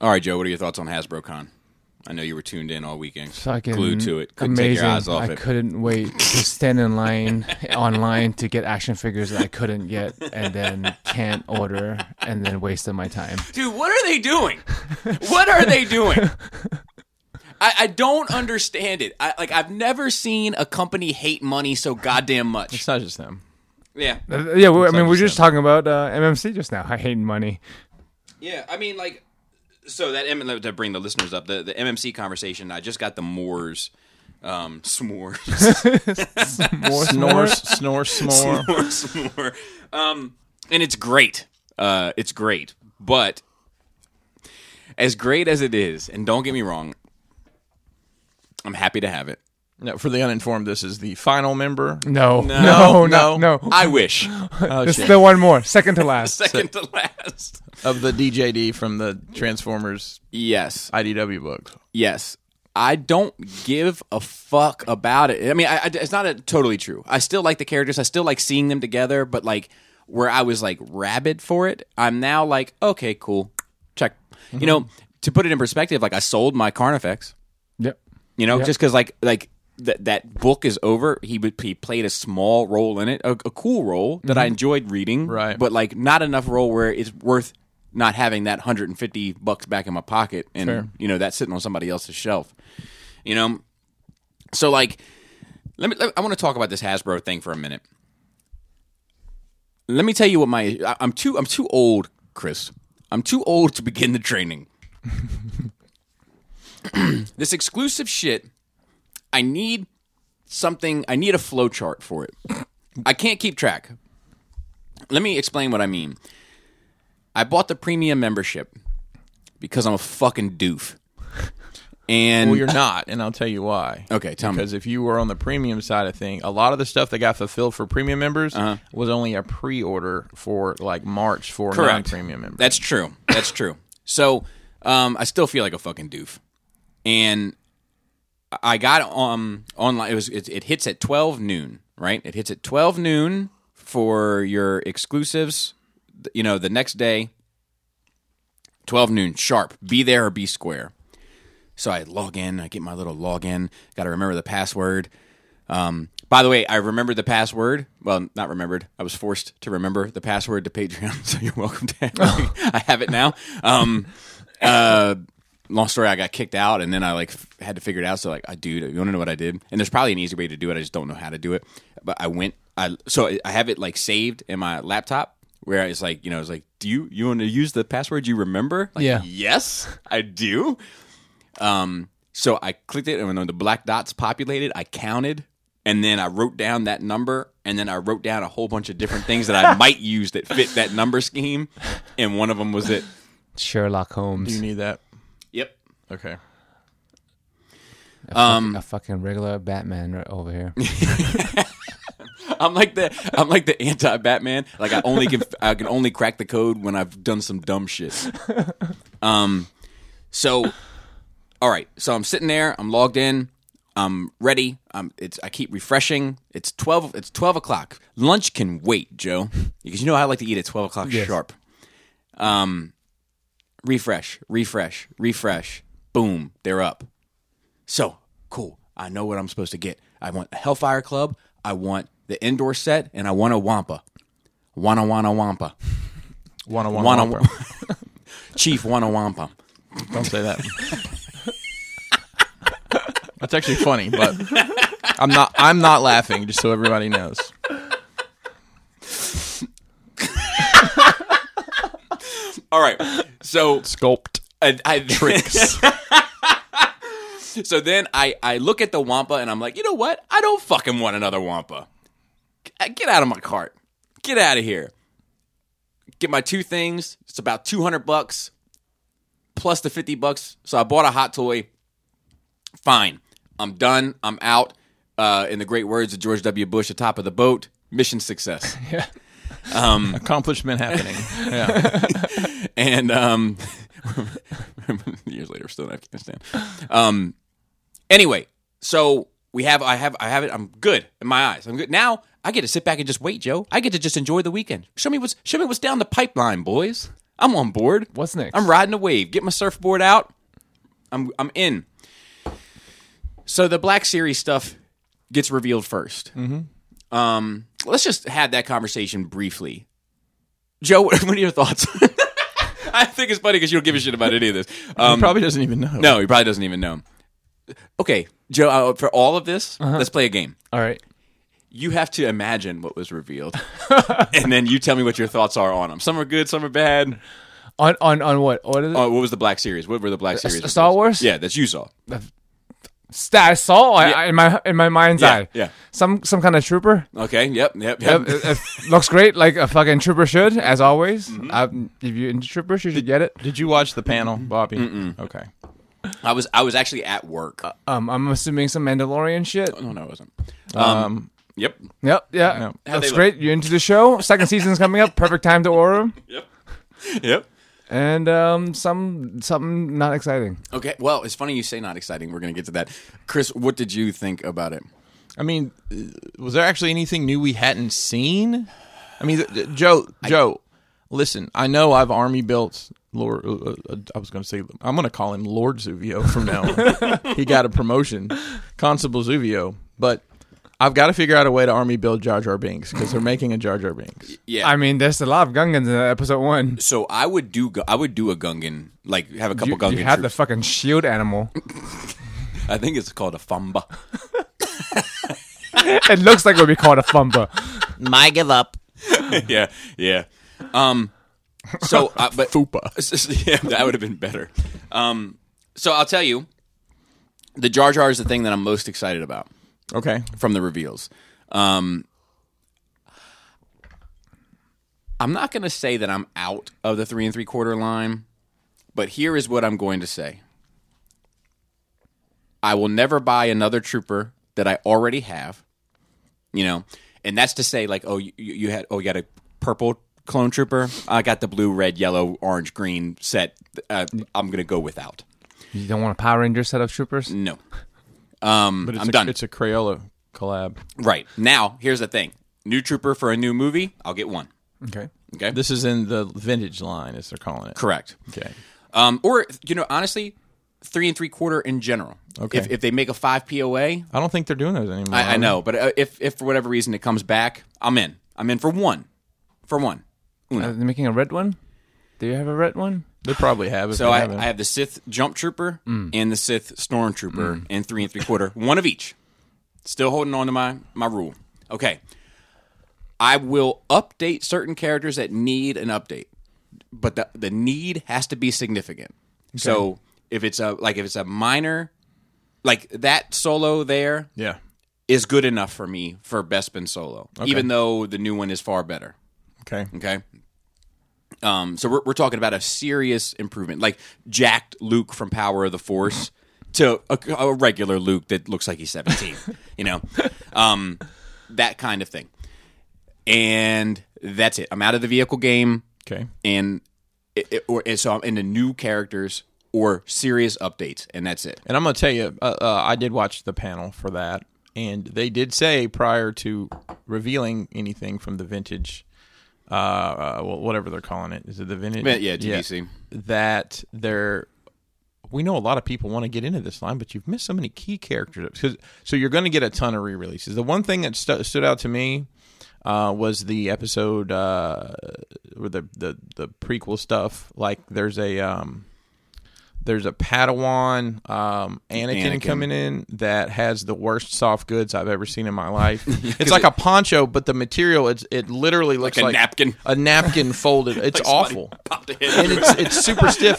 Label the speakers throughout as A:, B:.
A: All right, Joe. What are your thoughts on Hasbro Con? I know you were tuned in all weekend,
B: Fucking
A: glued to it. Couldn't
B: amazing.
A: take your eyes off
B: I
A: it.
B: couldn't wait to stand in line online to get action figures that I couldn't get and then can't order and then wasted my time.
A: Dude, what are they doing? What are they doing? I, I don't understand it. I, like I've never seen a company hate money so goddamn much.
C: It's not just them.
A: Yeah,
B: Uh, Yeah, we I mean, we we're just talking about uh, MMC just now. I hate money.
A: yeah. I mean, like, so that M- to bring the listeners up, the, the MMC conversation. I just got the Moors, um, s'mores,
B: More
C: Snore, snore, snore.
A: s'more, s'more. Um, and it's great. Uh, it's great. But as great as it is, and don't get me wrong, I'm happy to have it.
C: No, for the uninformed, this is the final member.
B: No, no, no, no.
A: I wish.
C: Oh,
B: There's
C: shit.
B: still one more, second to last.
A: Second to last.
C: of the DJD from the Transformers
A: Yes.
C: IDW books.
A: Yes. I don't give a fuck about it. I mean, I, I- it's not a, totally true. I still like the characters. I still like seeing them together, but like where I was like rabid for it, I'm now like, okay, cool. Check. You know, to put it in perspective, like I sold my Carnifex,
B: Yep.
A: you know, just 'cause just cuz like like that that book is over. He would he played a small role in it, a, a cool role that I enjoyed reading,
C: Right.
A: but like not enough role where it's worth not having that 150 bucks back in my pocket and
C: Fair.
A: you know, that's sitting on somebody else's shelf. You know? So like let me, let me- I want to talk about this Hasbro thing for a minute. Let me tell you what my I- I'm too I'm too old, Chris. I'm too old to begin the training. this exclusive shit, I need something, I need a flowchart for it. I can't keep track. Let me explain what I mean. I bought the premium membership because I'm a fucking doof. And
C: Well, you're not, and I'll tell you why.
A: Okay, tell me.
C: because if you were on the premium side of thing, a lot of the stuff that got fulfilled for premium members was only a pre-order for like March for
A: Correct.
C: non-premium members.
A: That's true. That's true. So um, I still feel like a fucking doof, and I got um online. It was it, it hits at twelve noon, right? It hits at twelve noon for your exclusives. th- You know, the next day, twelve noon sharp. Be there or be square. So I log in. I get my little login. Got to remember the password. Um, by the way, I remembered the password. Well, not remembered. I was forced to remember the password to Patreon. So you're welcome to. Have it. I have it now. Um, uh, long story. I got kicked out, and then I like f- had to figure it out. So like, I dude, you want to know what I did? And there's probably an easy way to do it. I just don't know how to do it. But I went. I so I- I have it like saved in my laptop. Where it's like you know, it's like, do you you want to use the password you remember? Like,
B: Yeah.
A: Yes, I do. Um, so I clicked it, and when the black dots populated, I counted, and then I wrote down that number, and then I wrote down a whole bunch of different things that I might use that fit that number scheme, and one of them was it.
B: Sherlock
C: you
B: Holmes,
C: need that.
A: Yep.
C: Okay.
A: Um,
B: a fucking regular Batman right over here.
A: I'm like the I'm like the anti Batman. Like I only can I can only crack the code when I've done some dumb shit. Um, so all right, so I'm sitting there. I'm logged in. I'm ready. I'm it's I keep refreshing. It's twelve. It's twelve o'clock. Lunch can wait, Joe, because you know I like to eat at twelve o'clock sharp. Um, refresh, refresh, refresh. Boom, they're up. So cool. I know what I'm supposed to get. I want a Hellfire Club. I want the indoor set, and I want a Wampa. Wanna wanna Wampa.
C: Wanna wanna,
A: Wanna
C: wanna.
A: Chief wanna Wampa.
C: Don't say that. That's actually funny, but I'm not. I'm not laughing. Just so everybody knows.
A: All right. So
C: Sculpt
A: I, I
C: bricks.
A: So then I, I look at the Wampa and I'm like, you know what? I don't fucking want another Wampa. G- Get out of my cart. Get out of here. Get my two things. It's about 200 bucks plus the 50 bucks. So I bought a hot toy. Fine. I'm done. I'm out. Uh, in the great words of George W. Bush, the top of the boat, mission success.
C: Accomplishment happening. Yeah.
A: and um, years later, we're still in Afghanistan. Um, anyway, so we have, I have, I have it. I'm good in my eyes. I'm good now. I get to sit back and just wait, Joe. I get to just enjoy the weekend. Show me what's, show me what's down the pipeline, boys. I'm on board.
B: What's next?
A: I'm riding a wave. Get my surfboard out. I'm I'm in. So the Black Series stuff gets revealed 1st Mm-hmm. Um, let's just have that conversation briefly. Joe, what are your thoughts? I think it's funny because you don't give a shit about any of this. Um,
C: Probably doesn't even know.
A: no, he probably doesn't even know. Okay, Joe, uh, for all of this, let's play a game.
B: All right.
A: You have to imagine what was revealed, and then you tell me what your thoughts are on them. Some are good, some are bad.
B: On on on what? What is it?
A: Uh, what was the Black Series? What were the Black Series?
B: Star
A: reveals?
B: Wars?
A: Yeah, that you saw.
B: That I saw I, I, in my in my mind's
A: Yeah,
B: eye.
A: yeah.
B: Some some kind of trooper.
A: Okay. Yep. Yep.
B: Yep,
A: Yep.
B: it, it Uh, looks great, like a fucking trooper should, as always.
A: Mm-hmm.
B: Um, if you're into troopers, you should get it.
C: Did you watch the panel, Bobby? Okay.
A: I was I was actually at work. Uh,
B: Um, I'm assuming some Mandalorian shit.
A: no, no, I wasn't.
C: Um,
A: Yep.
B: Yep, yeah,
A: How'd
B: looks
A: they
B: great. You're into the show. Second season's coming up. Perfect time to order 'em.
A: Yep. Yep.
B: And um, some something not exciting.
A: Okay. Well, it's funny you say not exciting. We're gonna get to that. Chris, what did you think about it?
C: I mean, uh, was there actually anything new we hadn't seen? I mean, th- th- Joe, Joe, listen. I know I've army built Lord. uh, uh, I was going to say I'm going to call him Lord Zuvio from now. on. he got a promotion, Constable Zuvio. But I've got to figure out a way to army build Jar Jar Binks because they're making a Jar Jar Binks.
A: Yeah.
B: I mean, there's a lot of Gungans in episode one.
A: so I would do Gu- I would do a Gungan like have a couple
B: You,
A: Gungan.
B: you had the
A: troops.
B: fucking shield animal.
A: I think it's called a Fumba.
B: it looks like what we call a fumba.
D: My give up.
A: yeah. Yeah. Um. So, I, but Fupa. yeah, that would have been better. Um. So I'll tell you, the Jar Jar is the thing that I'm most excited about.
C: Okay,
A: from the reveals. Um, I'm not going to say that I'm out of the three and three quarter line, but here is what I'm going to say I will never buy another trooper that I already have, you know, and that's to say, like, oh, you, you had, oh, you got a purple clone trooper. I got the blue, red, yellow, orange, green set. Uh, I'm going to go without.
B: You don't want a Power Ranger set of troopers?
A: No. Um,
C: but it's
A: I'm
C: a,
A: done.
C: It's a Crayola collab.
A: Right. Now, here's the thing. New trooper for a new movie, I'll get one.
B: Okay.
A: Okay.
C: This is in the vintage line, as they're calling it.
A: Correct.
C: Okay.
A: Um, or you know, honestly, three and three quarter in general.
C: Okay. Uh-huh.
A: If, if they make a five POA,
C: I don't think they're doing those anymore.
A: I, I know, but uh, if if for whatever reason it comes back, I'm in. I'm in for one, for one. Mm.
B: Are they Uh, making a red one? Do you have a red one?
C: They probably have. If
A: So
C: they
A: I,
C: haven't. Mm.
A: I have the Sith Jump Trooper and the Sith Stormtrooper and three and three quarter, one of each. Still holding on to my my rule. Okay, I will update certain characters that need an update, but the the need has to be significant. So if it's a like if it's a minor, like that solo there
C: yeah.
A: is good enough for me for Best Bespin solo, even though the new one is far better.
C: Okay.
A: Okay. Um, so we're, we're talking about a serious improvement, like jacked Luke from Power of the Force to a, a regular Luke that looks like he's seventeen. you know, um, that kind of thing. And that's it. I'm out of the vehicle game,
C: Okay.
A: and it, it- or and so I'm into new characters or serious updates, and that's it.
C: And I'm gonna tell you, uh, uh, I did watch the panel for that, and they did say prior to revealing anything from the vintage, uh, uh well, whatever they're calling it, is it the vintage?
A: But yeah, GDC.
C: That they're, we know a lot of people want to get into this line, but you've missed so many key characters. 'Cause- so you're going to get a ton of re-releases. The one thing that stu- stood out to me. Uh, was the episode uh, or the, the the prequel stuff like there's a um, there's a Padawan um, Anakin,
A: Anakin.
C: coming in that has the worst soft goods I've ever seen in my life. it's like a poncho, but the material it's it literally looks
A: a
C: like,
A: napkin.
C: a napkin folded. It's awful.
A: Popped a head.
C: And it's it's super stiff.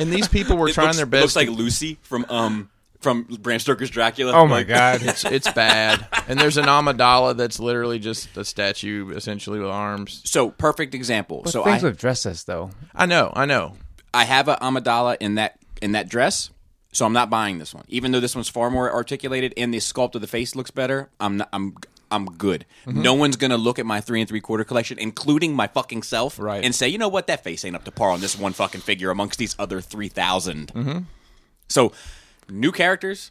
C: And these people were trying
A: looks,
C: their best.
A: Looks
C: to-
A: like Lucy from um from Bram Stoker's Dracula.
B: Oh my
A: Like-
B: god.
C: it's, it's bad. And there's an Amidala that's literally just a statue, essentially with arms.
A: So perfect example. so I,
B: Things with dresses though.
C: I know, I know.
A: I have a Amidala in that in that dress, so I'm not buying this one. Even though this one's far more articulated and the sculpt of the face looks better, I'm not, I'm I'm good.
B: Mm-hmm.
A: No one's gonna look at my three and three quarter collection, including my fucking self,
C: Right.
A: and say, you know what, that face ain't up to par on this one fucking figure amongst these other three
B: Mm-hmm.
A: So, new characters,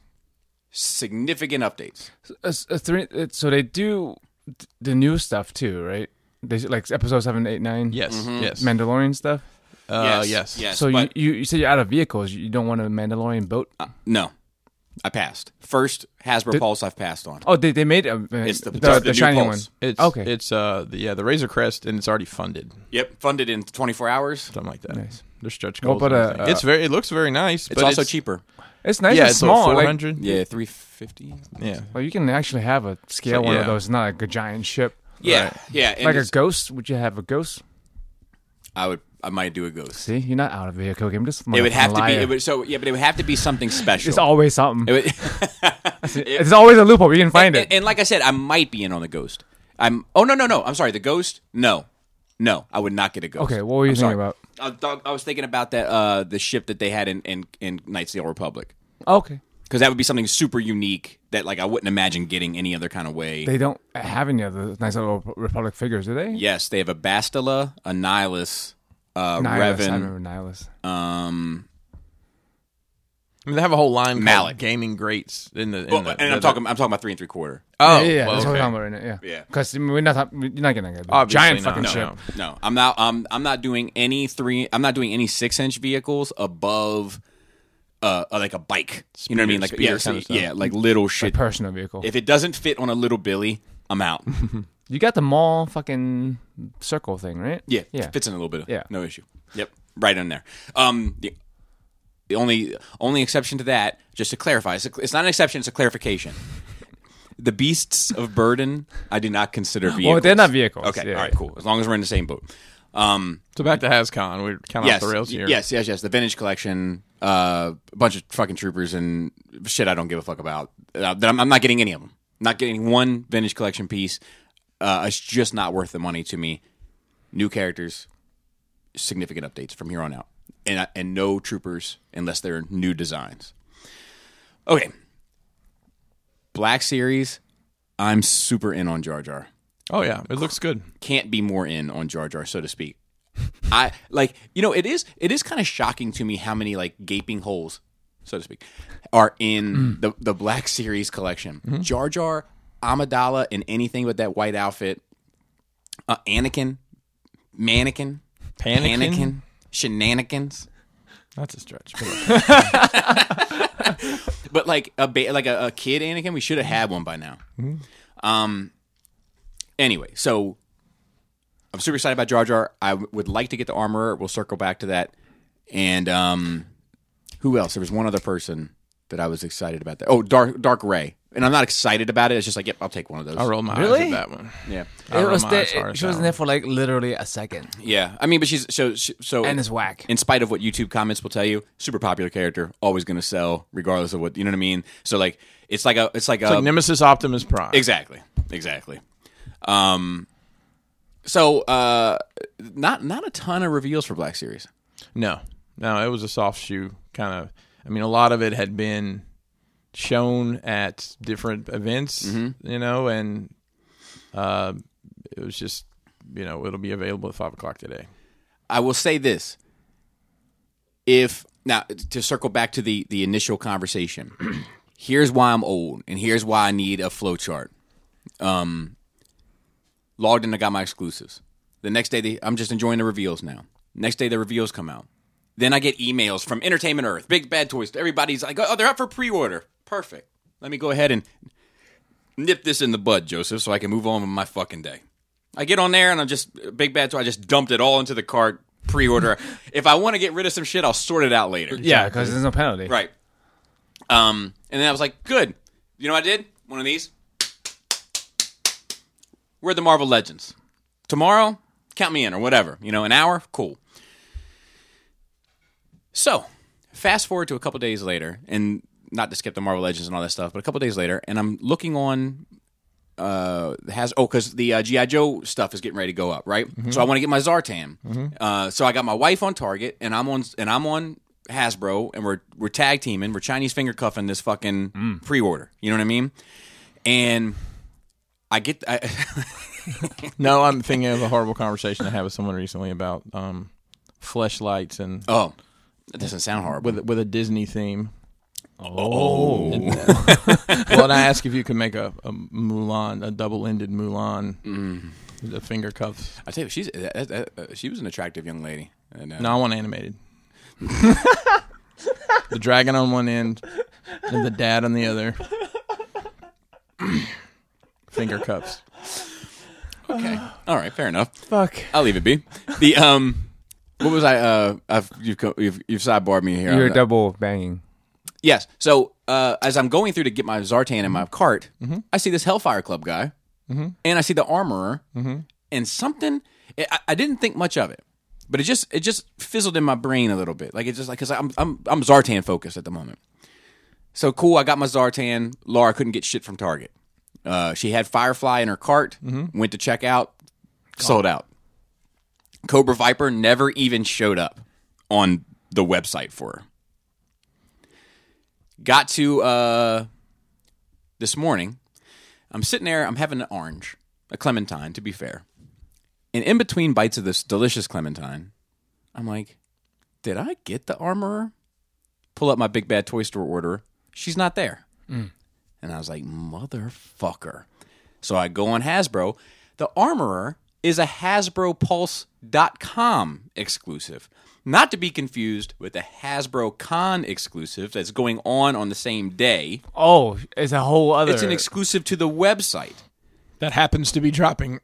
A: significant updates.
B: Uh, s- uh, three, uh, so they do th- the new stuff too, right? They s- like episode seven, eight, nine.
C: Yes, yes.
B: Mandalorian stuff.
C: Uh, yes.
A: Mm-hmm. Yes.
B: So
A: but Uh,
B: you, you you said you're out of vehicles. You don't want a Mandalorian boat.
A: no, I passed first Hasbro Pulse. I've passed on.
B: oh, they, they made a,
A: It's the-
B: the,
A: it's the new
B: shiny one.
A: Pulse.
C: It's
B: okay.
C: It's uh the, yeah the Razor Crest and it's already funded
A: Yep, funded in 24 hours.
C: something like that.
B: Nice. uh,
C: They're stretch goals.
B: about
C: and
B: a-
C: everything. it's very. It looks very nice.
A: uh, It's
C: but
A: also
C: it's,
A: cheaper.
B: it's nice
C: Yeah,
B: and
C: it's
B: small.
C: Four
B: like,
C: hundred.
A: Yeah, 350.
C: yeah.
B: well, you can actually have a scale
C: So,
B: one
C: yeah.
B: of those, not like a giant ship.
A: Yeah,
C: Right.
A: yeah. And
B: like a
A: it's-
B: ghost? Would you have a ghost?
A: I would, I might do a ghost.
B: See, you're not out of vehicle game. Just
A: It would have to be.
B: liar.
A: It would, so yeah, but it would have to be something special.
B: It's always something.
A: It would-
B: it's always a loophole. We can find
A: and,
B: it.
A: and like I said, I might be in on the ghost. I'm. Oh no, no, no. I'm sorry. The ghost. No, no. I would not get a ghost.
B: Okay, what were you
A: I'm
B: thinking
A: sorry.
B: about?
A: I, thought- I was thinking about that. Uh, the ship that they had in in, in Knights of the Old Republic,
B: Okay.
A: because that would be something super unique that like I wouldn't imagine getting any other kind of way.
B: They don't have any of the nice little Republic figures, do they?
A: yes, they have a Bastila, a Nihilus, uh,
B: Nihilus. I
A: Revan.
B: remember Nihilus.
A: Um,
C: I mean, they have a whole line
A: Malik.
C: called gaming greats in the. In
A: well,
C: the
A: and I'm
C: the-
A: talking. I'm talking about three and three quarter.
C: Oh,
B: yeah, yeah, yeah,
C: well,
B: that's what we're
C: okay.
B: talking about right now. Yeah,
A: Yeah.
B: Because we're not talking- you're not gonna get a
C: Obviously
B: giant
C: not,
B: fucking
C: no,
B: ship.
C: no.
A: No, I'm not. I'm I'm not doing any three. I'm not doing any six inch vehicles above, uh, uh, like a bike. you know what I mean? Like
C: Speeder-
A: yeah,
C: speeder kind of
A: so- yeah, like little
B: Like
A: shit.
B: personal vehicle.
A: if it doesn't fit on a little billy, I'm out.
B: you got the mall fucking circle thing, right?
A: yeah,
B: yeah.
A: fits in a little bit.
B: Yeah.
A: no issue. Yep, right in there. Um, the, the only only exception to that, just to clarify, it's, a, it's not an exception. It's a clarification. The beasts of burden, I do not consider vehicles.
B: Well, Oh, they're not vehicles.
A: Okay,
B: Yeah.
A: all right, cool. As long as we're in the same boat. Um,
C: So back to HasCon. We're kind of
A: yes,
C: off the rails
A: y-
C: here.
A: Yes, yes, yes. The vintage collection, uh, a bunch of fucking troopers and shit I don't give a fuck about. Uh, that I'm, I'm not getting any of them. Not getting one vintage collection piece. Uh, it's just not worth the money to me. New characters, significant updates from here on out, and I- and no troopers unless they're new designs. Okay, Black Series. I'm super in on Jar Jar
C: Oh yeah, it looks good.
A: can't be more in on Jar Jar, so to speak. I like you know it is it is kind of shocking to me how many like gaping holes, so to speak, are in the the Black Series collection. Jar Jar, Amidala, and anything with that white outfit, uh, Anakin, mannequin,
C: Panikin?
A: Anakin, shenanigans.
C: That's a stretch. but-
A: But like a ba- like a, a kid Anakin, we should have had one by now. Um. Anyway, so I'm super excited about Jar Jar. I w- would like to get the armorer. We'll circle back to that. And um, who else? There was one other person that I was excited about. That oh, Dark Dark Ray. And I'm not excited about it. It's just like, yep, I'll take one of those.
C: I'll roll my eyes
B: Really?
C: at that one.
A: Yeah,
C: It was there- she was there
B: for like literally a second,
A: yeah. I mean, but she's so she- so.
B: whack.
A: in spite of what YouTube comments will tell you, super popular character, always going to sell, regardless of what you know what I mean. So like, it's like a it's like a
C: Like Uh, Nemesis Optimus Prime.
A: Exactly. Exactly. Um so uh not not a ton of reveals for Black Series.
C: No, no, it was a soft shoe kind of. I mean, a lot of it had been shown at different events, you know, and uh, it was just, you know, it'll be available at five o'clock today.
A: I will say this. If now to circle back to the the initial conversation, here's why I'm old and here's why I need a flow chart. Um logged in, I got my exclusives. The next day they, I'm just enjoying the reveals now. Next day the reveals come out. Then I get emails from Entertainment Earth, Big Bad Toys. Everybody's like, "Oh, they're up for pre-order." Perfect. Let me go ahead and nip this in the bud, Joseph, so I can move on with my fucking day. I get on there and I'm just big bad. So I just dumped it all into the cart pre-order. if I want to get rid of some shit, I'll sort it out later.
B: Yeah, because there's no penalty.
A: Right. Um, and then I was like, good. You know what I did? One of these. We're the Marvel Legends. Tomorrow, count me in or whatever. You know, an hour, cool. So, fast forward to a couple days later, and not to skip the Marvel Legends and all that stuff, but a couple days later, and I'm looking on uh has oh because the uh, gi joe stuff is getting ready to go up right so i want to get my zartan
B: Mm-hmm.
A: uh so i got my wife on target and i'm on and i'm on hasbro and we're we're tag teaming we're chinese finger cuffing this fucking
B: Mm.
A: pre-order you know what i mean and i get I,
C: No, I'm thinking of a horrible conversation I had with someone recently about um, fleshlights and
A: oh that doesn't sound horrible
C: with with a Disney theme. Oh. well, and I ask if you can make a, a Mulan, a double-ended Mulan, the finger cuffs.
A: I tell you, she's that, that, that, uh, she was an attractive young lady. And, uh,
C: No, I want animated. the dragon on one end, and the dad on the other. finger cuffs.
A: okay, all right, fair enough.
B: Fuck.
A: I'll leave it be. The um, what was I? Uh, I've you've co- you've, you've sidebarred me here.
B: You're
A: I'm-
B: double banging.
A: Yes. So uh, as I'm going through to get my Zartan in my cart, I see this Hellfire Club guy, and I see the armorer, and something. I- I, I didn't think much of it, but it just it just fizzled in my brain a little bit. Like it just like because I'm I'm I'm Zartan focused at the moment. So cool. I got my Zartan. Laura couldn't get shit from Target. Uh, she had Firefly in her cart. Went to check out. Sold out. Cobra Viper never even showed up on the website for her got to uh, this morning. I'm sitting there. I'm having an orange, a clementine, to be fair. And in between bites of this delicious clementine, I'm like, "Did I get the armorer?" Pull up my big bad toy store order. She's not there. And I was like, "Motherfucker!" So I go on Hasbro. The armorer is a HasbroPulse.com exclusive, not to be confused with the Hasbro Con exclusive that's going on on the same day.
B: Oh, it's a whole other.
A: It's an exclusive to the website.
C: That happens to be dropping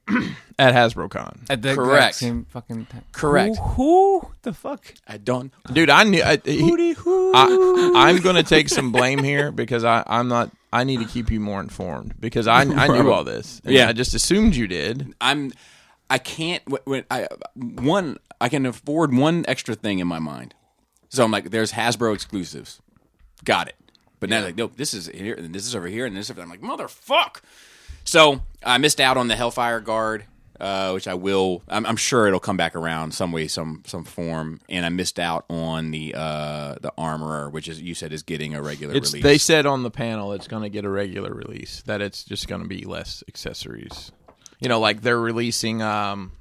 C: at HasbroCon.
B: at the exact
A: Correct.
B: Same fucking time.
A: Correct.
B: Who, who the fuck?
A: I don't.
C: Dude, I knew. I, he-
B: Booty who?
C: I, I'm going to take some blame here because I, I'm not. I need to keep you more informed because I, I knew all this. And
A: Yeah.
C: I just assumed you did.
A: I'm. I can't. wh- When I one, I can afford one extra thing in my mind. So I'm like, there's Hasbro exclusives. Got it. But now, like, nope. This is here, and this is over here, and this. Is, I'm like, motherfuck. So I missed out on the Hellfire Guard, uh, which I will. I'm, I'm sure it'll come back around some way, some some form. And I missed out on the uh, the Armorer, which is you said is getting a regular
C: It's,
A: release.
C: they said on the panel it's going to get a regular release. That it's just going to be less accessories. You know, like they're releasing um,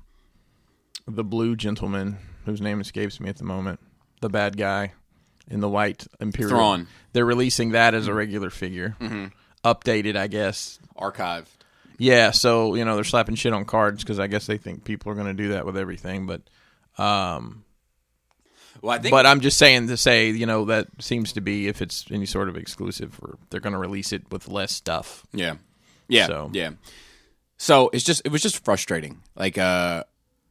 C: the blue gentleman whose name escapes me at the moment, the bad guy in the white imperial.
A: Thrawn.
C: They're releasing that as a regular figure, updated, I guess,
A: archived.
C: Yeah, so you know they're slapping shit on cards because I guess they think people are going to do that with everything. But
A: Well, I think
C: but I'm just saying to say you know that seems to be if it's any sort of exclusive or they're going to release it with less stuff.
A: Yeah. Yeah.
C: So-
A: Yeah. So it's just it was just frustrating. Like uh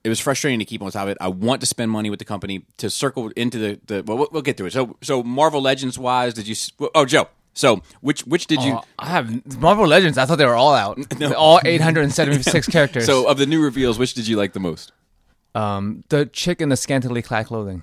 A: it was frustrating to keep on top of it. I want to spend money with the company to circle into the the well we'll, we'll get to it. So so Marvel Legends wise, did you s- Oh, Joe. So which which did you
B: Oh, I have Marvel Legends. I thought they were all out. All 876
C: Oh,
B: characters.
A: So of the new reveals, which did you like the most?
B: um, the chick in the scantily clad clothing.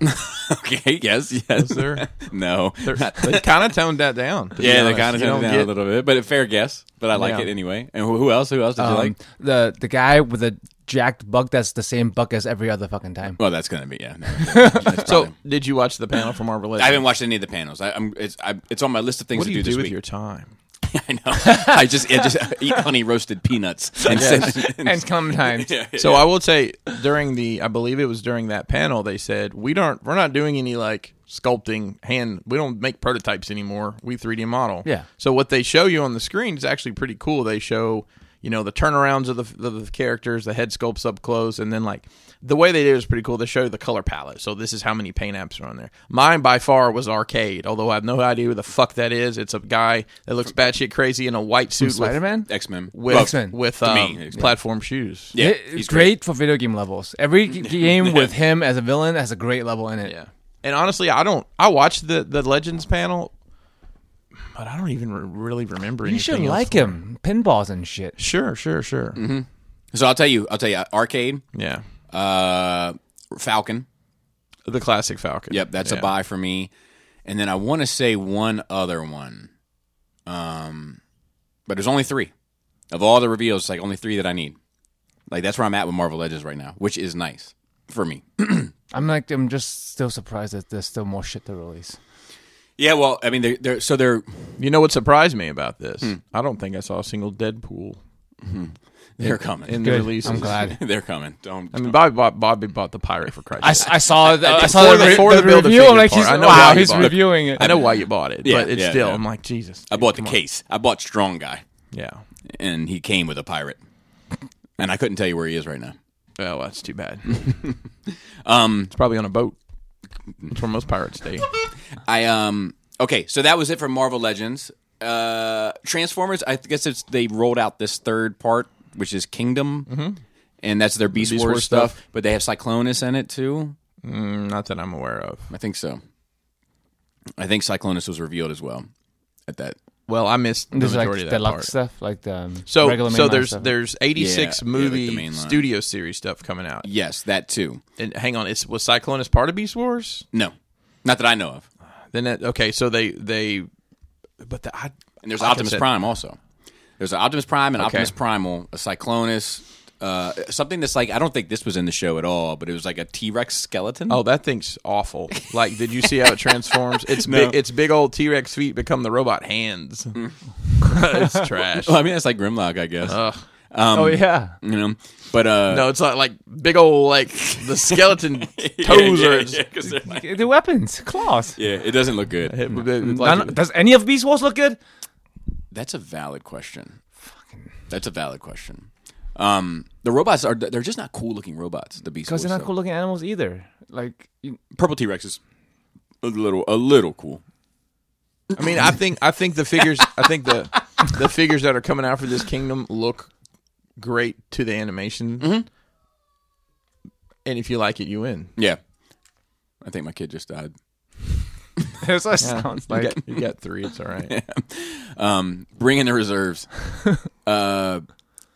A: Okay, yes, yes.
C: They're,
A: no.
C: they're, they kind of toned that down. to be
A: yeah, they
C: honest.
A: kind of
C: You
A: toned it
C: don't
A: down
C: get-
A: a little bit, but a fair guess. But I like
C: Yeah.
A: it anyway. And who, who else? Who else did you like?
B: Um, the the guy with the jacked buck that's the same buck as every other fucking time.
A: Well, that's gonna be yeah. no, that's probably-
C: So did you watch the panel from Marvel?
A: I haven't watched any of the panels. I, I'm it's I, it's on my list of things
C: What
A: to
C: do you
A: do this
C: do, with
A: week.
C: your time?
A: I know. I just I just eat honey roasted peanuts and sit-
B: And Clementine.
C: So I will say during the I believe it was during that panel they said we don't we're not doing any like sculpting hand we don't make prototypes anymore we 3D model
B: Yeah.
C: so what they show you on the screen is actually pretty cool they show you know the turnarounds of the, of the characters the head sculpts up close and then like the way they do it is pretty cool they show you the color palette so this is how many paint apps are on there mine by far was arcade although I have no idea who the fuck that is it's a guy that looks batshit crazy in a white suit
B: Spider
C: with
B: Man?
A: X Men.
C: with,
B: X-Men.
C: with
A: To me,
C: um,
A: X-Men.
C: platform shoes
A: yeah,
B: he's
A: he's
B: great, for video game levels. Every g- game with him as a villain has a great level in it.
C: Yeah. And honestly, I don't. I watched the the Legends panel, but I don't even re- really remember.
B: You should
C: anything else
B: like
C: from-
B: him. Pinballs and shit.
C: Sure, sure, sure.
A: So I'll tell you. I'll tell you. Arcade.
C: Yeah,
A: Uh, Falcon.
C: the classic Falcon.
A: Yep, that's
C: Yeah.
A: a buy for me. And then I want to say one other one. Um, but there's only three of all the reveals. It's like only three that I need. Like that's where I'm at with Marvel Legends right now, which is nice for me.
B: I'm like, I'm just still surprised that there's still more shit to release.
A: yeah. Well, I mean, they're, they're so they're
C: You know what surprised me about this? I don't think I saw a single Deadpool.
A: They're coming.
C: in the
B: Good.
C: releases.
B: I'm glad.
A: They're coming. Don't.
C: I mean, Bobby bought Bobby bought the pirate for Christ's
B: I,
C: sake.
B: s- I saw the, I
C: did.
B: saw
C: For
B: the,
C: the-
B: re-
C: for
B: the
C: the build the
B: review.
C: figure
B: I'm like,
C: part.
B: he's,
C: I
B: wow,
C: know why you
B: he's
C: bought it.
B: reviewing it.
C: I know why you bought it,
A: Yeah,
C: but it's
A: yeah,
C: still.
A: yeah. Uh,
C: I'm like Jesus.
A: I bought the
C: come on.
A: case. I bought Strong Guy,
C: Yeah.
A: and he came with a pirate, and I couldn't tell you where he is right now.
C: Well, that's too bad. um, it's probably on a boat. It's where most pirates stay.
A: I um okay, so that was it for Marvel Legends. Uh Transformers, I guess it's they rolled out this third part, which is Kingdom, and that's their Mm-hmm. Beast, Wars,
C: Wars
A: stuff,
C: stuff.
A: But they have Cyclonus in it too.
C: Mm, Not that I'm aware of.
A: I think so. I think Cyclonus was revealed as well at that.
C: Well, I missed the
B: There's like
C: majority
B: the
C: of that
B: luck
C: part.
B: stuff, like the um,
C: So,
B: regular
C: so
B: mainline
C: there's
B: stuff.
C: there's 86
A: Yeah, yeah, like the
C: movie
A: mainline.
C: studio series stuff coming out.
A: Yes, that too.
C: And hang on, it's was Cyclonus part of Beast Wars?
A: No, not that I know of.
C: Then that okay, so they they, but the, I
A: And there's
C: like I
A: Optimus
C: said-
A: Prime also. There's an Optimus Prime, an Optimus
C: Okay.
A: Primal, a Cyclonus, uh, something that's like I don't think this was in the show at all, but it was like a T Rex skeleton.
C: Oh, that thing's awful. Like, did you see how it transforms? It's big. It's big old T Rex feet become the robot hands. it's trash.
A: Well, I mean that's Mm. like Grimlock, I guess.
B: oh
C: um,
B: yeah,
A: you know. But uh,
C: No, it's not like big old like the skeleton
A: yeah,
C: toes
A: yeah,
C: are.
A: yeah, 'cause they're like-
B: the weapons, claws.
A: yeah, it doesn't look good.
C: It would be- it's like-
B: None, does any of Beast Wars look good?
A: That's a valid question. That's a valid question. Um, the robots are they're just not cool looking robots. The beast
B: Because they're
A: Wars,
B: not
A: though.
B: cool looking animals either. Like you,
A: Purple T Rex is a little a little cool.
C: I mean, I think I think the figures. I think the the figures that are coming out for this kingdom look great to the animation.
A: Mm-hmm.
C: And if you like it, you win.
A: Yeah, I think my kid just died.
B: that's what it sounds
C: You
B: like.
C: got, you got three. It's all right.
A: Um, bring in the reserves. uh,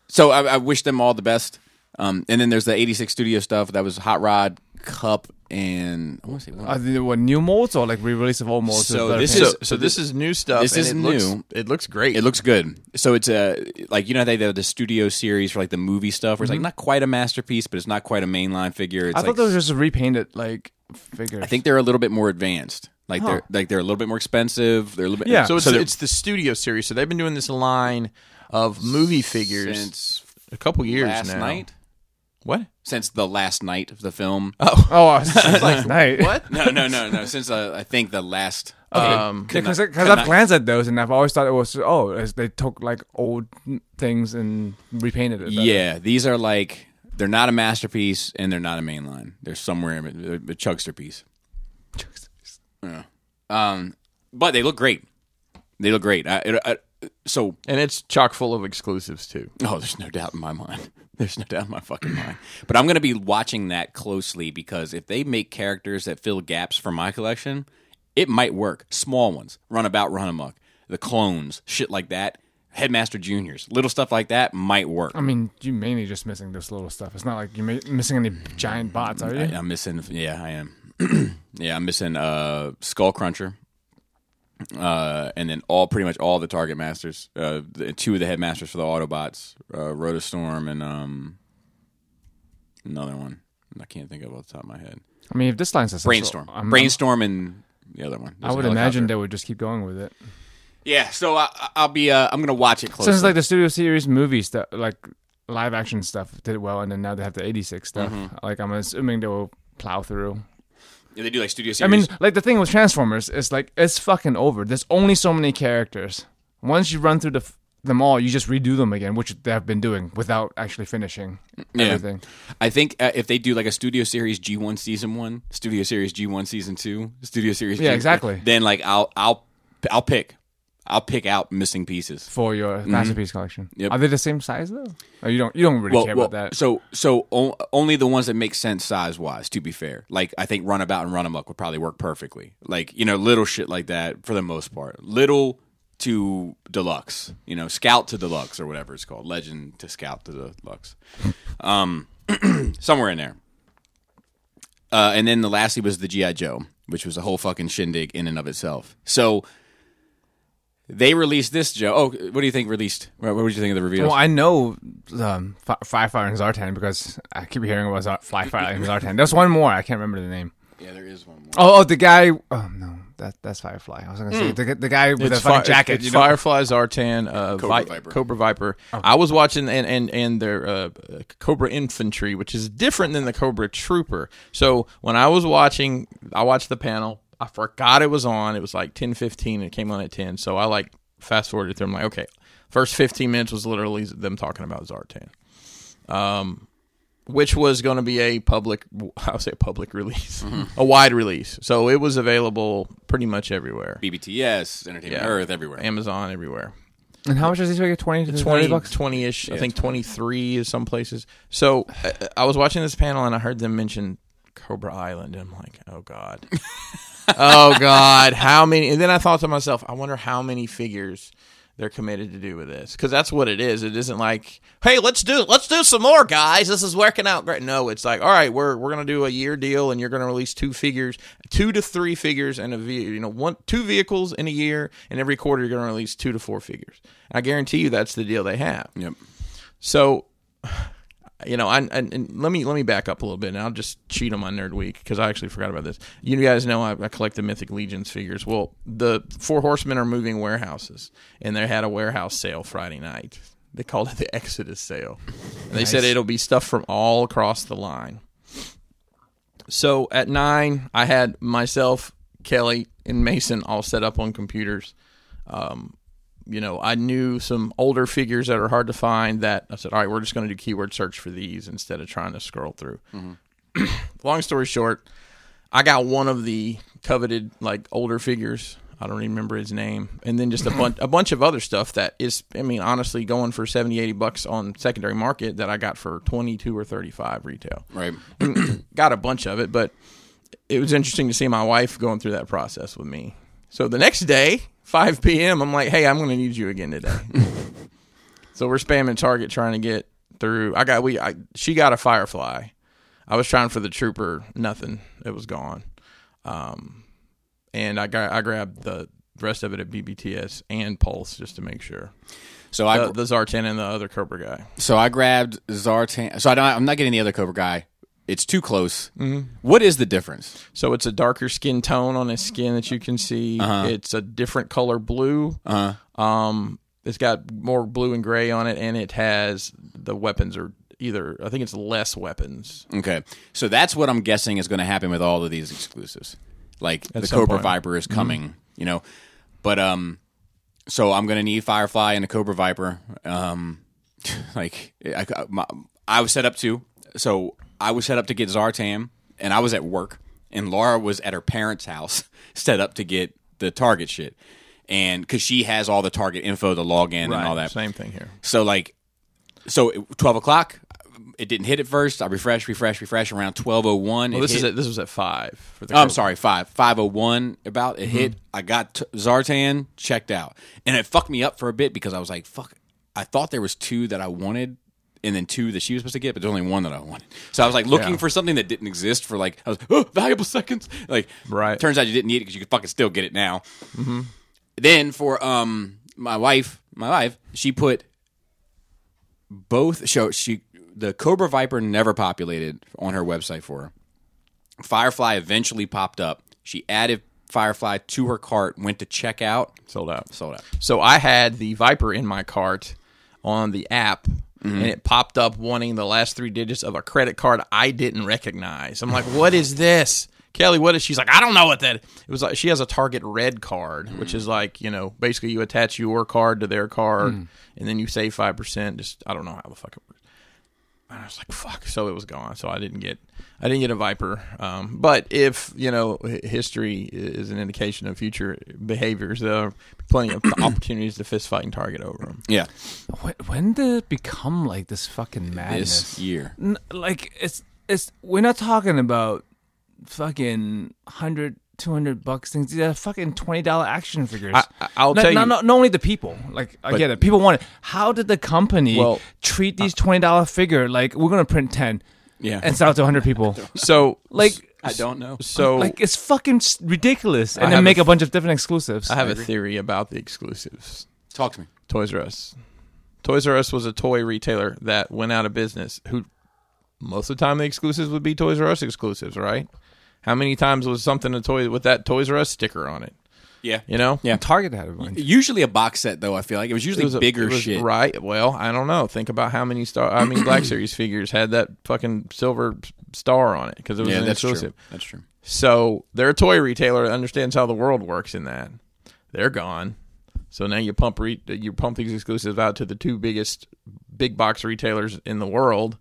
A: so I, I wish them all the best. Um, and then there's the '86 studio stuff that was Hot Rod Cup and I want to say one
B: Are they what new molds or like re-release of old molds?
A: So
B: with
A: this
B: better
C: So,
A: is-
B: paint?
C: so this is new stuff.
A: This
C: and
A: is
C: it looks-
A: new.
C: it looks great.
A: It looks good. So it's a like you know they have the studio series for like the movie stuff. Where it's like not quite a masterpiece, but it's not quite a mainline figure. It's
B: I
A: like,
B: thought those were just repainted like figures.
A: I think they're a little bit more advanced. Like they're like they're a little bit more expensive. They're a little bit
B: Yeah.
C: So it's,
A: they're-
C: it's the studio series. So they've been doing this line of movie figures
A: since
C: a couple years
A: last
C: now.
A: night.
C: What?
A: Since the last night of the film.
B: Oh, I was just like night.
C: What?
A: no, no, no, no. Since uh, I think the last.
C: Um,
B: Because
A: Could not- could
B: I've
A: not-
B: glanced at those and I've always thought it was oh as they took like old things and repainted it. better.
A: Yeah, these are like they're not a masterpiece and they're not a mainline. They're somewhere in a, a Chugster piece. Yeah. Um, but they look great. They look great. I, it, I, so,
C: and it's chock full of exclusives too.
A: oh, there's no doubt in my mind. There's no doubt in my fucking mind. But I'm going to be watching that closely because if they make characters that fill gaps for my collection, it might work. Small ones, runabout, run amok, the clones, shit like that, Headmaster Juniors, little stuff like that might work.
B: I mean, you mainly just missing this little stuff. It's not like you're ma- missing any giant bots, are you?
A: Mm, I, I'm missing. Yeah, I am. yeah, I'm missing uh, Skull Cruncher, uh, and then all pretty much all the Target Masters, uh, the, two of the headmasters for the Autobots, uh, Rotostorm, and um, another one I can't think of off the top of my head.
B: I mean, if this line's successful,
A: Brainstorm,
B: I'm- I'm-
A: brainstorm, and the other one.
B: I would imagine they would just keep going with it.
A: Yeah, so I, I- I'll be. Uh, I'm gonna watch it closely.
B: Since like the studio series movies that like live action stuff did well, and then now they have the '86 stuff.
A: Mm-hmm.
B: Like I'm assuming they will plow through.
A: Yeah, they do like studio series.
B: I mean, like the thing with Transformers is like it's fucking over. There's only so many characters. Once you run through the f- them all, you just redo them again, which they have been doing without actually finishing everything.
A: I think uh, if they do like a Studio Series G1 season one, Studio Series G1 season two, Studio Series
B: Yeah,
A: G-
B: exactly.
A: Then like I'll I'll I'll pick I'll pick out missing pieces.
B: For your masterpiece collection,
A: Mm-hmm. Yep.
B: are they the same size though? Oh, you don't you don't really
A: Well,
B: care
A: well,
B: about that.
A: so so o- only the ones that make sense size wise. To be fair, like I think Runabout and Runamuck would probably work perfectly. Like you know little shit like that for the most part. Little to deluxe, you know, Scout to deluxe or whatever it's called, Legend to Scout to deluxe, um, somewhere in there. Uh, and then the lastly was the GI Joe, which was a whole fucking shindig in and of itself. So. They released this Joe. Oh, what do you think released? What what did you think of the reveal?
B: Well, I know um, Fi- Firefire and Zartan because I keep hearing about Zar- Firefire and Zartan. There's one more. I can't remember the name.
A: yeah, there is one more.
B: Oh, oh the guy. Oh no, that that's Firefly. I was gonna say the, the guy with the fucking
C: Fire-
B: jacket.
C: Hmm. It's
B: you know? Oh.
C: Firefly Zartan, uh,
A: Cobra
C: Cobra
A: Viper.
C: Viper. Cobra Viper. I was watching and and and their uh, uh, Cobra Infantry, which is different than the Cobra Trooper. So when I was watching, I watched the panel. I forgot it was on. It was like ten fifteen, and it came on at ten. So I like fast forwarded through. I'm like, okay, first fifteen minutes was literally them talking about Zartan. Um. Which was going to be a public, I'll say public release, a wide release. So it was available pretty much everywhere.
A: BBTS, Entertainment
C: Yeah.
A: Earth, everywhere.
C: Amazon, everywhere.
B: And how much does he make? Twenty to twenty
C: 20,
B: bucks.
C: 20-ish, I think 23 is some places. So I, I was watching this panel and I heard them mention Cobra Island. And I'm like, oh God. oh God. How many? And then I thought to myself, I wonder how many figures they're committed to do with this. Because that's what it is. It isn't like, hey, let's do let's do some more, guys. This is working out great. No, it's like, all right, we're we're gonna do a year deal and you're gonna release two figures, two to three figures and a ve- you know, one two vehicles in a year, and every quarter you're gonna release two to four figures. I guarantee you that's the deal they have.
A: Yep.
C: So, you know, I, and, and let me let me back up a little bit, and I'll just cheat on my nerd week because I actually forgot about this. You guys know I, I collect the Mythic Legions figures. Well, the Four Horsemen are moving warehouses, and they had a warehouse sale Friday night. They called it the Exodus sale. And they said it'll be stuff from all across the line. So at nine, I had myself, Kelly, and Mason all set up on computers you know, I knew some older figures that are hard to find that I said, all right, we're just going to do keyword search for these instead of trying to scroll through. Long story short, I got one of the coveted like older figures. I don't even remember his name. And then just a bunch a bunch of other stuff that is I mean honestly going for 70 80 bucks on secondary market that I got for 22 or 35 retail
A: Right.
C: got a bunch of it, but it was interesting to see my wife going through that process with me. So the next day, 5 p.m., I'm like, hey, I'm going to need you again today. so we're spamming Target trying to get through. I got we I, she got a Firefly. I was trying for the Trooper, nothing. It was gone. Um, and I got I grabbed the rest of it at BBTS and Pulse just to make sure.
A: So I
C: The, the Zartan and the other Cobra guy.
A: so I grabbed Zartan. So I don't, I'm not getting the other Cobra guy. It's too close. What is the difference?
C: So it's a darker skin tone on his skin that you can see.
A: Uh-huh.
C: It's a different color blue. Um, it's got more blue and gray on it, and it has the weapons are either I think it's less weapons.
A: Okay. So that's what I'm guessing is going to happen with all of these exclusives. Like the
C: some
A: Cobra
C: point. Mm-hmm.
A: Viper is coming, you know. But um so I'm going to need Firefly and a Cobra Viper. Um like I, I- my, I was set up to. So I was set up to get Zartan and I was at work and Laura was at her parents' house set up to get the Target shit. And cuz she has all the Target info to log in and all that.
C: Same thing here.
A: So like, so it- twelve o'clock, it didn't hit at first. I refresh, refresh, refresh around twelve oh one.
C: Well, this is at, this was at five. For the
A: I'm
C: Cobra.
A: sorry, five five oh one. About it
C: Mm-hmm.
A: hit. I got t- Zartan checked out, and it fucked me up for a bit because I was like, fuck. I thought there was two that I wanted. And then two that she was supposed to get, but there's only one that I wanted. So I was like looking
C: Yeah.
A: for something that didn't exist for like I was oh, valuable seconds. Like
C: Right.
A: turns out you didn't need it because you could fucking still get it now. Mm-hmm. Then for um my wife, my wife, she put both show she the Cobra Viper never populated on her website for her. Firefly eventually popped up. She added Firefly to her cart, went to checkout,
C: sold out.
A: sold out.
C: So I had the Viper in my cart on the app. And it popped up wanting the last three digits of a credit card I didn't recognize. I'm like, what is this? Kelly, what is she's like, I don't know what that it was like she has a target red card, which is like, you know, basically you attach your card to their card and then you save five percent. Just I don't know how the fuck it works. And I was like, fuck. So it was gone. So I didn't get, I didn't get a Viper. Um, but if you know, hi- history is an indication of future behaviors. There are plenty of opportunities to fist fight and target over them.
A: Yeah,
B: When, when did it become like this fucking madness?
A: this year.
B: N- like it's it's we're not talking about fucking 100 200 bucks things these are fucking $20 action figures
C: I- I- I'll
B: not,
C: tell
B: not,
C: you-
B: not, not only the people like i get it people want it how did the company
C: Well,
B: treat these $20 figure like we're gonna print 10
A: Yeah.
B: and sell it to 100 people
C: So
B: like
A: I don't know.
C: so
B: like it's fucking s- ridiculous and
C: I
B: then
C: have
B: make
C: a
B: a bunch of different exclusives
C: I have a theory about the exclusives.
A: Talk to me.
C: Toys R Us. Toys R Us was a toy retailer that went out of business. Who most of the time the exclusives would be Toys R Us exclusives, right? How many times was something a toy with that Toys R Us sticker on it?
A: Yeah.
C: You know,
A: Yeah.
B: Target had a bunch.
A: Usually a box set though. I feel like it was usually
C: a-
A: bigger
C: it was-
A: shit.
C: Right. Well, I don't know. Think about how many star. I mean, Black Series figures had that fucking silver star on it because it was
A: Yeah,
C: an
A: that's true.
C: exclusive.
A: That's true.
C: So they're a toy retailer that understands how the world works. In that, they're gone. So now you pump re- you pump these exclusives out to the two biggest big box retailers in the world,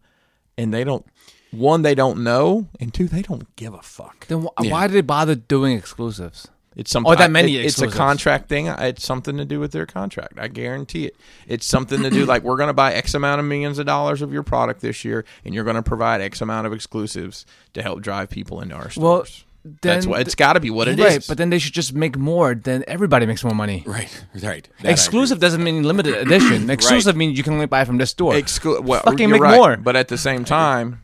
C: and they don't. One, they don't know, and two, they don't give a fuck.
B: Then wh- why did they bother doing exclusives?
C: It's some.
B: Or Oh, that many
C: I- it- it's a
B: exclusives.
C: contract thing. It's something to do with their contract. I guarantee it. It's something to do like we're going to buy X amount of millions of dollars of your product this year, and you're going to provide X amount of exclusives to help drive people into our
B: Well,
C: stores.
B: then
C: That's what it's got to be. What it is.
B: right, but then they should just make more. Then everybody makes more money.
A: Right. Right. That I
B: Exclusive doesn't mean limited edition. Exclusive means you can only buy from this store.
C: Exclu- well,
B: Fucking
C: you're
B: make
C: right.
B: more.
C: But at the same time,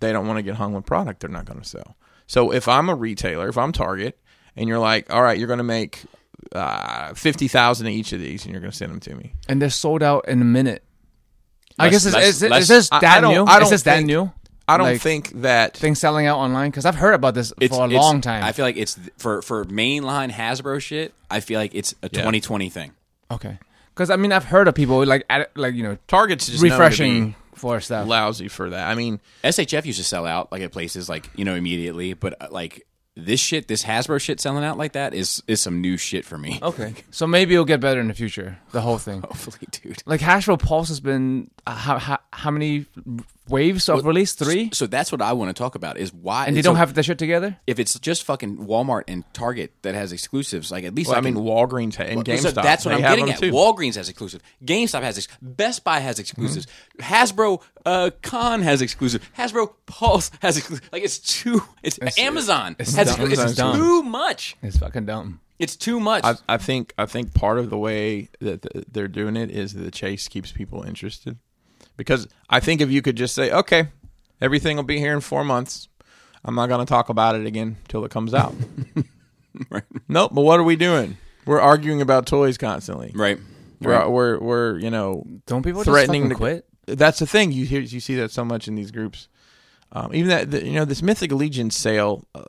C: they don't want to get hung with product they're not going to sell. So if I'm a retailer, if I'm Target, and you're like, all right, you're going to make uh, fifty thousand of each of these, and you're going to send them to me.
B: and they're sold out in a minute. I
A: Less-
B: guess it's,
A: less-
B: is, it-
A: less-
B: is this
C: I- I
B: that
C: don't-
B: new?
C: I don't
B: is this that
C: think-
B: new?
C: I don't
B: Like,
C: think that
B: things selling out online because I've heard about this
A: It's-
B: for a
A: it's-
B: long time.
A: I feel like it's for for mainline Hasbro shit. I feel like it's a 2020 thing.
B: okay, because I mean I've heard of people like at, like you know
C: Target's just known to
B: refreshing for
C: be
B: stuff.
C: lousy for that. I mean,
A: SHF used to sell out like at places like you know immediately, but uh, like this shit, this Hasbro shit selling out like that is is some new shit for me.
B: okay, so maybe it'll get better in the future. The whole thing.
A: Hopefully, dude.
B: Like Hasbro Pulse has been uh, how, how, how many waves of release three,
A: So that's what I want to talk about is why
B: and they
A: so
B: don't have that shit together.
A: if it's just fucking Walmart and Target that has exclusives. Like at least
C: well, I
A: can-
C: mean, Walgreens ha- and GameStop.
A: So that's what
C: they
A: I'm
C: have
A: getting
C: them
A: at.
C: too.
A: Walgreens has exclusive. GameStop has ex- Best Buy has exclusives. Hasbro uh, Con has exclusive. Hasbro Pulse has exclusive. Like it's too. It's, Amazon
B: it's
A: has
B: dumb.
A: exclu- It's,
B: Amazon's dumb.
A: too much.
B: It's fucking dumb.
A: It's too much.
C: I, I think I think part of the way that th- they're doing it is the chase keeps people interested, because I think if you could just say, okay, everything will be here in four months, I'm not going to talk about it again till it comes out.
A: Right.
C: Nope. But what are we doing? We're arguing about toys constantly.
A: right.
C: We're, we're we're you know
B: Don't people
C: threatening
B: just
C: to
B: fucking quit?
C: That's the thing. You hear you see that so much in these groups. Um, even that the, you know this Mythic Legion sale, uh,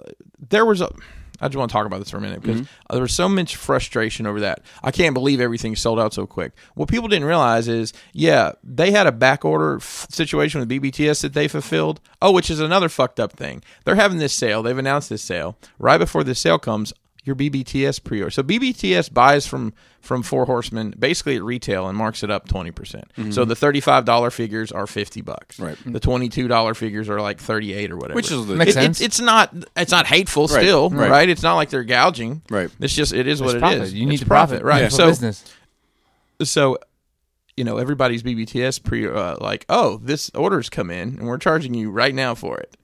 C: there was a. I just want to talk about this for a minute because uh, there was so much frustration over that. I can't believe everything sold out so quick. What people didn't realize is, yeah, they had a back order f- situation with BBTS that they fulfilled. Oh, which is another fucked up thing. They're having this sale. They've announced this sale right before the sale comes. Your BBTS pre-order. So BBTS buys from from Four Horsemen basically at retail and marks it up twenty percent. So the thirty-five dollar figures are fifty bucks.
A: Right.
C: The twenty-two dollar figures are like thirty-eight or whatever.
A: Which is the-
B: Makes
C: It- it-
B: sense.
C: it's not it's not hateful still, right. It's not like they're gouging.
A: Right.
C: It's just it is what it is.
B: profit. You need
C: It's
B: to profit,
C: right?
B: Yeah. For
C: So
B: business.
C: so you know everybody's BBTS pre uh, like oh this order's come in and we're charging you right now for it,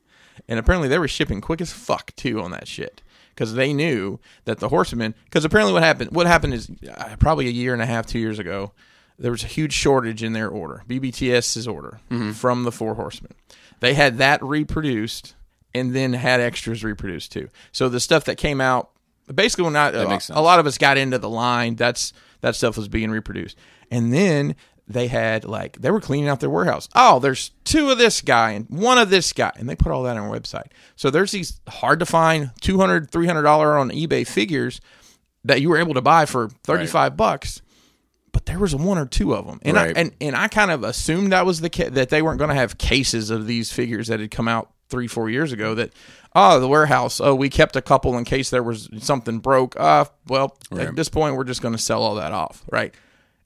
C: and apparently they were shipping quick as fuck too on that shit because they knew that the horsemen because apparently what happened what happened is uh, probably a year and a half two years ago there was a huge shortage in their order BBTS's order
A: Mm-hmm.
C: from the four horsemen they had that reproduced and then had extras reproduced too so the stuff that came out basically when I, uh,
A: makes sense.
C: a lot of us got into the line that's that stuff was being reproduced and then they had like they were cleaning out their warehouse oh there's two of this guy and one of this guy and they put all that on our website so there's these hard to find 200 300 dollar on ebay figures that you were able to buy for 35 bucks but there was one or two of them and
A: Right.
C: I, and and I kind of assumed that was the ca- that they weren't going to have cases of these figures that had come out three four years ago. That oh the warehouse oh we kept a couple in case there was something broke. Uh well at this point we're just going to sell all that off right.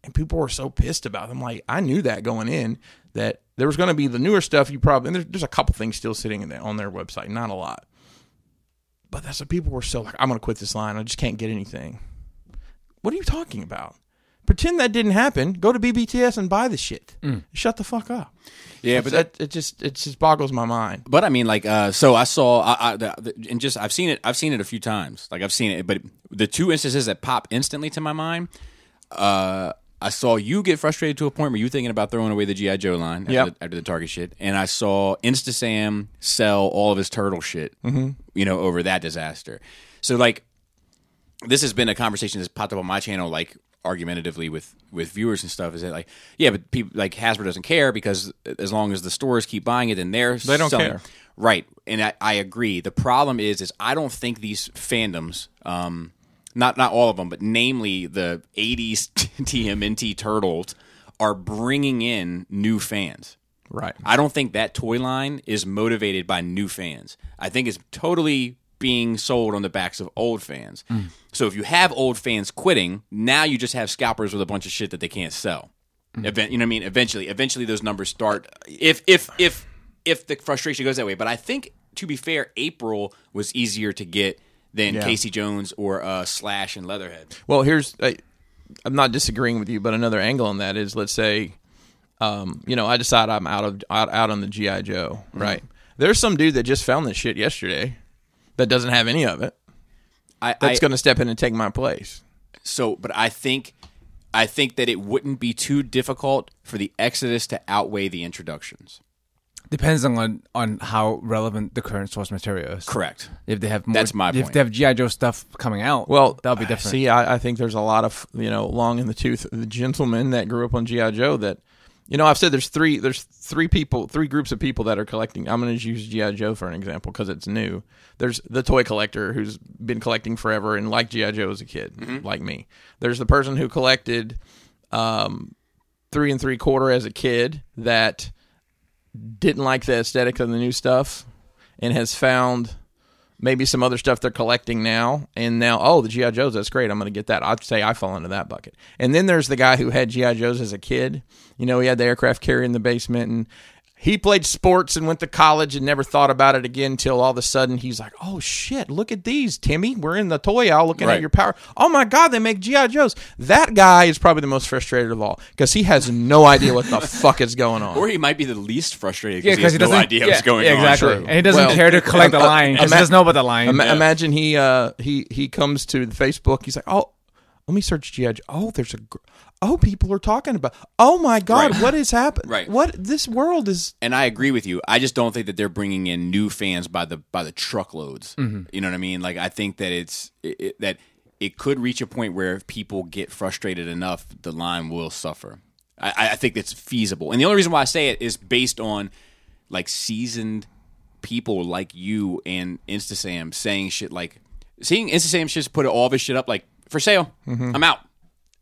C: And people were so pissed about them. Like I knew that going in that there was going to be the newer stuff. You probably and there's, there's a couple things still sitting in there, on their website, not a lot. But that's what people were so like. I'm going to quit this line. I just can't get anything. What are you talking about? Pretend that didn't happen. Go to BBTS and buy the shit. Shut the fuck up.
A: Yeah,
C: Mm. But
A: but
C: that it just it just boggles my mind.
A: But I mean, like, uh, so I saw, I, I, the, and just I've seen it, I've seen it a few times. Like I've seen it, but the two instances that pop instantly to my mind, uh, I saw you get frustrated to a point where you thinking about throwing away the GI Joe line after,
C: Yep.
A: the, after the Target shit, and I saw InstaSam sell all of his turtle shit, you know, over that disaster. So like, this has been a conversation that's popped up on my channel like argumentatively with with viewers and stuff is that like yeah, but people like Hasbro doesn't care because as long as the stores keep buying it, then they're
C: They don't
A: selling-
C: care.
A: right? And I, I agree. The problem is is I don't think these fandoms. Um, not not all of them, but namely the '80s TMNT Turtles are bringing in new fans.
C: Right.
A: I don't think that toy line is motivated by new fans. I think it's totally being sold on the backs of old fans. So if you have old fans quitting, now you just have scalpers with a bunch of shit that they can't sell. Event, you know what I mean? Eventually, eventually those numbers start. If if if if the frustration goes that way, but I think to be fair, April was easier to get than Casey Jones or uh, Slash and Leatherhead.
C: Well, here's I, I'm not disagreeing with you, but another angle on that is let's say, um, you know, I decide I'm out of out, out on the GI Joe, right? There's some dude that just found this shit yesterday that doesn't have any of it.
A: I,
C: That's
A: I-
C: going to step in and take my place.
A: So, but I think, I think that it wouldn't be too difficult for the Exodus to outweigh the introductions.
B: Depends on on how relevant the current source material is.
A: Correct.
B: If they have more,
A: That's my
B: If
A: point.
B: they have GI Joe stuff coming out,
C: Well,
B: that'll be different.
C: See, I, I think there's a lot of you know long in the tooth the gentlemen that grew up on GI Joe that. You know, I've said there's three there's three people three groups of people that are collecting. I'm going to use GI Joe for an example because it's new. There's the toy collector who's been collecting forever and liked GI Joe as a kid, like me. There's the person who collected um, three and three quarter as a kid that didn't like the aesthetic of the new stuff and has found maybe some other stuff they're collecting now and now oh the gi joes that's great i'm going to get that i'd say i fall into that bucket and then there's the guy who had gi joes as a kid you know he had the aircraft carrier in the basement and he played sports and went to college and never thought about it again till all of a sudden he's like oh shit look at these timmy we're in the toy aisle looking
A: Right.
C: at your power oh my god they make gi joes that guy is probably the most frustrated of all because he has no idea what the fuck is going on
A: Or he might be the least frustrated
B: Yeah,
A: because he has no
B: doesn't-
A: idea
B: yeah,
A: what's going
B: yeah,
A: on.
B: exactly.
C: True.
B: And he doesn't
C: Well,
B: care to collect the
C: um,
B: line because
C: ima-
B: he doesn't know about the line.
C: Ima- Imagine he uh, he he comes to the Facebook. He's like, oh, let me search GI. Joe. Oh, there's a. Gr- oh, people are talking about. Oh my God,
A: Right.
C: what has happened?
A: Right.
C: What this world is.
A: And I agree with you. I just don't think that they're bringing in new fans by the by the truckloads. You know what I mean? Like I think that it's it, it- that it could reach a point where if people get frustrated enough, the line will suffer. I, I- I think that's feasible. And the only reason why I say it is based on like seasoned people like you and Instasam saying shit like seeing Instasam just put all of his shit up like for sale. I'm out.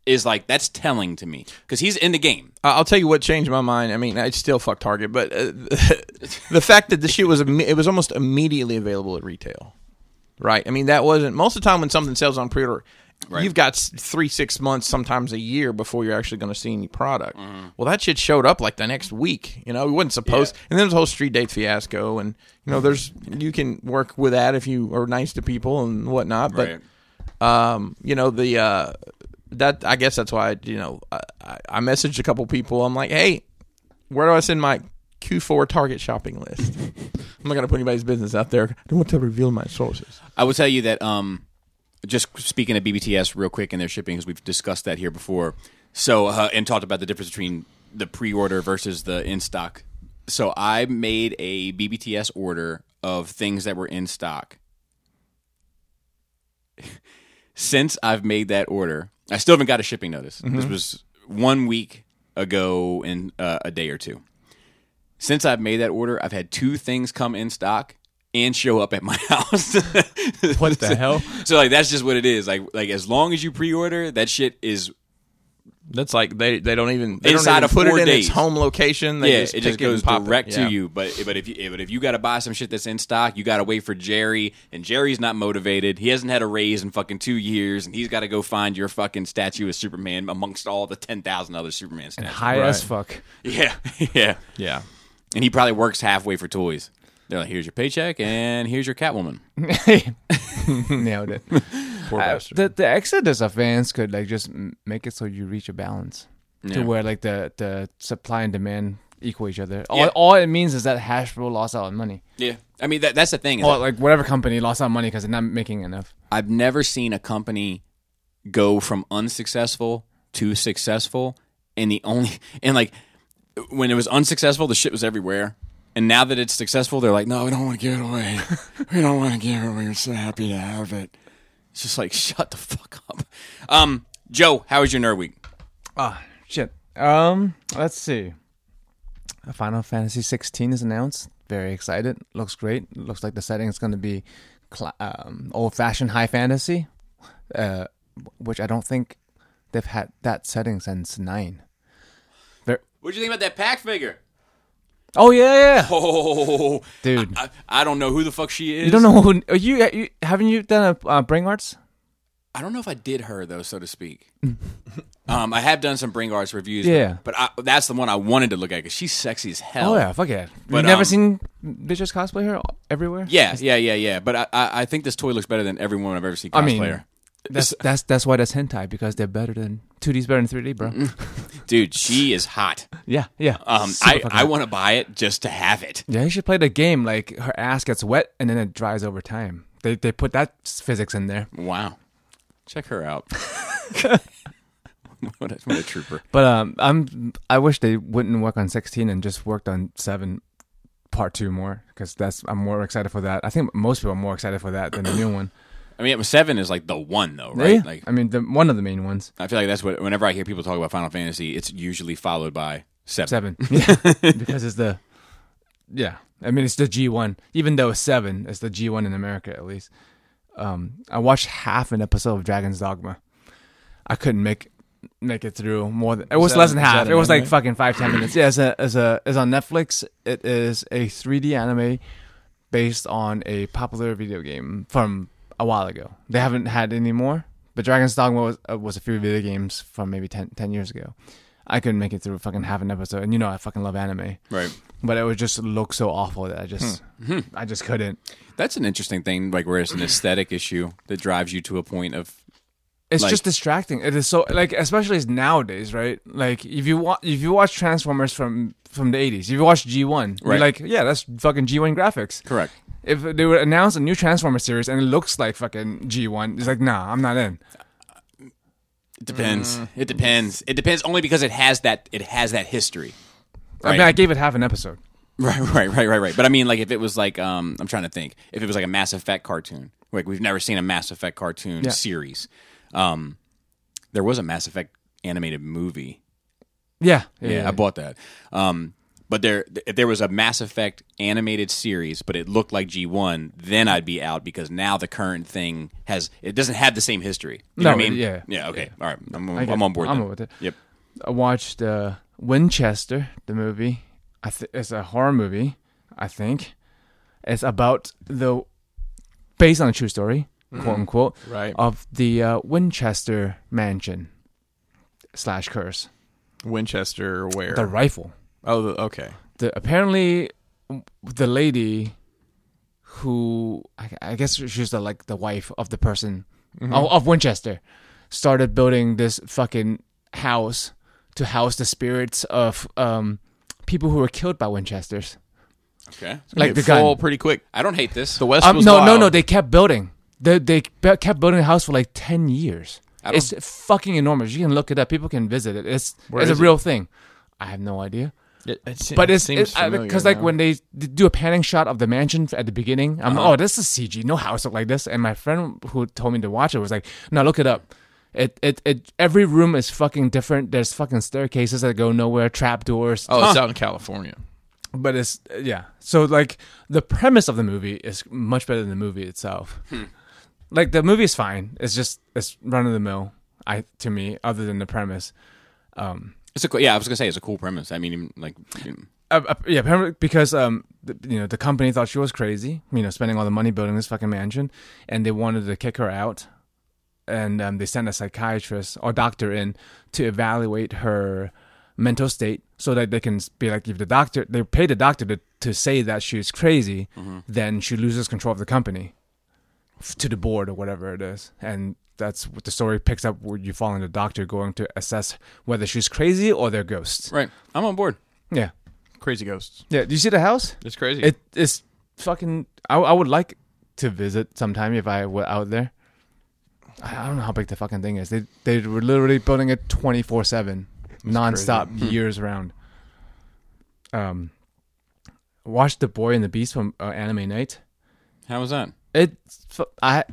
A: Is like that's telling to me because he's in the game.
C: I- I'll tell you what changed my mind. I mean, I still fuck Target, but uh, the fact that the shit was imme- it was almost immediately available at retail. Right. I mean, that wasn't most of the time when something sells on pre-order. You've got s- three, six months, sometimes a year before you're actually going to see any product. Well, that shit showed up like the next week. You know, we wasn't supposed. And then there's the whole street date fiasco, and you know, there's you can work with that if you are nice to people and whatnot. But
A: Right.
C: um, you know the uh, that I guess that's why you know I, I I messaged a couple people. I'm like, hey, where do I send my Q4 Target shopping list? I'm not gonna put anybody's business out there. I don't want to reveal my sources.
A: I will tell you that um, just speaking of BBTS real quick and their shipping because we've discussed that here before. So uh, and talked about the difference between the pre-order versus the in stock. So I made a BBTS order of things that were in stock. Since I've made that order, I still haven't got a shipping notice. This
B: Mm-hmm.
A: was one week ago in uh, a day or two. Since I've made that order, I've had two things come in stock and show up at my house.
B: what the hell?
A: So like that's just what it is. Like like as long as you pre-order, that shit is
C: That's like they, they don't even they
A: Inside
C: don't even
A: of
C: put
A: four
C: it in
A: days.
C: its home location. They
A: yeah,
C: just
A: it just
C: pick and
A: goes
C: pop it.
A: direct
C: Yeah.
A: to you. But but if you but if you got to buy some shit that's in stock, you got to wait for Jerry, and Jerry's not motivated. He hasn't had a raise in fucking two years, and he's got to go find your fucking statue of Superman amongst all the ten thousand other Superman statues.
B: High as fuck.
A: yeah, yeah.
C: Yeah.
A: And he probably works halfway for toys. They're like, here's your paycheck, and here's your Catwoman.
B: Nailed it.
C: Poor
B: Uh,
C: bastard.
B: the the exodus of fans could like just m- make it so you reach a balance to
A: Yeah.
B: where like the the supply and demand equal each other. All,
A: Yeah.
B: all it means is that Hasbro lost out on money.
A: Yeah, I mean that, that's the thing. is
B: Or like whatever company lost out on money because they're not making enough.
A: I've never seen a company go from unsuccessful to successful, and the only and like when it was unsuccessful, the shit was everywhere. And now that it's successful, they're like, no, we don't want to give it away. We don't want to give it away. We're so happy to have it. It's just like, shut the fuck up. Um, Joe, how was your nerd week?
B: Ah, shit. Um, let's see. Final Fantasy 16 is announced. Very excited. Looks great. Looks like the setting is going to be cla um, old-fashioned high fantasy, uh, which I don't think they've had that setting since nine. Ver-
A: What'd you think about that pack figure?
B: oh yeah, yeah, yeah.
A: Oh,
B: dude.
A: I, I don't know who the fuck she is.
B: you don't know who are you, are you haven't you done a uh, Bring Arts?
A: I don't know if I did her though, so to speak. um, I have done some Bring Arts reviews.
B: Yeah.
A: but, but I, that's the one I wanted to look at because she's sexy as hell.
B: Oh yeah, fuck yeah.
A: But,
B: You've never
A: um,
B: seen bitches cosplay her everywhere?
A: yeah, yeah, yeah, yeah. But I, I, I think this toy looks better than every woman I've ever seen cosplayer.
B: I mean, that's that's that's why that's hentai because they're better than 2D's better than 3D, bro.
A: Dude, she is hot.
B: Yeah, yeah.
A: Um,
B: Super
A: I,
B: fucking
A: I
B: hot.
A: want to buy it just to have it.
B: Yeah, you should play the game like her ass gets wet and then it dries over time. They they put that s- physics in there.
A: Wow, check her out. what, a, what a trooper!
B: But um, I'm I wish they wouldn't work on 16 and just worked on seven, part two more because that's I'm more excited for that. I think most people are more excited for that than the new one.
A: I mean, seven is like the one though, right?
B: Yeah,
A: Like,
B: I mean, the, one of the main ones.
A: I feel like that's what. Whenever I hear people talk about Final Fantasy, it's usually followed by seven.
B: Seven, yeah, because it's the yeah. I mean, it's the G one. Even though it's seven, it's the G one in America at least. Um, I watched half an episode of Dragon's Dogma. I couldn't make make it through more than it was
C: that-
B: less than
C: is that
B: half.
C: an
B: It was like
C: anime?
B: fucking five ten minutes. Yeah, it's a it's a it's on Netflix. It is a 3D anime based on a popular video game from a while ago. They haven't had any more, but Dragon's Dogma was, uh, was a few video games from maybe 10, 10 years ago. I couldn't make it through fucking half an episode, and you know I fucking love anime,
A: Right.
B: but it would just look so awful that I just
A: Hmm.
B: I just couldn't.
A: That's an interesting thing, like where it's an aesthetic issue that drives you to a point of
B: It's
A: Like-
B: just distracting. It is so like especially as nowadays, right? Like if you wa- if you watch Transformers from from the eighties, if you watch G one,
A: Right.
B: you're like, yeah, that's fucking G one graphics.
A: correct.
B: If they would announce a new Transformers series and it looks like fucking G one, it's like, nah, I'm not in.
A: It depends. Mm. It depends. It depends only because it has that. It has that history.
B: I mean, I gave it half an episode.
A: Right, right, right, right, right. But I mean, like, if it was like, um, I'm trying to think, if it was like a Mass Effect cartoon, like we've never seen a Mass Effect cartoon
B: Yeah.
A: series. Um, there was a Mass Effect animated movie.
B: Yeah,
A: Yeah, I bought that. Um, but there, if there was a Mass Effect animated series, but it looked like G1, then I'd be out because now the current thing has it doesn't have the same history. You know
B: No,
A: what I mean,
B: yeah.
A: yeah, okay, all right, I'm,
B: I get
A: I'm
B: it.
A: on board.
B: I'm
A: then.
B: with it.
A: Yep.
B: I watched uh, Winchester, the movie. I th- it's a horror movie, I think. It's about the based on a true story,
A: Mm-hmm.
B: quote unquote,
C: Right.
B: of the uh, Winchester Mansion slash curse,
C: Winchester, where?
B: the rifle.
C: oh, the, okay.
B: The apparently w- the lady who I, I guess she's the like the wife of the person
C: Mm-hmm.
B: of, of Winchester started building this fucking house to house the spirits of um people who were killed by Winchesters.
A: Okay,
B: Like
C: It
B: the
C: full
B: gun.
C: pretty quick.
A: I don't hate this.
C: The West
B: Um,
C: was
B: no, no,
C: wild.
B: no. They kept building. They they be- kept building the house for like ten years.
A: don't-
B: It's fucking enormous. You can look it up. People can visit it. It's
C: Where
B: it's
C: is
B: a
C: it?
B: real thing. I have no idea.
C: It- it
B: But it's
C: seems familiar
B: because like
C: now.
B: when they d- do a panning shot of the mansion at the beginning, I'm oh this is CG. No house look like this. And my friend who told me to watch it was like, no, look it up. It it it. Every room is fucking different. There's fucking staircases that go nowhere, trap doors.
C: oh, it's out in California.
B: But it's yeah. So like the premise of the movie is much better than the movie itself. Like the movie is fine. It's just it's run of the mill. I to me, other than the premise. Um,
A: It's a cool, yeah. I was gonna say it's a cool premise. I mean, even, like you-
B: Uh, uh, yeah, apparently because um, the, you know, the company thought she was crazy. You know, spending all the money building this fucking mansion, and they wanted to kick her out. And um, they sent a psychiatrist or doctor in to evaluate her mental state, so that they can be like, if the doctor, they pay the doctor to, to say that she's crazy, then she loses control of the company f- to the board or whatever it is, and that's what the story picks up where you follow the doctor going to assess whether she's crazy or they're ghosts.
A: right. I'm on board.
B: Yeah,
C: Crazy ghosts.
B: yeah. Do you see the house?
C: It's crazy.
B: It is fucking. I, I would like to visit sometime if I were out there. I I don't know how big the fucking thing is. They they were literally building it twenty four seven, nonstop, years round. Um, watch the Boy and the Beast from uh, Anime Night.
A: How was that?
B: It's fu- I,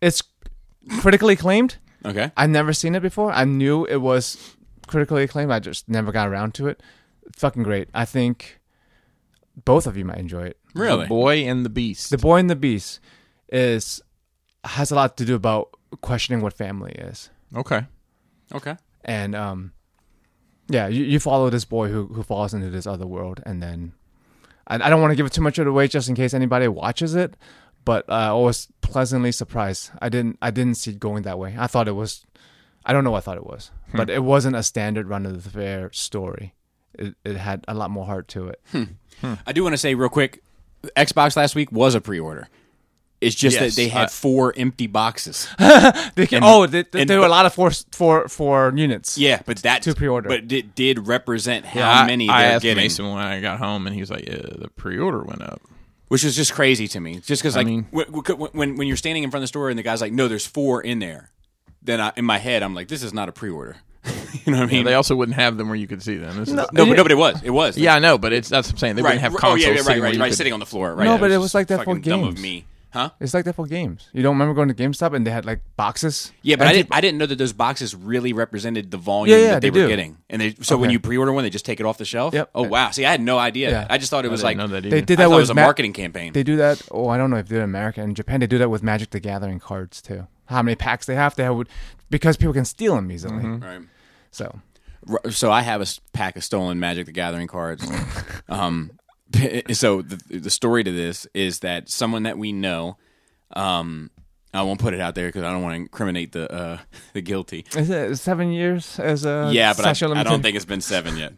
B: it's critically acclaimed.
A: Okay.
B: I've never seen it before. I knew it was critically acclaimed. I just never got around to it. Fucking great. I think both of you might enjoy it.
A: Really?
C: The Boy and the Beast.
B: The Boy and the Beast is has a lot to do about questioning what family is.
C: okay.
A: Okay.
B: and um yeah you, you follow this boy who who falls into this other world and then i, I don't want to give it too much away just in case anybody watches it but uh, i was pleasantly surprised i didn't i didn't see it going that way i thought it was i don't know what i thought it was but it wasn't a standard run of the fair story it, it had a lot more heart to it
A: I do want to say real quick, Xbox last week was a pre-order. It's just
C: Yes,
A: that they had
C: I-
A: four empty boxes.
B: they can,
A: And-
B: oh they, they-
A: and-
B: there were a lot of four four four units
A: Yeah, but that
B: To pre-order.
A: but it did represent how
C: I-
A: many
C: I
A: they're
C: asked
A: getting,
C: Mason when I got home, and he was like, yeah, "The pre-order went up."
A: which is just crazy to me. Just because, like,
C: mean-
A: wh- wh- when when you're standing in front of the store and the guy's like, "No, there's four in there," then I, in my head, I'm like, "This is not a pre-order." you know what I mean?
C: They also wouldn't have them where you could see them. This is-
A: no, but, no, but it was, it was.
C: yeah, I know, but it's that's what I'm saying. They
A: right.
C: wouldn't have
A: oh
C: consoles
A: yeah, yeah, right,
C: sitting,
A: right,
C: where
A: right,
C: you could-
A: sitting on the floor. Right.
B: No,
A: Yeah,
B: but it was
A: just
B: like that for
A: fucking Dumb of
B: games.
A: me, huh?
B: it's like that for games you don't remember going to gamestop and they had like boxes
A: Yeah, but I
B: Empty
A: didn't. I didn't know that those boxes really represented the volume
B: Yeah, yeah,
A: that they,
B: they
A: were
B: do.
A: getting. And they, so when
B: Okay.
A: you pre-order one, they just take it off the shelf.
B: Yep.
A: Oh wow! See, I had no idea.
B: Yeah.
A: I just thought it was
C: I
A: like
C: didn't know that
B: they
C: either.
B: did
A: I
B: that
A: thought it
B: with
A: was a
B: Ma-
A: marketing campaign.
B: They do that. Oh, I don't know if they do it in America and Japan. They do that with Magic the Gathering cards too. How many packs they have? They have because people can steal them easily.
A: right.
B: So
A: R- So I have a s- pack of stolen Magic the Gathering cards. um, so the the story to this is that someone that we know, um, I won't put it out there because I don't want to incriminate the uh, the guilty.
B: is it seven years as a
A: yeah, but
B: Uh, Sasha
A: I, I don't
B: Limited?
A: think it's been seven yet.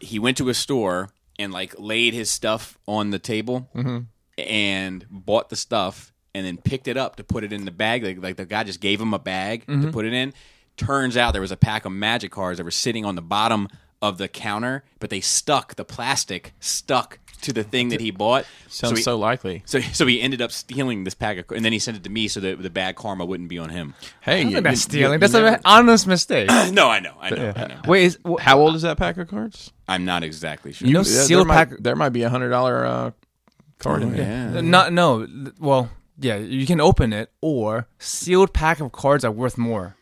A: he went to a store and like laid his stuff on the table
B: Mm-hmm.
A: and bought the stuff and then picked it up to put it in the bag. Like, like the guy just gave him a bag
B: Mm-hmm.
A: to put it in. Turns out there was a pack of magic cards that were sitting on the bottom of the counter, but they stuck the plastic stuck to the thing that he bought.
C: Sounds
A: he,
C: so likely.
A: so so he ended up stealing this pack of, and then he sent it to me so that the bad karma wouldn't be on him.
C: Hey, you-
B: that's
C: you- you
B: stealing. That's
C: never-
B: an honest mistake.
A: No, I know, I know, I know.
B: Yeah. Wait, is wh-
C: How old is that pack of cards?
A: I'm not exactly sure.
B: You know,
C: Yeah,
B: seal
C: there might,
B: pack. Oh,
C: There might be a hundred dollar uh, card in there.
A: Oh, yeah.
B: Not no. Well, yeah, you can open it or sealed pack of cards are worth more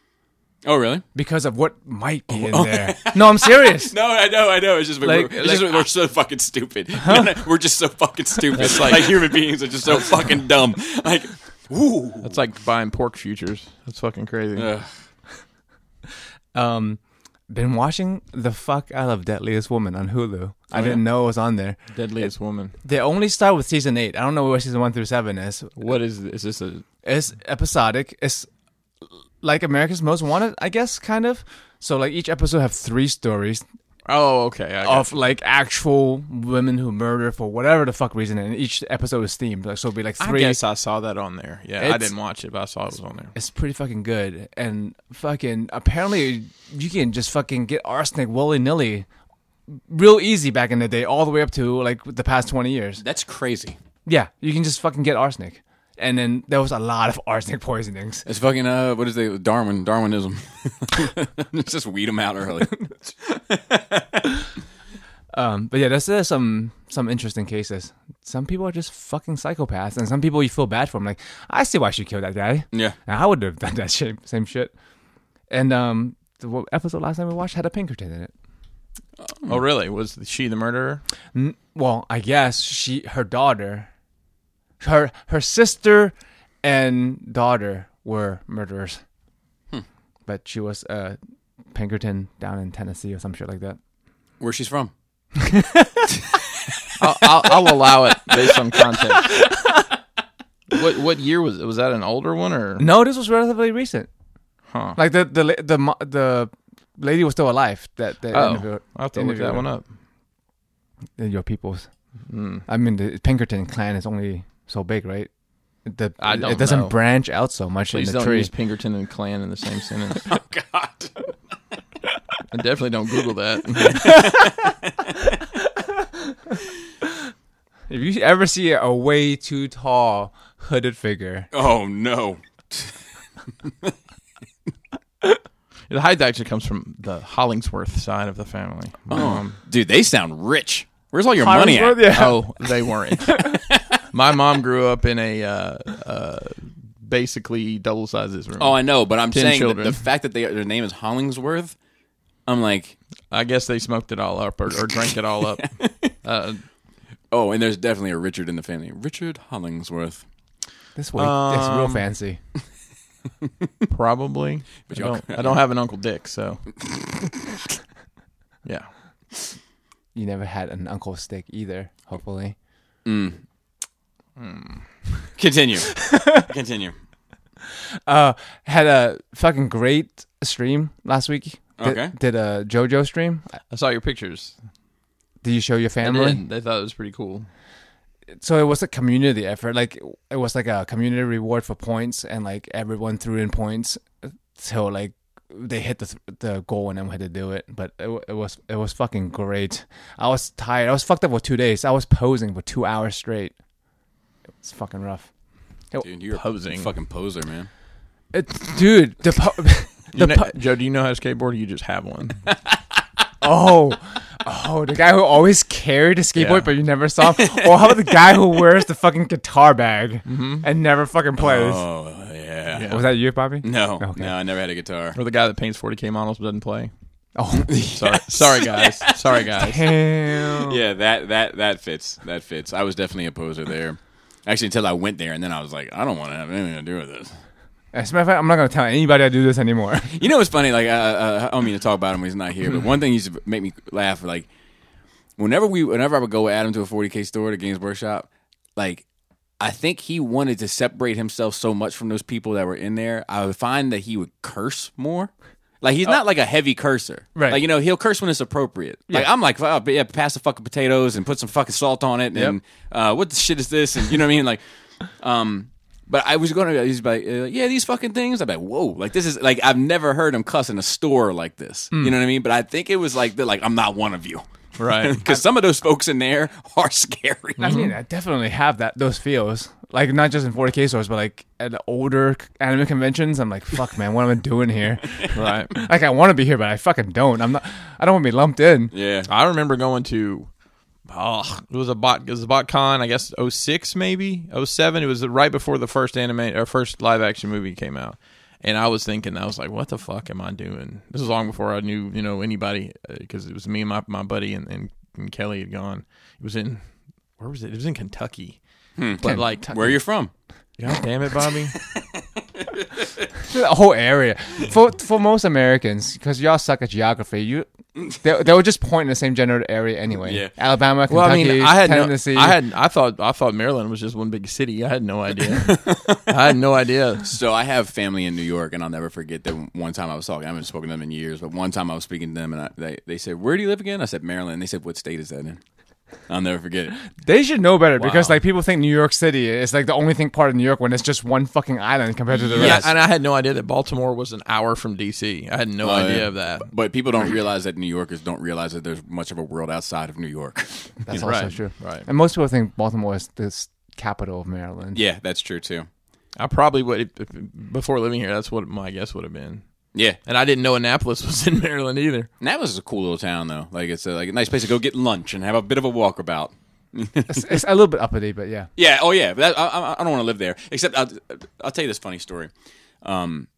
A: Oh, really?
B: because of what might be
A: Oh,
B: in there. No, I'm serious.
A: No, I know, I know. It's just we're,
B: Like-
A: it's just
B: like-
A: we're so fucking stupid. No, no, we're just so fucking stupid. like, human beings are just so fucking dumb. Like, ooh.
C: That's like buying pork futures. That's fucking crazy.
A: Ugh.
B: Um, been watching the fuck out of Deadliest Woman on Hulu. I
C: Oh,
B: didn't know it was on there.
C: Deadliest woman.
B: They only start with season eight. I don't know where season one through seven is.
C: What is is this a
B: It's episodic. It's like America's Most Wanted, I guess, kind of. So like each episode have three stories
C: Oh, okay. I got
B: of like actual women who murder for whatever the fuck reason, and each episode is themed. Like so, it'll be like
C: I
B: three.
C: guess I saw that on there. Yeah, I
B: It's-
C: didn't watch it, but I saw it was on there.
B: It's pretty fucking good, and fucking apparently you can just fucking get arsenic willy nilly, real easy back in the day, all the way up to like the past twenty years.
A: That's crazy.
B: Yeah, you can just fucking get arsenic. And then there was a lot of arsenic poisonings.
A: It's fucking, uh, what is it? Darwin, Darwinism. just weed them out early.
B: Um, but yeah, there's, there's some some interesting cases. Some people are just fucking psychopaths, and some people you feel bad for. i like, I see why she killed that guy.
A: Yeah.
B: Now, I would have done that shit, same shit. And um, the what episode last time we watched had a Pinkerton in it.
C: Oh, really? Was she the murderer?
B: N- well, I guess she, her daughter, her her sister, and daughter were murderers. Hmm. But she was uh, Pinkerton down in Tennessee or some shit like that.
A: Where she's from.
C: I'll, I'll, I'll allow it based on context. what what year was it? Was that an older one or?
B: No, this was relatively recent.
C: Huh.
B: Like the the la- the mo- the lady was still alive. That that
C: Oh,
B: interview-
C: I'll have to look
B: interview
C: that one up.
B: uh, Your peoples.
C: Hmm.
B: I mean, the Pinkerton clan is only so big, right? The,
C: I don't
B: it doesn't
C: know.
B: branch out so much
C: Please
B: in the
C: don't
B: tree.
C: use Pinkerton and Klan in the same sentence.
A: Oh, God.
C: I definitely don't Google that.
B: If you ever see a way too tall hooded figure,
A: Oh, no.
C: the height actually comes from the Hollingsworth side of the family. My mom-
A: Um, Dude, they sound rich. Where's all your money at?
B: Oh. Hollingsworth, yeah.
C: Oh, they weren't. My mom grew up in a uh, uh, basically double size this room.
A: Oh, I know, but I'm
C: Ten
A: saying that
C: children.
A: the fact that they, their name is Hollingsworth, I'm like,
C: I guess they smoked it all up or, or drank it all up. uh,
A: oh, and there's definitely a Richard in the family. Richard Hollingsworth.
B: This way, that's real
C: Um,
B: fancy.
C: probably.
A: But
C: I
A: y'all-
C: don't, I don't have an Uncle Dick, so. yeah.
B: You never had an uncle stick either. Hopefully,
A: Hmm. Continue. Continue.
B: uh, had a fucking great stream last week. Did,
A: Okay.
B: did a JoJo stream?
C: I saw your pictures.
B: Did you show your
C: I
B: family?
C: did. They thought it was pretty cool.
B: so it was a community effort. Like it was like a community reward for points, and like everyone threw in points till like they hit the the goal, and then we had to do it. But it, wa- it was it was fucking great. I was tired. I was fucked up for two days. I was posing for two hours straight. It's fucking rough,
A: Dude, you're
C: Posing.
A: a fucking poser, man.
B: it, Uh, dude. The po-
C: You
B: the
C: know,
B: po-
C: Joe, do you know how to skateboard or you just have one?
B: oh. Oh, the guy who always carried a skateboard
C: Yeah.
B: but you never saw him. or how about the guy who wears the fucking guitar bag and never fucking plays?
A: Oh, yeah.
C: Yeah.
B: Was that you, Bobby?
A: No,
B: Okay.
A: no, I never had a guitar.
C: or the guy that paints 40K models but doesn't play?
B: Oh,
C: Sorry, sorry guys. Sorry, guys.
B: Damn.
A: Yeah, that that that fits. That fits. I was definitely a poser there. Actually, until I went there, and then I was like, I don't want to have anything to do with this.
B: As a matter of fact, I'm not gonna tell anybody I do this anymore.
A: You know what's funny? Like, I, I, I don't mean to talk about him when he's not here, but one thing used to make me laugh. Like, whenever we, whenever I would go with Adam to a 40k store at a Games Workshop, like, I think he wanted to separate himself so much from those people that were in there. I would find that he would curse more. Like he's not like a heavy cursor,
B: Right.
A: Like you know, he'll curse when it's appropriate. Like I'm like, oh, yeah, pass the fucking potatoes and put some fucking salt on it, and uh, what the shit is this? And you know what I mean? Like, um, but I was going to, he's like, uh, yeah, these fucking things. I'm like, whoa, like this is like I've never heard him cuss in a store like this. You know what I mean? But I think it was like they're like, I'm not one of you,
C: Right.
A: Because some of those folks in there are scary.
B: I mean, I definitely have that those feels. Like not just in 40k stores, but like at the older c- anime conventions, I'm like, fuck, man, what am I doing here?
C: Right.
B: like I want to be here, but I fucking don't. I'm not. I don't want to be lumped in.
A: yeah,
C: I remember going to oh, it was a bot it was a botcon, I guess 06 maybe, 07. It was right before the first anime or first live action movie came out. And I was thinking, I was like, "What the fuck am I doing?" This was long before I knew, you know, anybody, because it was me and my, my buddy and, and, and Kelly had gone. It was in, where was it? It was in Kentucky. But like,
A: where you from?
C: God damn it, Bobby!
B: The whole area for for most Americans, because y'all suck at geography. You they they would just point in the same general area anyway.
A: Yeah.
B: Alabama,
C: Well, I
B: Kentucky,
C: mean, I had
B: Tennessee.
C: no, I had I thought I thought Maryland was just one big city. I had no idea. I had no idea.
A: So I have family in New York, and I'll never forget that one time I was talking. I haven't spoken to them in years, but one time I was speaking to them, and I, they they said, "Where do you live again?" I said, "Maryland." They said, "What state is that in?" I'll never forget it.
B: They should know better because
C: Wow.
B: like people think New York City is like the only thing part of New York when it's just one fucking island compared to the
C: Yeah,
B: rest.
C: and I had no idea that Baltimore was an hour from DC. I had no idea
A: yeah.
C: of that.
A: But people don't realize that New Yorkers don't realize that there's much of a world outside of New York.
B: That's
C: Right,
B: also true.
C: right.
B: And most people think Baltimore is the s- capital of Maryland.
A: yeah, that's true too.
C: I probably would if- if- before living here. That's what my guess would have been.
A: Yeah,
C: And I didn't know Annapolis was in Maryland either.
A: Annapolis is a cool little town though. Like it's a, like a nice place to go get lunch and have a bit of a walkabout.
B: It's, it's a little bit uppity, but yeah.
A: Yeah. Oh, yeah. But that, I, I, I don't want to live there. Except I'll, I'll tell you this funny story. Um,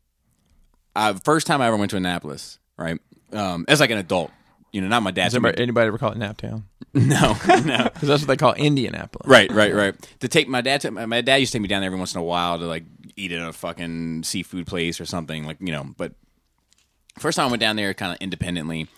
A: I, first time I ever went to Annapolis, right? Um, as like an adult, you know, not my dad's.
C: Does anybody, anybody ever call it Naptown?
A: No, no.
C: Because that's what they call Indianapolis.
A: Right, right, right. To take my dad, to, my my dad used to take me down there every once in a while to like eat at a fucking seafood place or something, like you know. But first time I went down there, kind of independently.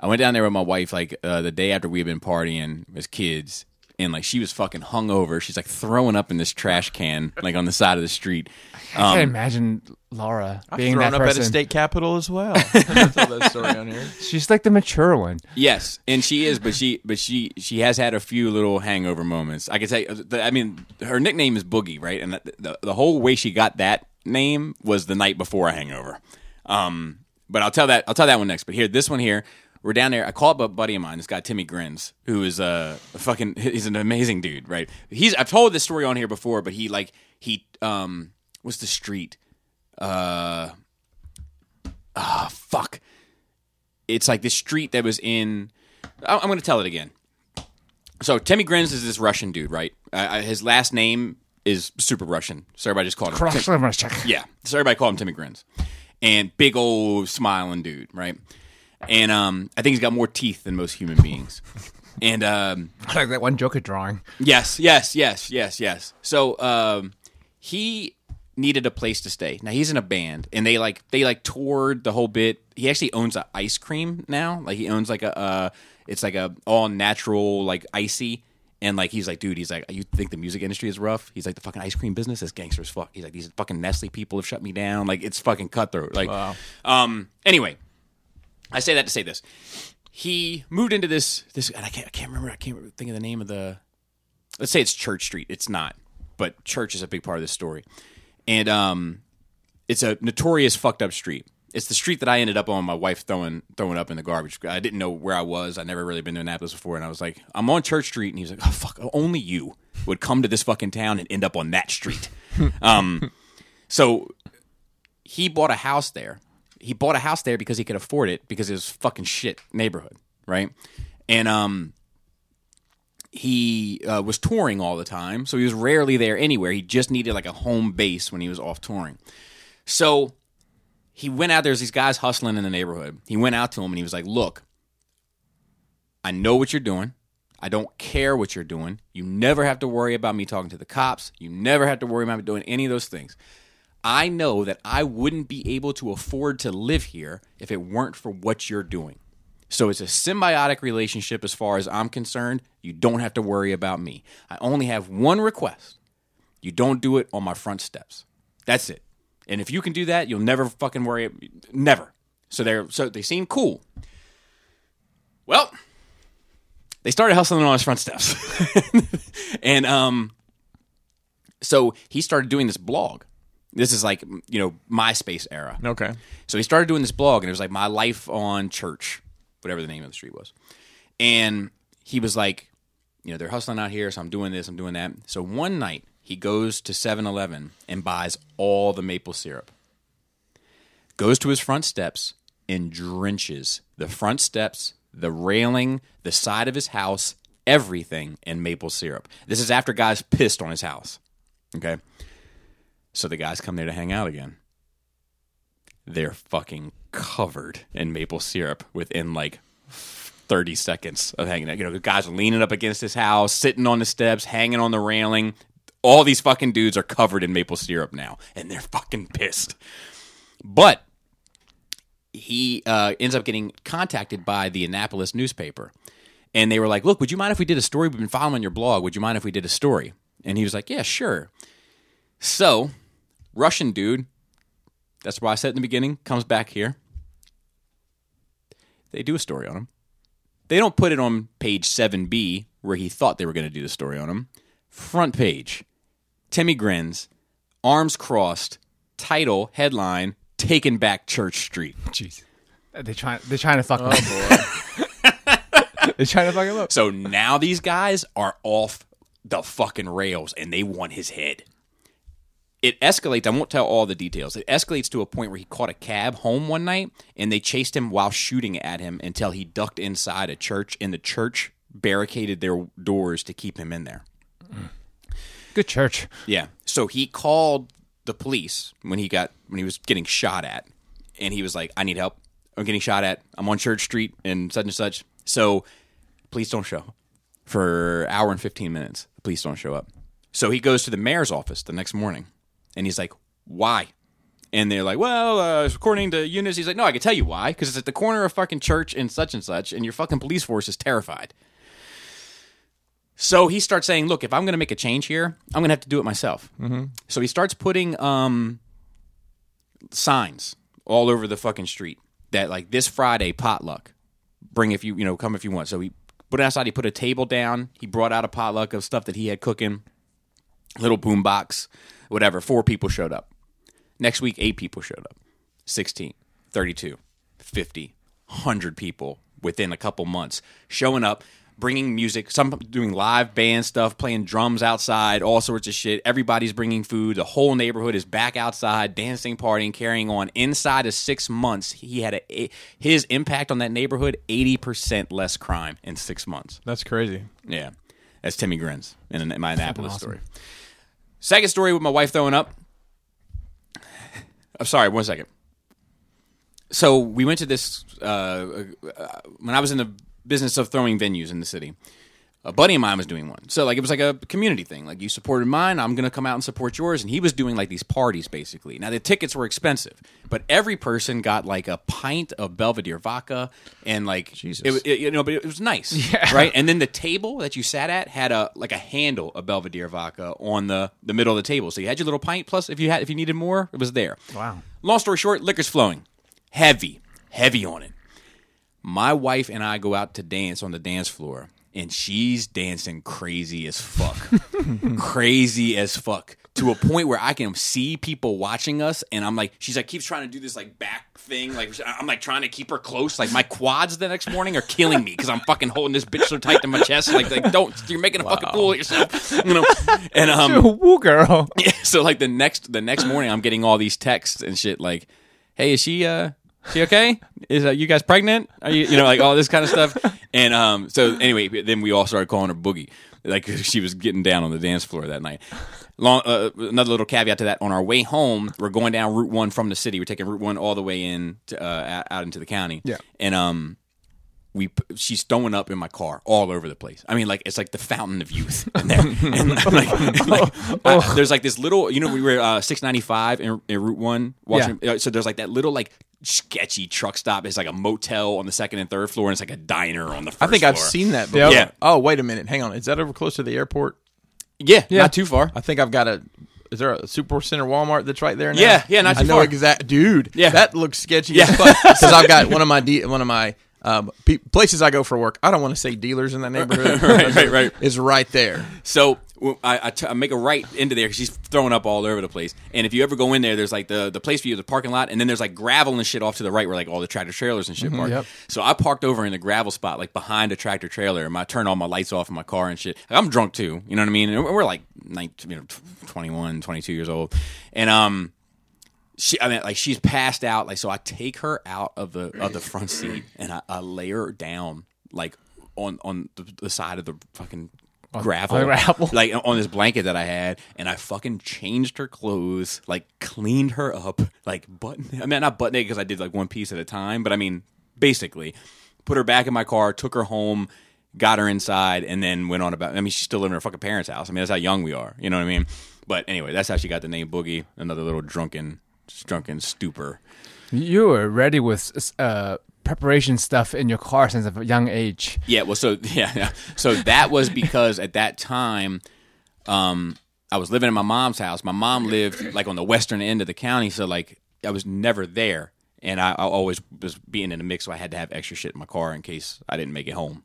A: I went down there with my wife, like uh, the day after we had been partying as kids, and like she was fucking hungover. She's like throwing up in this trash can, like on the side of the street.
B: I can't imagine Laura being
C: Um, Thrown
B: that
C: up
B: person.
C: at a state capitol as well. I saw that story on here.
B: She's like the mature one.
A: Yes, and she is, but she, but she, she has had a few little hangover moments. I could say, uh, I mean, her nickname is Boogie, right? And the, the, the whole way she got that name was the night before a hangover. Um, but I'll tell that, I'll tell that one next. But here, this one here, we're down there. I call up a buddy of mine, this guy Timmy Grins, who is a, a fucking, he's an amazing dude, right? He's, I've told this story on here before, but he like he, um, what's the street? Uh, ah, fuck it's like this street that was in. I- I'm going to tell it again. So Timmy Grins is this Russian dude, right? Uh, his last name is super Russian. So everybody just called him.
B: Cross reference check.
A: Yeah. So everybody called him Timmy Grins. And big old smiling dude, right? And um, I think he's got more teeth than most human beings. And um,
B: I like that one Joker drawing.
A: Yes, yes, yes, yes, yes. So um, he needed a place to stay. Now he's in a band, and they like they like toured the whole bit. He actually owns an ice cream now. Like he owns like a uh, it's like a all natural like icy. And like he's like, dude, he's like, you think the music industry is rough? He's like, the fucking ice cream business is gangster as fuck. He's like, these fucking Nestle people have shut me down. Like it's fucking cutthroat. Like, um, anyway, I say that to say this. He moved into this this and I can't I can't remember I can't remember- think of the name of the let's say it's Church Street. It's not, but church is a big part of this story. And um it's a notorious fucked up street. It's the street that I ended up on my wife throwing throwing up in the garbage. I didn't know where I was. I'd never really been to Annapolis before and I was like, I'm on Church Street and he was like, Oh fuck, only you would come to this fucking town and end up on that street. um so he bought a house there. He bought a house there because he could afford it because it was fucking shit neighborhood, right? And um, he uh, was touring all the time, so he was rarely there anywhere. He just needed like a home base when he was off touring. So he went out there's these guys hustling in the neighborhood he went out to him and he was like look i know what you're doing i don't care what you're doing you never have to worry about me talking to the cops you never have to worry about me doing any of those things i know that i wouldn't be able to afford to live here if it weren't for what you're doing so it's a symbiotic relationship as far as i'm concerned you don't have to worry about me i only have one request you don't do it on my front steps. That's it. And if you can do that, you'll never fucking worry. Never. So they're so they seem cool. Well, they started hustling on his front steps, and um, so he started doing this blog. This is like you know MySpace era.
C: Okay.
A: So he started doing this blog, and it was like my life on church, whatever the name of the street was. And he was like, you know, they're hustling out here, so I'm doing this, I'm doing that. So one night he goes to 7-Eleven and buys all the maple syrup. Goes to his front steps and drenches the front steps, the railing, the side of his house, everything in maple syrup. This is after guys pissed on his house. Okay. So the guys come there to hang out again they're fucking covered in maple syrup within like 30 seconds of hanging out. You know, the guys are leaning up against his house, sitting on the steps, hanging on the railing. All these fucking dudes are covered in maple syrup now, and they're fucking pissed. But he uh, ends up getting contacted by the Annapolis newspaper. And they were like, Look, would you mind if we did a story? We've been following your blog. Would you mind if we did a story? And he was like, Yeah, sure. So, Russian dude that's why I said in the beginning, comes back here. They do a story on him. They don't put it on page 7B where he thought they were going to do the story on him. Front page. Timmy grins, arms crossed, title, headline, taken back Church Street.
B: Jeez. They try. They're trying to fuck
C: Oh,
B: me. they're trying to fuck him up.
A: So now these guys are off the fucking rails and they want his head. It escalates. I won't tell all the details. It escalates to a point where he caught a cab home one night and they chased him while shooting at him until he ducked inside a church and the church barricaded their doors to keep him in there.
B: Good church.
A: Yeah. So he called the police when he got when he was getting shot at, and he was like, "I need help. I'm getting shot at. I'm on Church Street and such and such." So police don't show up. for an hour and fifteen minutes. The police don't show up. So he goes to the mayor's office the next morning, and he's like, "Why?" And they're like, "Well, uh, according to Eunice, he's like, no, I can tell you why, because it's at the corner of fucking church and such and such, and your fucking police force is terrified." So he starts saying, "Look, if I'm going to make a change here, I'm going to have to do it myself." Mm-hmm. So he starts putting um, signs all over the fucking street that like this Friday potluck, bring if you you know come if you want. So he put it outside. He put a table down. He brought out a potluck of stuff that he had cooking, little boombox, whatever. Four people showed up. Next week, eight people showed up. 16, 32, 50, 100 people within a couple months showing up, bringing music, some doing live band stuff, playing drums outside, all sorts of shit. Everybody's bringing food. The whole neighborhood is back outside, dancing, partying, carrying on. Inside of six months, he had a, his impact on that neighborhood 80% less crime in six months.
C: That's crazy.
A: Yeah. That's Timmy Grins in my Annapolis
B: awesome.
A: story. Second story with my wife throwing up. I'm sorry, one second. So we went to this uh, uh, when I was in the business of throwing venues in the city. A buddy of mine was doing one, so like it was like a community thing. Like you supported mine, I'm gonna come out and support yours. And he was doing like these parties basically. Now the tickets were expensive, but every person got like a pint of Belvedere vodka and like
C: Jesus.
A: it wa- it- you know, but it was nice, right? And then the table that you sat at had a like a handle of Belvedere vodka on the the middle of the table, so you had your little pint. Plus, if you had if you needed more, it was there.
B: Wow.
A: Long story short, liquor's flowing, heavy, heavy on it. My wife and I go out to dance on the dance floor, and she's dancing crazy as fuck, crazy as fuck. To a point where I can see people watching us, and I'm like, she's like, keeps trying to do this like back thing. Like I'm like trying to keep her close. Like my quads the next morning are killing me because I'm fucking holding this bitch so tight to my chest. Like like don't, you're making a fucking fool of yourself, you know. And um,
B: Woo, girl.
A: so like the next the next morning I'm getting all these texts and shit like, "Hey, is she uh she okay? Is uh, you guys pregnant? Are you you know like all this kind of stuff?" And um so anyway, then we all started calling her Boogie. Like she was getting down on the dance floor that night. Long uh, another little caveat to that on our way home, we're going down Route 1 from the city. We're taking Route 1 all the way in to, uh, out- out into the county.
B: Yeah.
A: And um we she's throwing up in my car all over the place. I mean, like it's like the fountain of youth. in there. and I'm like, like, uh, there's like this little, you know, we were uh, 695 in, in Route One, watching. uh, So there's like that little like sketchy truck stop. It's like a motel on the second and third floor, and it's like a diner on the first.
C: I think I've
A: floor.
C: seen that before.
B: Yep.
A: Yeah.
C: Oh, wait a minute. Hang on. Is that over close to the airport?
A: Yeah, not too far.
C: I think I've got a. Is there a Super Center Walmart that's right there? Now?
A: Yeah, yeah, not
C: I
A: too
C: know
A: far.
C: exact, dude.
A: Yeah.
C: that looks sketchy. Yeah, because I've got one of my de- one of my um, pe- places I go for work. I don't want to say dealers in that neighborhood.
A: Right, right, right.
C: Is right there.
A: So w- I, I, t- I make a right into there because she's throwing up all over the place. And if you ever go in there, there's like the, the place for you, the parking lot, and then there's like gravel and shit off to the right where like all the tractor trailers and shit park.
B: Mm-hmm, yep.
A: So I parked over in the gravel spot, like behind a tractor trailer, and I turned all my lights off in my car and shit. Like, I'm drunk too, you know what I mean? And we're like 19, you know, tw- 21, 22 years old. And, um, she I mean like she's passed out like so I take her out of the of the front seat and I, I lay her down like on on the, the side of the fucking gravel,
B: on the gravel.
A: like on this blanket that I had and I fucking changed her clothes like cleaned her up like button I mean not button because I did like one piece at a time but I mean basically put her back in my car took her home got her inside and then went on about I mean she's still living in her fucking parents house I mean that's how young we are you know what I mean but anyway that's how she got the name Boogie another little drunken drunken stupor
B: You were ready with uh, preparation stuff in your car since a young age.
A: yeah well so yeah, yeah. so that was because at that time um I was living in my mom's house my mom lived like on the western end of the county so like I was never there and I, I always was being in a mix so I had to have extra shit in my car in case I didn't make it home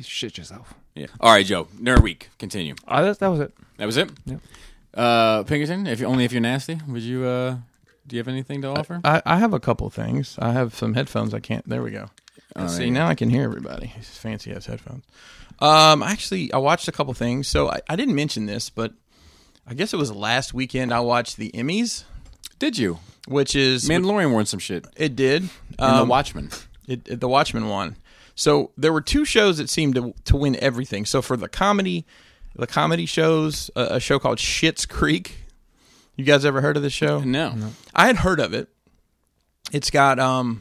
B: Shit yourself.
A: yeah all right Joe nerd week continue
B: Oh, that, that was it.
A: That was it. Uh, Pinkerton, if you, only if you're nasty, would you? Uh, do you have anything to offer?
C: I, I have a couple things. I have some headphones. I can't. There we go. See now I can hear everybody. It's fancy ass headphones. Um, actually, I watched a couple things. So I, I didn't mention this, but I guess it was last weekend. I watched the Emmys,
A: Did you?
C: which is
A: Mandalorian wore some shit.
C: it did.
A: And
C: Um,
A: the Watchmen.
C: it, it- the Watchmen won. So there were two shows that seemed to, to win everything. So for the comedy, the comedy shows, uh, a show called Shit's Creek. You guys ever heard of this show?
A: No.
C: I had heard of it. It's got um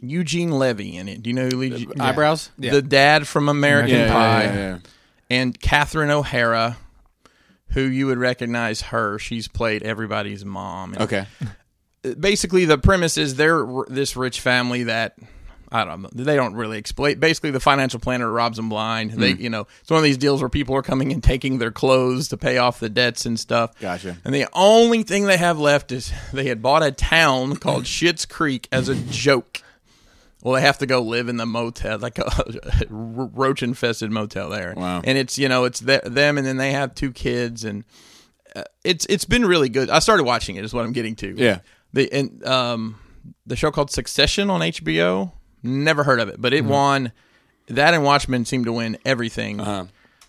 C: Eugene Levy in it. Do you know who Eugene?
A: Eyebrows.
B: Yeah.
C: The dad from American
B: American
C: Pie
B: Pie.
C: and Catherine O'Hara, who you would recognize her. She's played everybody's mom. And
A: Okay.
C: basically the premise is they're r- this rich family that I don't know. They don't really explain. Basically, the financial planner robs them blind. They,
A: Hmm.
C: you know, it's one of these deals where people are coming and taking their clothes to pay off the debts and stuff.
A: Gotcha.
C: And the only thing they have left is they had bought a town called Shit's Creek as a joke. Well, they have to go live in the motel, like a roach infested motel there.
A: Wow.
C: And it's you know it's the, them, and then they have two kids, and uh, it's it's been really good. I started watching it. Is what I'm getting to.
A: Yeah.
C: The and um the show called Succession on HBO. Never heard of it, but it won. That and Watchmen seemed to win everything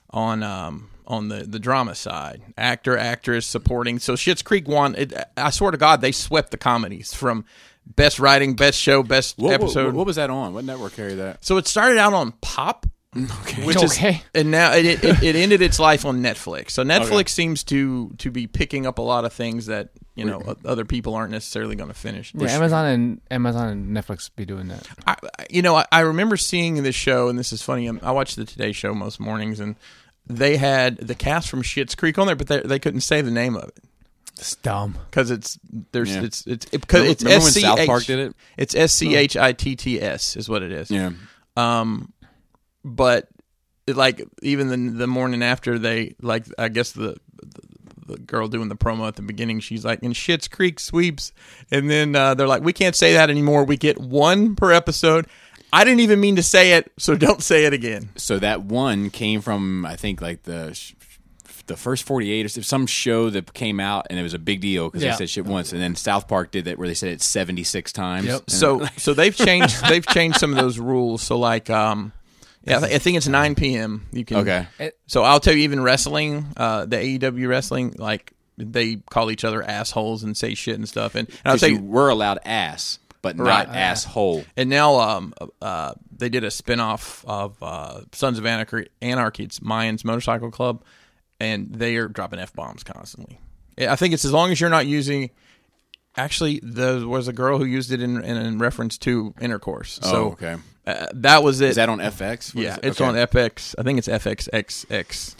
C: on um on the the drama side. Actor, actress, supporting. So Shit's Creek won. It, I swear to God, they swept the comedies from best writing, best show, best
A: What, what-
C: episode.
A: What, was that on? What network carried that?
C: So it started out on Pop,
A: Okay.
C: which is
B: Okay.
C: and now it, it, it ended its life on Netflix. So Netflix seems to to be picking up a lot of things that you know o- other people aren't necessarily going to finish.
B: Yeah, Amazon and Amazon and Netflix be doing that.
C: I, I- you know, I, I remember seeing this show, and this is funny. um, I watch the Today Show most mornings, and they had the cast from Schitt's Creek on there, but they, they couldn't say the name of it
B: It's dumb.
C: because it's there's
A: Yeah.
C: it's it's it, cause
A: Remember-
C: it's
A: remember when
C: SCH
A: South Park did it?
C: It's S C H I T T S is what it is.
A: Yeah.
C: Um, but it, like even the the morning after they like I guess the, the the girl doing the promo at the beginning she's like and Shit's Creek sweeps and then uh, they're like we can't say that anymore we get one per episode I didn't even mean to say it so don't say it again
A: So that one came from I think like the sh- the first 48 or s- some show that came out and it was a big deal because
B: Yeah.
A: they said shit once and then South Park did that where they said it 76 times.
B: Yep.
A: And-
C: so so they've changed they've changed some of those rules so like um yeah I, thi- I think it's 9 p.m. you can
A: okay.
C: So I'll tell you, even wrestling, uh, the AEW wrestling, like they call each other assholes and say shit and stuff. And, and I'll
A: Because
C: tell
A: you
C: you,
A: were allowed ass, but
C: Right.
A: not asshole.
C: and now um, uh, they did a spinoff of uh, Sons of Anarchy. Anarchy. It's Mayans Motorcycle Club, and they are dropping f bombs constantly. I think it's as long as you're not using. Actually, there was a girl who used it in, in, in reference to intercourse. so
A: oh, okay.
C: uh, that was it.
A: Is that on FX? What
C: yeah,
A: is it?
C: it's
A: Okay.
C: on FX. I think it's FXXX.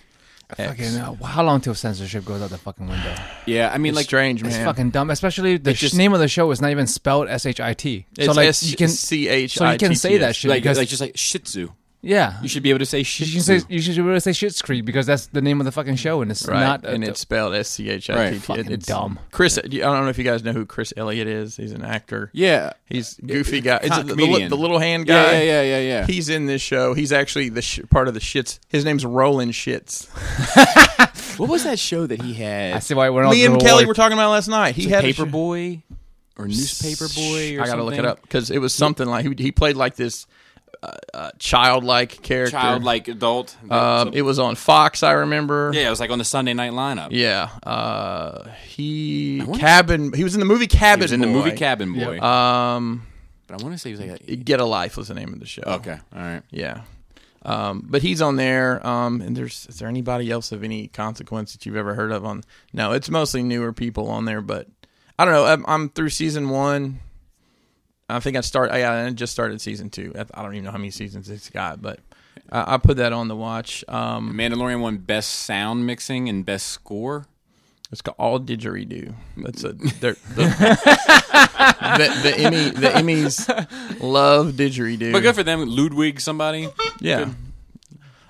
B: Okay, now, how long till censorship goes out the fucking window?
A: Yeah, I mean
C: It's
A: like
C: strange, man.
B: It's fucking dumb. Especially the sh-
A: just-
B: name of the show is not even spelled S H I T. So
C: It's
B: like
C: S-
B: you can
C: C-H-I-T-T-S.
B: so you can say that shit
A: like,
B: because
A: like just like Shih Tzu.
B: yeah,
A: You should be able to say Shih
B: you
A: Tzu.
B: can say you should be able to say shit creek because that's the name of the fucking show and it's
C: right?
B: not
C: and it's spelled S C H I T
A: uh, Right.
C: T.
B: Fucking
C: It's
B: dumb.
C: Chris, I don't know if you guys know who Chris Elliott is. He's an actor.
A: yeah.
C: he's goofy guy. It's
A: Con-
C: the, the, li-
A: comedian.
C: the little hand
A: Yeah,
C: guy.
A: yeah, yeah, yeah, yeah.
C: He's in this show. He's actually the sh- part of the shits. His name's Roland Shits.
A: What was that show that he had?
B: I see why we're not
C: Me and
B: reward-
C: Kelly were talking about it last night. He had a sh-
A: Paperboy or Newspaperboy or
C: I gotta look it
A: something?
C: up because it was something like he, he played like this uh, uh, childlike character.
A: Childlike adult.
C: Um, it was on Fox. I remember.
A: yeah, it was like on the Sunday night lineup.
C: Yeah, uh, he
A: wonder-
C: cabin. He was in the movie Cabin.
A: It was in the
C: Boy.
A: movie Cabin Boy.
C: Um,
A: but I want to say he was like, a-
C: Get a Life was the name of the show.
A: okay, all right.
C: Yeah. Um, but he's on there. Um, and there's is there anybody else of any consequence that you've ever heard of on? No, it's mostly newer people on there. But I don't know. I'm, I'm through season one. I think I start. I, I just started season two. I, I don't even know how many seasons it's got, but I, I put that on the watch. Um,
A: Mandalorian won best sound mixing and best score.
C: It's called All Didgeridoo. That's a they're, the, the, the Emmy the Emmys love didgeridoo.
A: But good for them, Ludwig somebody.
C: yeah.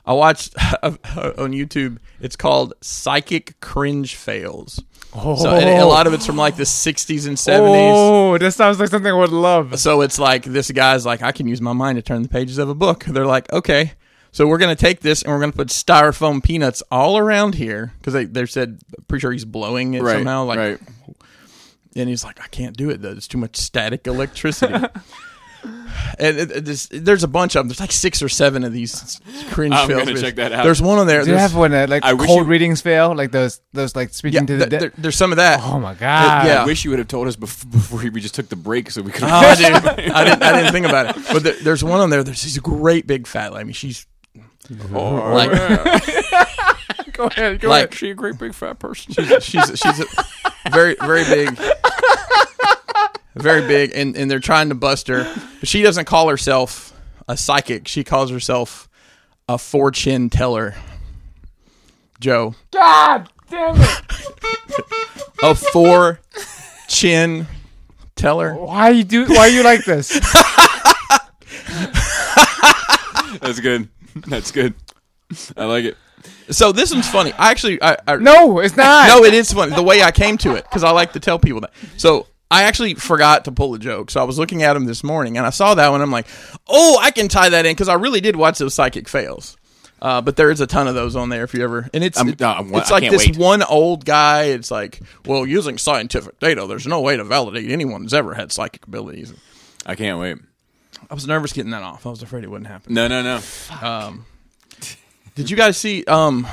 C: I watched uh, on YouTube. It's called Psychic Cringe Fails. So and a lot of it's from like the '60s and '70s.
B: Oh, that sounds like something I would love.
C: So it's like this guy's like, I can use my mind to turn the pages of a book. They're like, okay, so we're gonna take this and we're gonna put styrofoam peanuts all around here because they they said pretty sure he's blowing it somehow. Like
A: right.
C: and he's like, I can't do it though. There's too much static electricity. and it, it just, there's a bunch of them. There's like six or seven of these cringe.
A: I'm
C: fails.
A: gonna check that out.
C: There's one on there.
B: Do you
C: There's,
B: have one that like
A: I wish
B: cold
A: you-
B: readings fail? Like those those like speaking
C: yeah,
B: to the
C: th-
B: dead.
C: there- there's some of that.
B: oh my god.
C: yeah.
A: I wish you would have told us before, before we just took the break so we could.
C: Oh, I, didn't, I didn't. I didn't think about it. But there, there's one on there. There's she's a great big fat. I mean, she's
A: Oh,
C: like
B: Go ahead. Go
C: like
A: she a great big fat person.
C: she's she's a very very big very big and and they're trying to bust her but she doesn't call herself a psychic she calls herself a fortune teller joe
B: God damn it!
C: a fortune teller
B: Why you do? Why you like this?
A: That's good. That's good. I like it.
C: so this one's funny i actually i, I
B: No, it's not.
C: no, it is funny the way I came to it because I like to tell people that. So I actually forgot to pull a joke. So I was looking at him this morning and I saw that one. I'm like, oh, I can tie that in because I really did watch those psychic fails. Uh, but there is a ton of those on there if you ever. And it's
A: I'm-
C: it-
A: no, I'm-
C: it's
A: I
C: like
A: can't
C: this
A: wait.
C: one old guy. It's like, well, using scientific data, there's no way to validate anyone's ever had psychic abilities.
A: I can't wait.
C: I was nervous getting that off. I was afraid it wouldn't happen.
A: No, no, no.
C: Um, did you guys see? Um,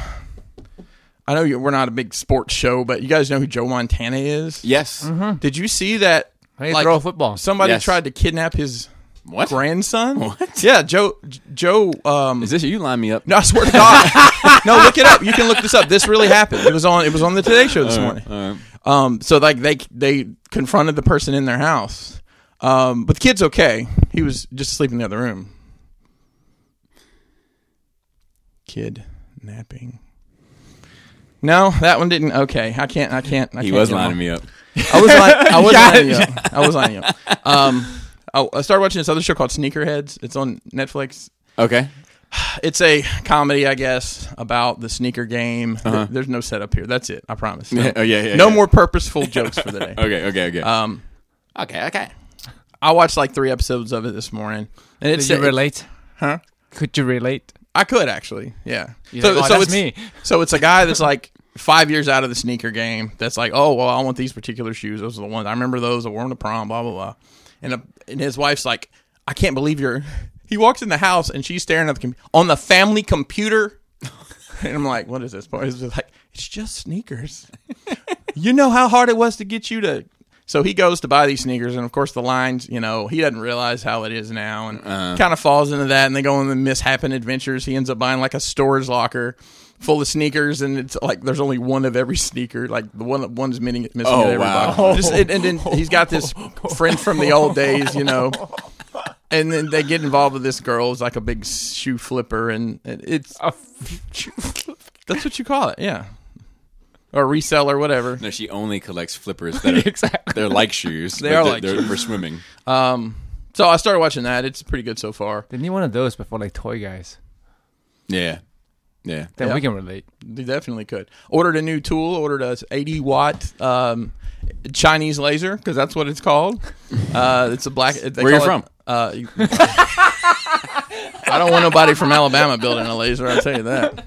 C: I know you, we're not a big sports show, but you guys know who Joe Montana is.
A: Yes.
C: Did you see that?
B: Hey, throw a football.
C: Somebody
A: Yes.
C: tried to kidnap his
A: What?
C: grandson.
A: What?
C: Yeah, Joe. Joe. Um,
A: Is this you? Line me up.
C: no, I swear to God. no, look it up. You can look this up. This really happened. It was on. It was on the Today Show this morning. Um, so like they they confronted the person in their house, um, but the kid's okay. He was just asleep in the other room. Kid napping. No, that one didn't. Okay, I can't. I can't. I
A: He
C: can't
A: was
C: get
A: lining
C: on.
A: me up.
C: I was lying. I was lying. to you. I was lying. to you. Um, I, I started watching this other show called Sneakerheads. It's on Netflix
A: Okay.
C: it's a comedy, I guess, about the sneaker game. Th- There's no setup here. That's it. I promise. No,
A: Oh, Uh-huh. yeah, yeah,
C: no
A: yeah.
C: more purposeful jokes for the day.
A: Okay. Okay. Okay.
C: Um,
A: okay. Okay.
C: I watched like three episodes of it this morning, and
B: Did
C: it's
B: you relate?
C: Huh?
B: Could you relate?
C: I could actually, yeah.
B: You're like, "Oh, that's
C: it's
B: me."
C: So it's a guy that's like five years out of the sneaker game. That's like, oh well, I want these particular shoes. Those are the ones I remember. Those I wore them to prom. Blah blah blah. And uh and his wife's like, I can't believe you're. He walks in the house and she's staring at the com- on the family computer. And I'm like, what is this? Part? It's just like it's just sneakers. you know how hard it was to get you to. So he goes to buy these sneakers, and of course the lines, you know, he doesn't realize how it is now, and
A: Uh-huh.
C: kind of falls into that. And they go on the mishappen adventures. He ends up buying like a storage locker full of sneakers, and it's like there's only one of every sneaker, like the one one's missing, missing
A: Oh,
C: at every
A: wow.
C: box. Just- and, and then he's got this friend from the old days, you know. And then they get involved with this girl who's like a big shoe flipper, and it- it's
B: Oh,
C: that's what you call it, yeah, or reseller, whatever.
A: No, she only collects flippers that are
B: Exactly.
A: they're like shoes.
C: They
A: but
C: are
A: they're,
C: like
A: they're
C: shoes.
A: for swimming.
C: Um, so I started watching that. It's pretty good so far.
B: They need one of those before like toy guys.
A: Yeah. Yeah.
B: Then
C: Yeah.
B: we can relate.
C: They definitely could. Ordered a new tool. Ordered a 80 watt um, Chinese laser because that's what it's called. Uh, it's a black. they
A: Where you
C: call it-
A: from?
C: uh, you- I don't want nobody from Alabama building a laser. I'll tell you that.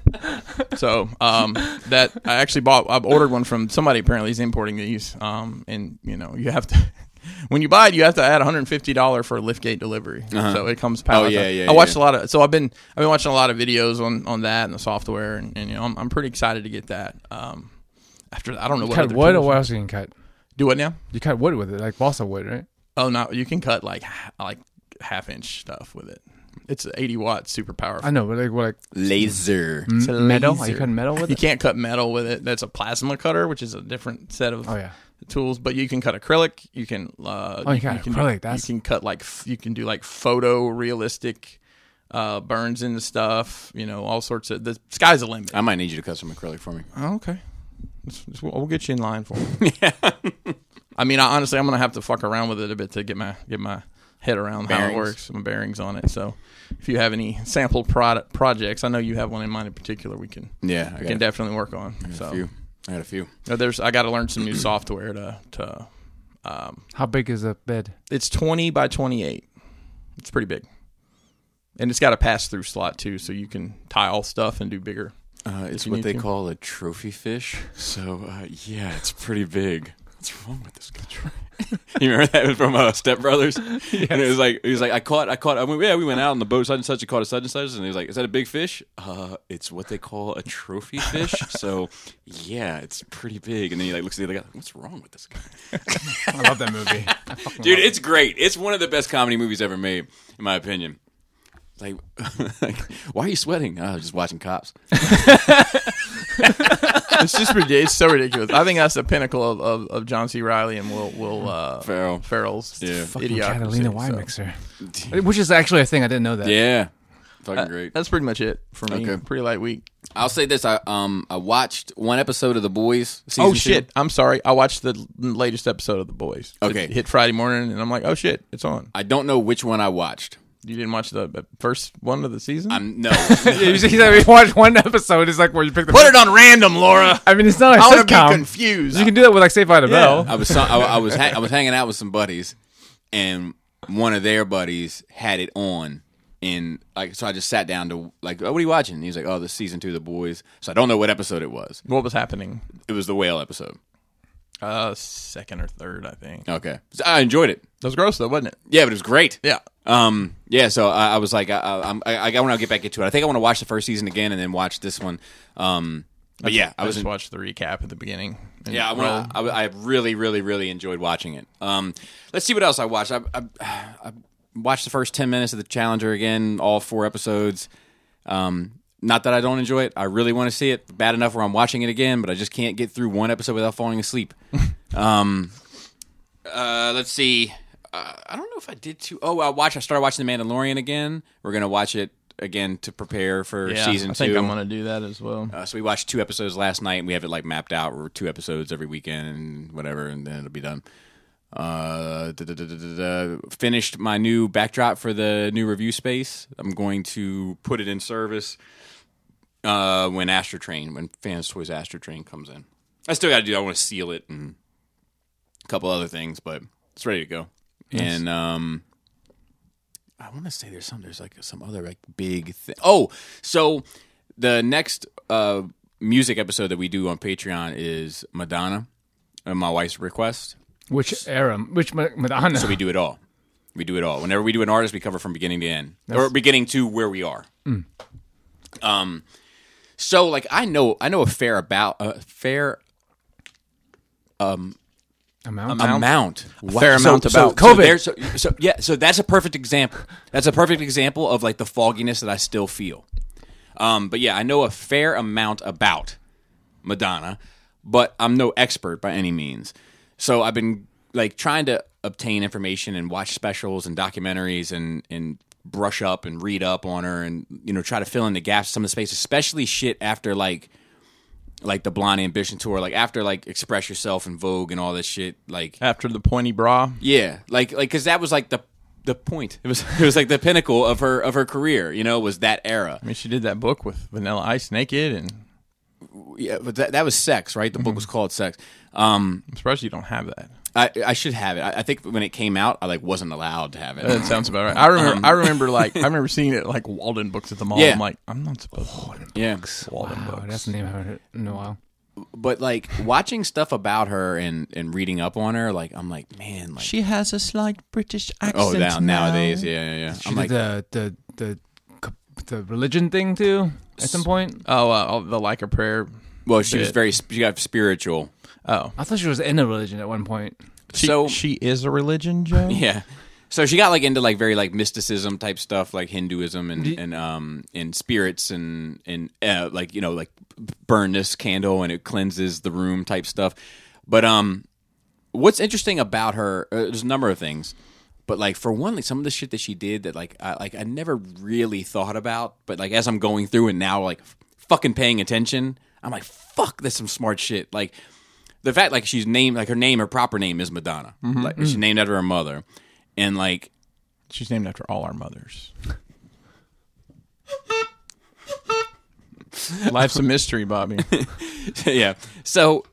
C: So um, that I actually bought. I've ordered one from somebody. Apparently, he's importing these. Um, and you know, you have to. When you buy it, you have to add one hundred and fifty dollars for liftgate delivery, so it comes pallet.
A: Uh-huh. Oh, yeah,
C: I-
A: yeah,
C: I watched
A: yeah.
C: a lot of, so I've been I've been watching a lot of videos on on that and the software, and, and you know, I'm, I'm pretty excited to get that. Um, after I don't know what
B: cut
C: other
B: wood or
C: tools-
B: what else you can cut?
C: do what now.
B: You cut wood with it, like balsa wood, right?
C: Oh no, you can cut like h- like half inch stuff with it. It's eighty watts, super powerful.
B: I know, but like what like
A: Laser.
B: m-
C: a
B: metal?
C: laser.
B: You cut metal with
C: You
B: it?
C: can't cut metal with it. That's a plasma cutter, which is a different set of
B: Oh yeah.
C: tools. But you can cut acrylic. You can. Uh,
B: Oh, you got
C: can
B: acrylic,
C: Do,
B: that's-
C: You can cut like f- you can do like photo realistic uh, burns into stuff. You know, all sorts of. The sky's the limit.
A: I might need you to cut some acrylic for me.
C: Oh, okay. It's- it's- We'll we'll get you in line for it. I mean, I, honestly, I'm gonna have to fuck around with it a bit to get my get my head around how
A: Bearings.
C: it works, my bearings on it. So, if you have any sample product projects, I know you have one in mind in particular. We can
A: Yeah, I
C: we
A: got,
C: can
A: a,
C: definitely work on.
A: I got
C: So,
A: a few. I got a few.
C: Uh, there's I got to learn some new software to to. Um,
B: How big is the bed?
C: it's 20 by 28. It's pretty big, and it's got a pass through slot too, so you can tile stuff and do bigger.
A: Uh, it's
C: you
A: what
C: need
A: they
C: to.
A: call a trophy fish. So uh, yeah, it's pretty big. What's wrong with this country? you remember that was from uh, Step Brothers, and it was like it was like I caught I caught I went, yeah we went out on the boat such and such I caught a such and such and he was like is that a big fish? Uh, it's what they call a trophy fish. so yeah, it's pretty big. And then he like looks at the other guy, what's wrong with this guy?
B: I love that movie.
A: Dude, it's great. It's one of the best comedy movies ever made, in my opinion. Like, like why are you sweating? Oh, just watching cops.
C: it's just ridiculous. It's so ridiculous. I think that's the pinnacle of, of, of John C. Riley and Will Will uh,
A: Farrell.
C: Ferrell's
A: Yeah.
C: fucking
B: Fucking
C: idiocracy,
B: Catalina wine
C: so.
B: mixer, which is actually a thing I didn't know that.
A: Yeah, fucking
C: Uh,
A: great.
C: That's pretty much it for me.
A: Okay.
C: Pretty light week.
A: I'll say this: I um I watched one episode of The Boys. Season
C: oh
A: two.
C: shit! I'm sorry. I watched the l- latest episode of The Boys. It
A: Okay.
C: hit Friday morning, and I'm like, oh shit, it's on.
A: I don't know which one I watched.
C: You didn't watch the uh, first one of the season?
A: I'm no.
B: you see, we watch one episode. It's like where you pick the.
C: Put it on random, Laura.
B: I mean, it's not
C: I
B: like
C: would be
B: sitcom.
C: confused.
B: You can do that with like Saved by the Bell.
A: I was so- I, I was ha- I was hanging out with some buddies, and one of their buddies had it on, and like so I just sat down to like, oh, what are you watching? And he's like, oh, the season two of The Boys. So I don't know what episode it was.
C: what was happening?
A: It was the whale episode.
C: Uh, second or third, I think.
A: Okay, So I enjoyed it.
C: That was gross though, wasn't it?
A: Yeah, but it was great.
C: Yeah.
A: Um. Yeah. So I, I was like, I, I, I'm- I, I want to get back into it. I think I want to watch the first season again and then watch this one. Um. But yeah, I
C: I
A: was.
C: just
A: In,
C: watched the recap at the beginning. And
A: yeah, I,
C: well,
A: wanna, I, I really, really, really enjoyed watching it. Um. Let's see what else I watched. I, I, I watched the first ten minutes of the Challenger again, all four episodes. Um, not that I don't enjoy it. I really want to see it. Bad enough where I'm watching it again, but I just can't get through one episode without falling asleep. um, uh, let's see. Uh, I don't know if I did too. Oh, I watched. I started watching The Mandalorian again. We're gonna watch it again to prepare for season
C: I
A: two.
C: think I'm going to do that as well.
A: Uh, so we watched two episodes last night, and we have it like mapped out. We're two episodes every weekend, and whatever, and then it'll be done. Uh, da- da- da- da- da- da. finished my new backdrop for the new review space. I'm going to put it in service uh, when Astro Train, when Fans Toys Astro Train comes in. I still got to do. I want to seal it and a couple other things, but it's ready to go. And um, I want to say there's some there's like some other like big thing. Oh, so the next uh music episode that we do on Patreon is Madonna, uh, my wife's request.
B: Which era? Which Ma- Madonna?
A: So we do it all. We do it all. Whenever we do an artist, we cover from beginning to end, or beginning to where we are. Um, so like I know I know a fair about a fair
B: Amount?
A: amount, Wow.
C: fair
A: So-
C: amount
A: so,
C: about.
A: so
B: COVID.
A: there's- So, so- yeah, so that's a perfect example. That's a perfect example of like the fogginess that I still feel. Um, but yeah, I know a fair amount about Madonna, but I'm no expert by any means. So I've been like trying to obtain information and watch specials and documentaries and and brush up and read up on her and you know try to fill in the gaps, some of the space, especially shit after like like the Blonde Ambition tour, like after like Express Yourself and Vogue and all this shit, like
C: After the pointy bra,
A: yeah, like like because that was like the the point. It was it was like the pinnacle of her of her career. You know, was that era.
C: I mean, she did that book with Vanilla Ice naked, and
A: Yeah, but that, that was sex, right? The book was called Sex. Um,
C: I'm surprised you don't have that.
A: I I should have it. I, I think when it came out, I like wasn't allowed to have it.
C: That sounds about right. I remember. I remember like I remember seeing it at, like Walden books at the mall.
A: Yeah.
C: I'm like, I'm not supposed to.
A: yeah,
C: Walden
B: Wow,
C: books.
B: Oh, that's the name I haven't heard in a while.
A: but like watching stuff about her and and reading up on her, like I'm like, man, like
C: She has a slight British accent.
A: oh, now, nowadays, yeah, yeah, yeah.
B: She
A: I'm
B: did
A: like,
B: the, the, the, c- the religion thing too at some point.
C: Oh, uh, oh, the like a prayer.
A: well, she was
C: bit.
A: very sp- she got spiritual.
C: Oh,
B: I thought she was in a religion at one point.
C: she,
A: so
C: she is a religion, Joe.
A: Yeah. So she got like into like very like mysticism type stuff, like Hinduism and and um and spirits and and uh, like you know like burn this candle and it cleanses the room type stuff. But um, what's interesting about her? Uh, there's a number of things, but like for one, like some of the shit that she did that like I like I never really thought about, but like as I'm going through and now like f- fucking paying attention, I'm like fuck, that's some smart shit. Like the fact like she's named like her name her proper name is madonna like she's named after her mother and like
C: She's named after all our mothers. Life's a mystery, Bobby.
A: yeah so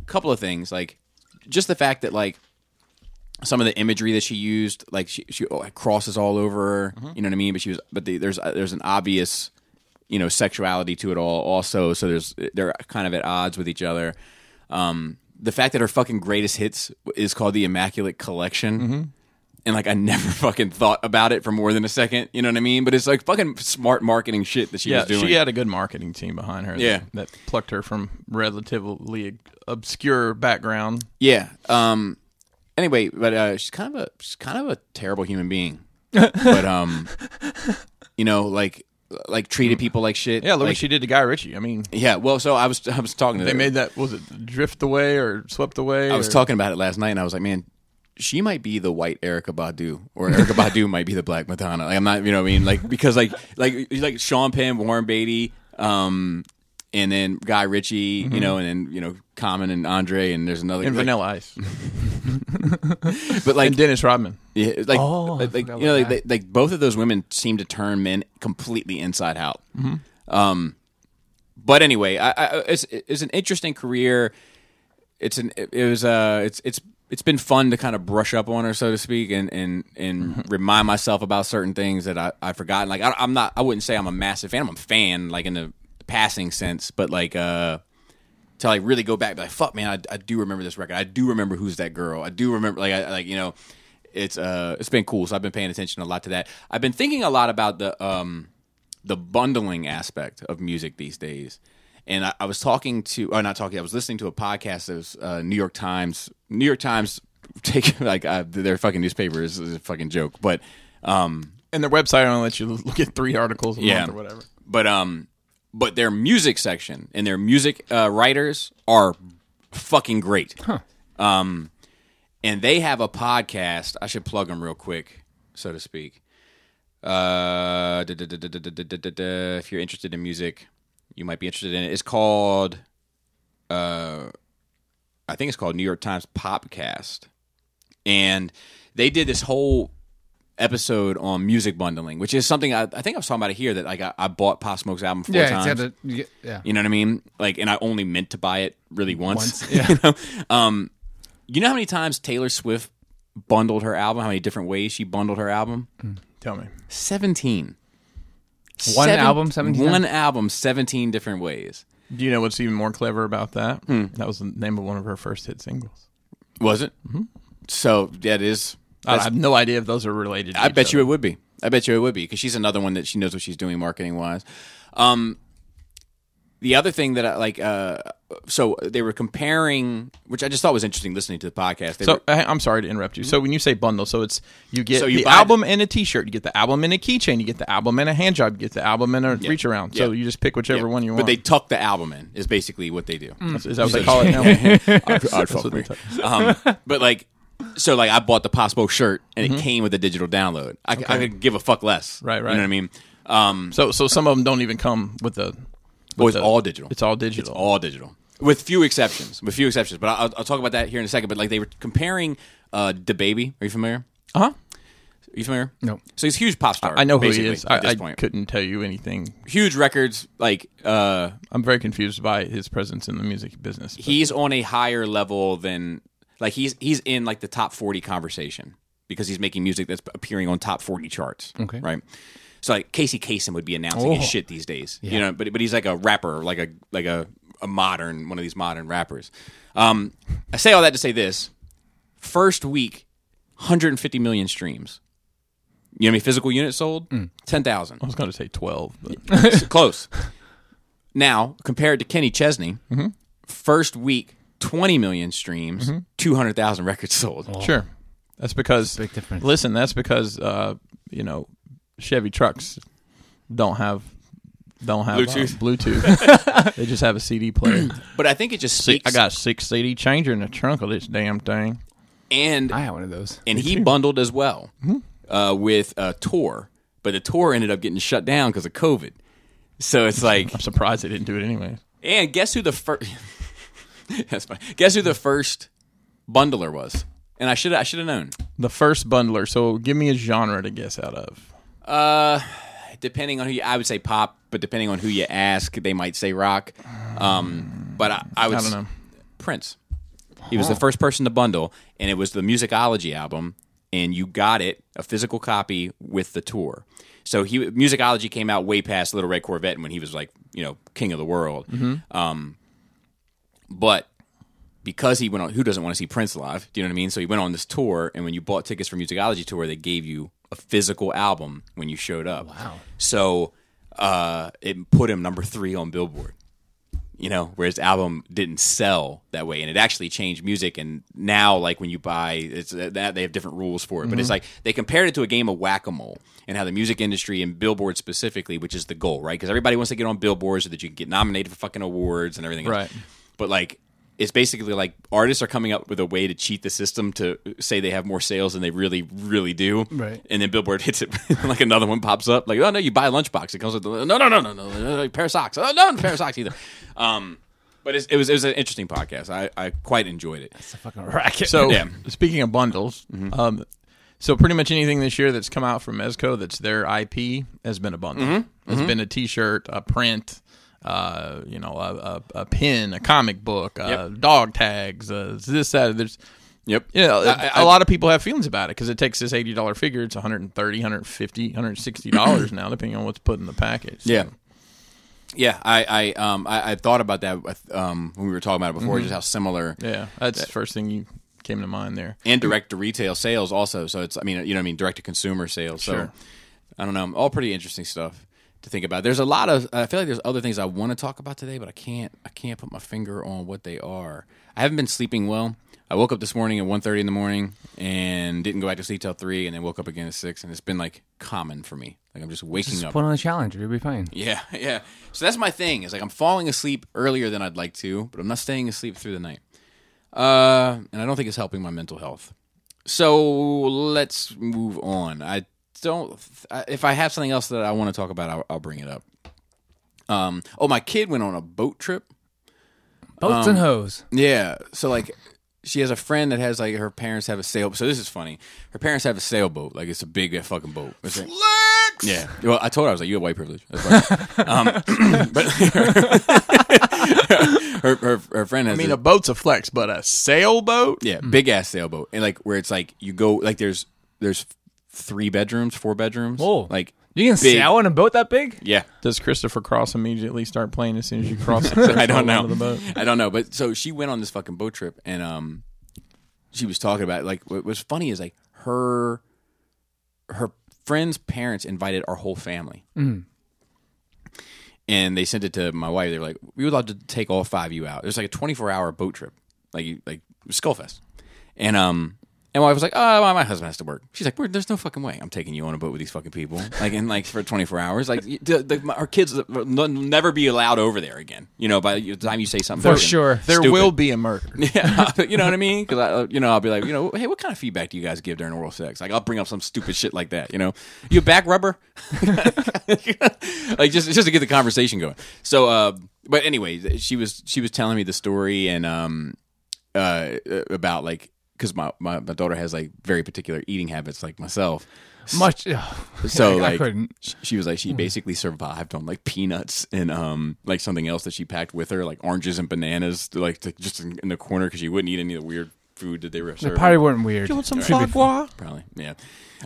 A: a couple of things like just the fact that like some of the imagery that she used like she, she oh, had crosses all over her
C: Mm-hmm.
A: you know what i mean but she was but the, there's uh, there's an obvious you know sexuality to it all also so there's they're kind of at odds with each other um the fact that her fucking greatest hits is called the immaculate collection
C: Mm-hmm.
A: and like I never fucking thought about it for more than a second. You know what I mean? But it's like fucking smart marketing shit that she
C: Yeah,
A: was doing.
C: she had a good marketing team behind her. that-
A: Yeah.
C: that, plucked her from relatively obscure background.
A: yeah. Um. Anyway, but uh, she's kind of a she's kind of a terrible human being. but um, you know, like like treated people like shit.
C: Mm. Yeah, look
A: like,
C: what she did to Guy Ritchie. I mean,
A: Yeah. Well, so I was I was talking to
C: they
A: her.
C: made that was it drift away or swept away?
A: I was talking about it last night, and I was like, man. She might be the white Erica Badu, or Erica Badu might be the black Madonna. Like I'm not, you know, what I mean, like because like like like Sean Penn, Warren Beatty, um, and then Guy Ritchie,
C: Mm-hmm.
A: you know, and then you know Common and Andre, and there's another
C: in
A: like,
C: Vanilla Ice
A: but like
C: and Dennis Rodman.
A: Yeah, like,
B: Oh, I
A: like, like, you
B: forgot
A: know, like,
B: about
A: like, like both of those women seem to turn men completely inside out.
B: Mm-hmm.
A: Um, but anyway, I, I, it's it's an interesting career. It's an it was uh it's it's it's been fun to kind of brush up on her, so to speak, and and and
B: Mm-hmm.
A: remind myself about certain things that I I forgotten. Like I, I'm not, I wouldn't say I'm a massive fan. I'm a fan, like in the passing sense, but like uh to like really go back, be like, fuck, man, I, I do remember this record. I do remember who's that girl. I do remember, like, I like you know, it's uh, it's been cool. So I've been paying attention a lot to that. I've been thinking a lot about the um, the bundling aspect of music these days. And I, I was talking to, or not talking, I was listening to a podcast that was uh, New York Times, New York Times take like uh, their fucking newspaper is, is a fucking joke, but um,
C: And their website only lets you look at three articles a
A: Yeah.
C: month or whatever.
A: but um, but their music section and their music uh, writers are fucking great. Um, and they have a podcast. I should plug them real quick, so to speak. Uh, da- da- da- da- da- da- da- da- da- if you're interested in music, you might be interested in it. It's called, uh, I think it's called New York Times Popcast, and they did this whole episode on music bundling, which is something I, I think I was talking about it here that like I, I bought Pop Smoke's album four
B: yeah,
A: times.
B: it's got to, you get- yeah.
A: You know what I mean? Like, and I only meant to buy it really once. you, know? Um, you know how many times Taylor Swift bundled her album? How many different ways she bundled her album?
C: Tell me.
A: 17.
B: One album, 17
A: One album, 17 different ways.
C: Do you know what's even more clever about that? That was the name of one of her first hit singles.
A: Was it? Mm-hmm. So that is.
C: I have no idea if those are related. To
A: I bet you it would be. I bet you it would be because she's another one that she knows what she's doing marketing wise. Um, the other thing that I like, uh, so they were comparing, which I just thought was interesting listening to the podcast. They
C: So
A: were, Mm-hmm.
C: I- I'm sorry to interrupt you. So when you say bundle, so it's you get
A: So you
C: the
A: buy-
C: album and a T-shirt, you get the album and a keychain, you get the album and a hand job, you get the album and a reach around. So
A: Yeah.
C: you just pick whichever one you want. Mm.
A: But they tuck the album in is basically what they do.
C: is that what they call it? now?
A: I'd fuck me. Um, but like, so like I bought the Possible shirt and it came with a digital download. I, c- I could give a fuck less.
C: Mm-hmm. Right, right.
A: You know what I mean? Um,
C: so so some of them don't even come with the.
A: well, it's
C: the-
A: all digital.
C: It's all digital.
A: all digital with few exceptions with few exceptions but I'll, I'll talk about that here in a second but like they were comparing uh the baby are you familiar
C: huh?
A: are you familiar
B: No.
A: so he's a huge pop star
C: Uh-huh. I know who he
A: basically,
C: is.
A: at
C: I,
A: this
C: I
A: point
C: couldn't tell you anything.
A: huge records like uh
C: I'm very confused by his presence in the music business. but-
A: he's on a higher level than like he's he's in like the top 40 conversation because he's making music that's appearing on top 40 charts
B: Okay.
A: right so like casey Kasem would be announcing his
B: Oh.
A: shit these days you know but but he's like a rapper like a like a, a modern one of these modern rappers um i say all that to say this first week 150 million streams you know how many physical units sold
B: Mm.
A: 10,000
C: I was going to say twelve. But
A: it's close. Now, compared to Kenny Chesney,
C: Mm-hmm.
A: first week, 20 million streams, 200,000 records sold.
C: Sure, that's because
B: big difference.
C: Listen, that's because uh, you know Chevy trucks don't have don't have uh,
A: Bluetooth.
C: Bluetooth. they just have a CD player.
A: But I think it just
C: See,
A: speaks.
C: I got a six CD changer in the trunk of this damn thing.
A: and
B: I had one of those.
A: and he bundled as well
C: Mm-hmm.
A: uh, with a tour, but the tour ended up getting shut down because of COVID. So it's like,
C: I'm surprised they didn't do it anyway.
A: and guess who the first? that's fine. Guess who the first bundler was? And I should I should have known.
C: The first bundler. So give me a genre to guess out of.
A: Uh, depending on who you, I would say pop, but depending on who you ask, they might say rock. Um, but I, I would
C: I don't know.
A: Prince. He was the first person to bundle, and it was the Musicology album, and you got it a physical copy with the tour. So he Musicology came out way past Little Red Corvette when he was like you know king of the world.
C: Mm-hmm.
A: Um, but because he went on, who doesn't want to see Prince live? Do you know what I mean? So he went on this tour, and when you bought tickets for Musicology tour, they gave you a physical album when you showed up. Wow! So uh, it put him number three on Billboard you know, where his album didn't sell that way, and it actually changed music. And now, like when you buy, it's uh, that they have different rules for it. But it's like they compared it to a game of whack a mole, and how the music industry and Billboard specifically, which is the goal, right? Because everybody wants to get on Billboard so that you can get nominated for fucking awards and everything. Else.
C: Right.
A: But like, it's basically like artists are coming up with a way to cheat the system to say they have more sales than they really, really do.
B: Right.
A: And then Billboard hits it, like another one pops up, like, oh no, you buy a lunchbox, it comes with the, no, no, no, no, no, no, no, pair of socks, oh no, no pair of socks either. Um, but it's, it was it was an interesting podcast. I, I quite enjoyed it.
B: It's a fucking racket.
C: So
A: Yeah.
C: speaking of bundles, um, so pretty much anything this year that's come out from Mezco that's their IP has been a bundle. It's been a T-shirt, a print, uh, you know, a, a, a pin, a comic book, uh, dog tags, uh, this that. There's
A: Yep.
C: you know,
A: I-
C: a- a lot of people have feelings about it because it takes this eighty dollar figure. It's 130 150 160 dollars now, depending on what's put in the package.
A: Yeah. Yeah, I, I um I, I thought about that with, um when we were talking about it before,
C: Mm-hmm.
A: just how similar
C: yeah, that's the first thing you came to mind there.
A: and direct to retail sales also. So it's I mean you know what I mean direct to consumer sales. So
C: Sure.
A: I don't know, all pretty interesting stuff. to think about. There's a lot of I feel like there's other things I want to talk about today, but I can't I can't put my finger on what they are. I haven't been sleeping well. I woke up this morning at 1.30 in the morning and didn't go back to sleep till 3 and then woke up again at 6 and it's been like common for me. Like I'm just waking
B: Just
A: up.
B: put on a challenge. You'll be fine.
A: Yeah, yeah. So that's my thing. Is like I'm falling asleep earlier than I'd like to, but I'm not staying asleep through the night. Uh, and I don't think it's helping my mental health. So let's move on. I don't. I- If I have something else that I want to talk about, I'll, I'll bring it up. Um. Oh, my kid went on a boat trip.
B: Boats and hoes.
A: Yeah. So like she has a friend that has like her parents have a sailboat. So this is funny. Her parents have a sailboat. Like it's a big fucking boat. It's like- yeah. Well, I told her I was like, you have white privilege. That's fine. um, but her, her her friend has
C: I mean,
A: this-
C: a Mm. boat's a flex, but a sailboat.
A: yeah, big ass sailboat, and like where it's like you go like there's there's three bedrooms, four bedrooms.
C: Oh.
B: Whoa.
A: like
B: You can
A: big-
B: sail on a boat that big?
A: yeah.
C: Does Christopher Cross immediately start playing as soon as you cross? The
A: I don't
C: threshold
A: know.
C: onto The boat?
A: I don't know. But so she went on this fucking boat trip, and um, she was talking about like what was funny is like her her friend's parents invited our whole family, and they sent it to my wife. They were like, "We would love to take all five of you out." It was like a twenty four hour boat trip, like you- like Skullfest, and um. And my wife was like, "Oh, well, my husband has to work." She's like, "We're- "There's no fucking way I'm taking you on a boat with these fucking people, like in like for 24 hours. Like, you- the, the, my- our kids will never be allowed over there again. You know, by the time you say something
B: For
A: fucking
B: sure.
C: There
A: stupid.
C: will be a murder.
A: yeah, you know what I mean? Because I, you know, I'll be like, you know, hey, what kind of feedback do you guys give during oral sex? Like, I'll bring up some stupid shit like that. You know, you back rubber, like just just to get the conversation going. So, uh, but anyway, she was she was telling me the story and um, uh, about like because my, my my daughter has like very particular eating habits, like myself.
B: Much. ugh.
A: So
B: I
A: like,
B: couldn't.
A: sh- she was like,
B: Hmm.
A: she basically survived on like peanuts and um like something else that she packed with her, like oranges and bananas, to, like to, just in, in the corner because she wouldn't eat any of the weird food that they were
B: They
A: serving.
B: probably weren't weird.
C: You want some
B: Should be fine.
C: foie
A: Probably, yeah.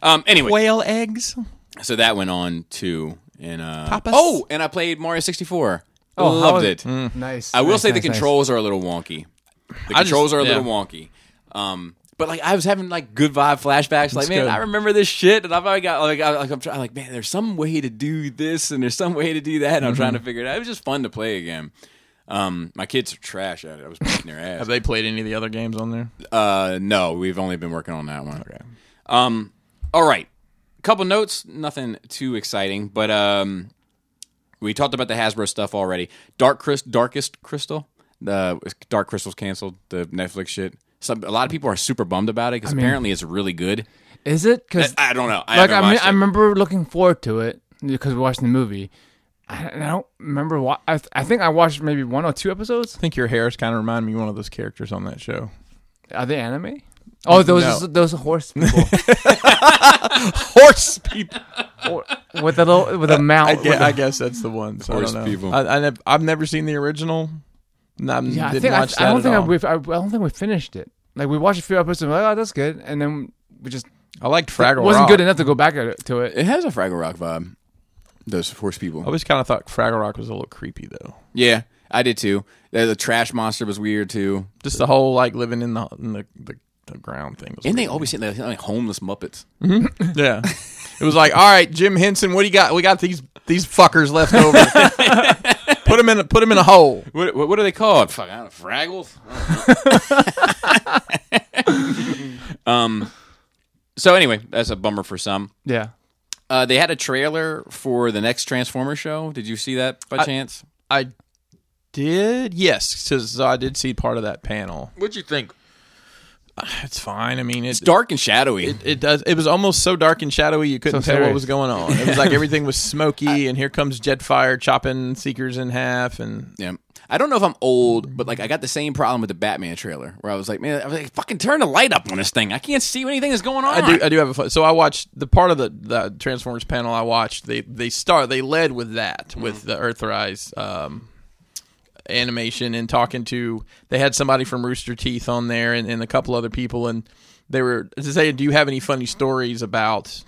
A: Um. Anyway,
C: Whale eggs.
A: so that went on too, and uh,
C: Papas?
A: oh, and I played Mario sixty four.
B: Oh, how
A: Loved
B: was-
A: it.
B: Nice.
A: I will
B: nice,
A: say the
B: nice, nice.
A: controls are a little wonky. The
C: I just-
A: controls are a
C: yeah.
A: little wonky. Um, but like I was having like good vibe flashbacks. Like, man,
C: good.
A: I remember this shit, and I've already got like, I, like I'm trying, like, man, there's some way to do this, and there's some way to do that, and I'm
B: Mm-hmm.
A: trying to figure it out. It was just fun to play again. Um, my kids are trash at it. I was beating their ass.
C: Have they played any of the other games on there?
A: Uh, no, we've only been working on that one. Okay. Um, all right. Couple notes, nothing too exciting, but um, we talked about the Hasbro stuff already. Dark Chris, Darkest Crystal, the Dark Crystal's canceled. The Netflix shit. Some, a lot of people are super bummed about it because apparently it's really good.
B: Is it? Because
A: I don't know. I
B: like
A: haven't
B: I, me-
A: watched
B: I
A: it.
B: remember looking forward to it because we watched the movie. I don't, I don't remember why. I, th- I think I watched maybe one or two episodes.
C: I think your hairs kind of remind me of one of those characters on that show.
B: Are they anime? Oh, those
C: Mm, No.
B: those horse people
C: Horse people.
B: Or- with a little with a mount.
C: I
B: with
C: guess,
B: a-
C: I guess that's the one. So
A: Horse
C: I don't know.
A: people.
C: I, I nev- I've never seen the original. I
B: yeah, I
C: didn't
B: think I,
C: watch
B: I
C: that
B: don't
C: at
B: think I,
C: all.
B: we've, I, I don't think we finished it. Like we watched a few episodes, we're like oh that's good, and then we just
C: I liked Fraggle
B: wasn't
C: Rock.
B: good enough to go back at it, to it.
A: it has a Fraggle Rock vibe. Those horse people.
C: I always kind of thought Fraggle Rock was a little creepy though.
A: Yeah, I did too. The, the trash monster was weird too,
C: Just the whole like living in the in the, the, the ground thing. Was
A: and they
C: creepy.
A: always say they're like homeless Muppets.
C: yeah. It was like, all right, Jim Henson, what do you got? We got these these fuckers left over. put them in a, put 'em in a hole.
A: What, what, what are they called? Fuck, I don't know. Fraggles. um. So anyway, that's a bummer for some.
B: Yeah,
A: Uh, they had a trailer for the next Transformer show. Did you see that by chance?
C: I did, yes, because I did see part of that panel.
A: What'd you think?
C: It's fine. I mean, it,
A: It's dark and shadowy.
C: it does. It was almost so dark and shadowy you couldn't
B: So
C: tell what
B: serious.
C: was going on. It was like everything was smoky, and here comes Jetfire chopping Seekers in half, and
A: yeah. I don't know if I'm old, but like I got the same problem with the Batman trailer where I was like, man, I was like, fucking turn the light up on this thing. I can't see anything that's going on.
C: I do. I do have a fun. So I watched the part of the, the Transformers panel. I watched. They they start. They led with that
A: Mm-hmm.
C: with the Earthrise um, animation and talking to. They had somebody from Rooster Teeth on there and, and a couple other people, and they were to say, "Do you have any funny stories about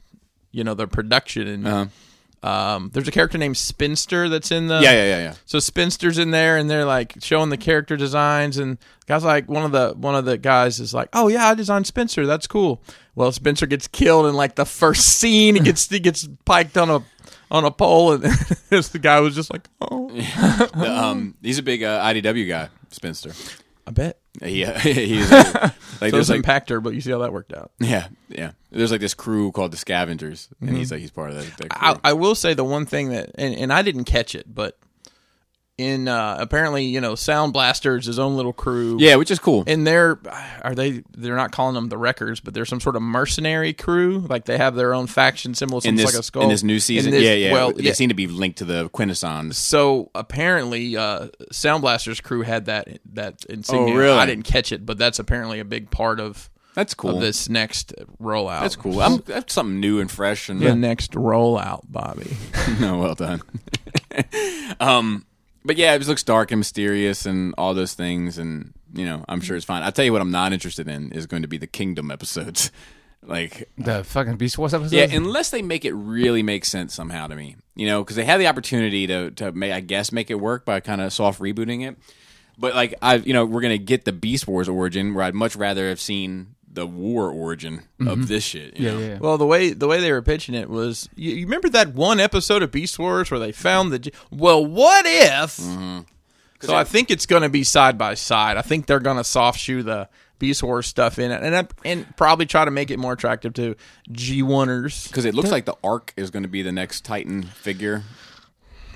C: you know the production?" And
A: Uh-huh.
C: um, there's a character named Spinster that's in the
A: yeah, yeah, yeah, yeah.
C: so Spinster's in there, and they're like showing the character designs, and guys like one of the one of the guys is like, "Oh yeah, I designed Spencer. That's cool." Well, Spencer gets killed in like the first scene. He gets he gets piked on a on a pole, and the guy was just like, "Oh,
A: The, um, he's a big uh, IDW guy, Spinster.
C: I bet."
A: Yeah, he's a, like
C: So it
A: there's like
C: impact her, but you see how that worked out.
A: yeah, yeah. There's like this crew called the Scavengers, and
C: Mm-hmm.
A: he's like he's part of that. that crew.
C: I, I will say the one thing that, and, and I didn't catch it, but in uh, apparently, you know, Sound Blasters, his own little crew,
A: yeah, which is cool.
C: and they're are they they're not calling them the wreckers, but they're some sort of mercenary crew. Like they have their own faction symbol,
A: in
C: it's
A: this
C: like a skull.
A: in this new season,
C: this-
A: yeah, yeah.
C: Well,
A: they
C: yeah.
A: seem to be linked to the Quintessons.
C: so apparently, uh, Sound Blaster's crew had that that insignia.
A: Oh, really?
C: I didn't catch it, but that's apparently a big part of,
A: That's cool.
C: of this next rollout.
A: That's cool. I'm, that's something new and fresh. And
C: The next rollout, Bobby.
A: no, well done. um, but yeah, it just looks dark and mysterious and all those things, and you know, I'm sure it's fine. I'll tell you what, I'm not interested in is going to be the Kingdom episodes. like,
B: The fucking Beast Wars episode.
A: yeah, unless they make it really make sense somehow to me, you know, because they had the opportunity to to make, I guess, make it work by kind of soft rebooting it. But like I, you know, we're gonna get the Beast Wars origin, where I'd much rather have seen the War origin of this shit. you
B: yeah,
A: know?
B: yeah. yeah.
C: Well, the way the way they were pitching it was, you, you remember that one episode of Beast Wars where they found the. j- Well, what if?
A: Mm-hmm.
C: So I think it's going to be side by side. I think they're going to soft shoe the Beast Wars stuff in it, and I, and probably try to make it more attractive to G oneers.
A: Because it looks like the Ark is going to be the next Titan figure.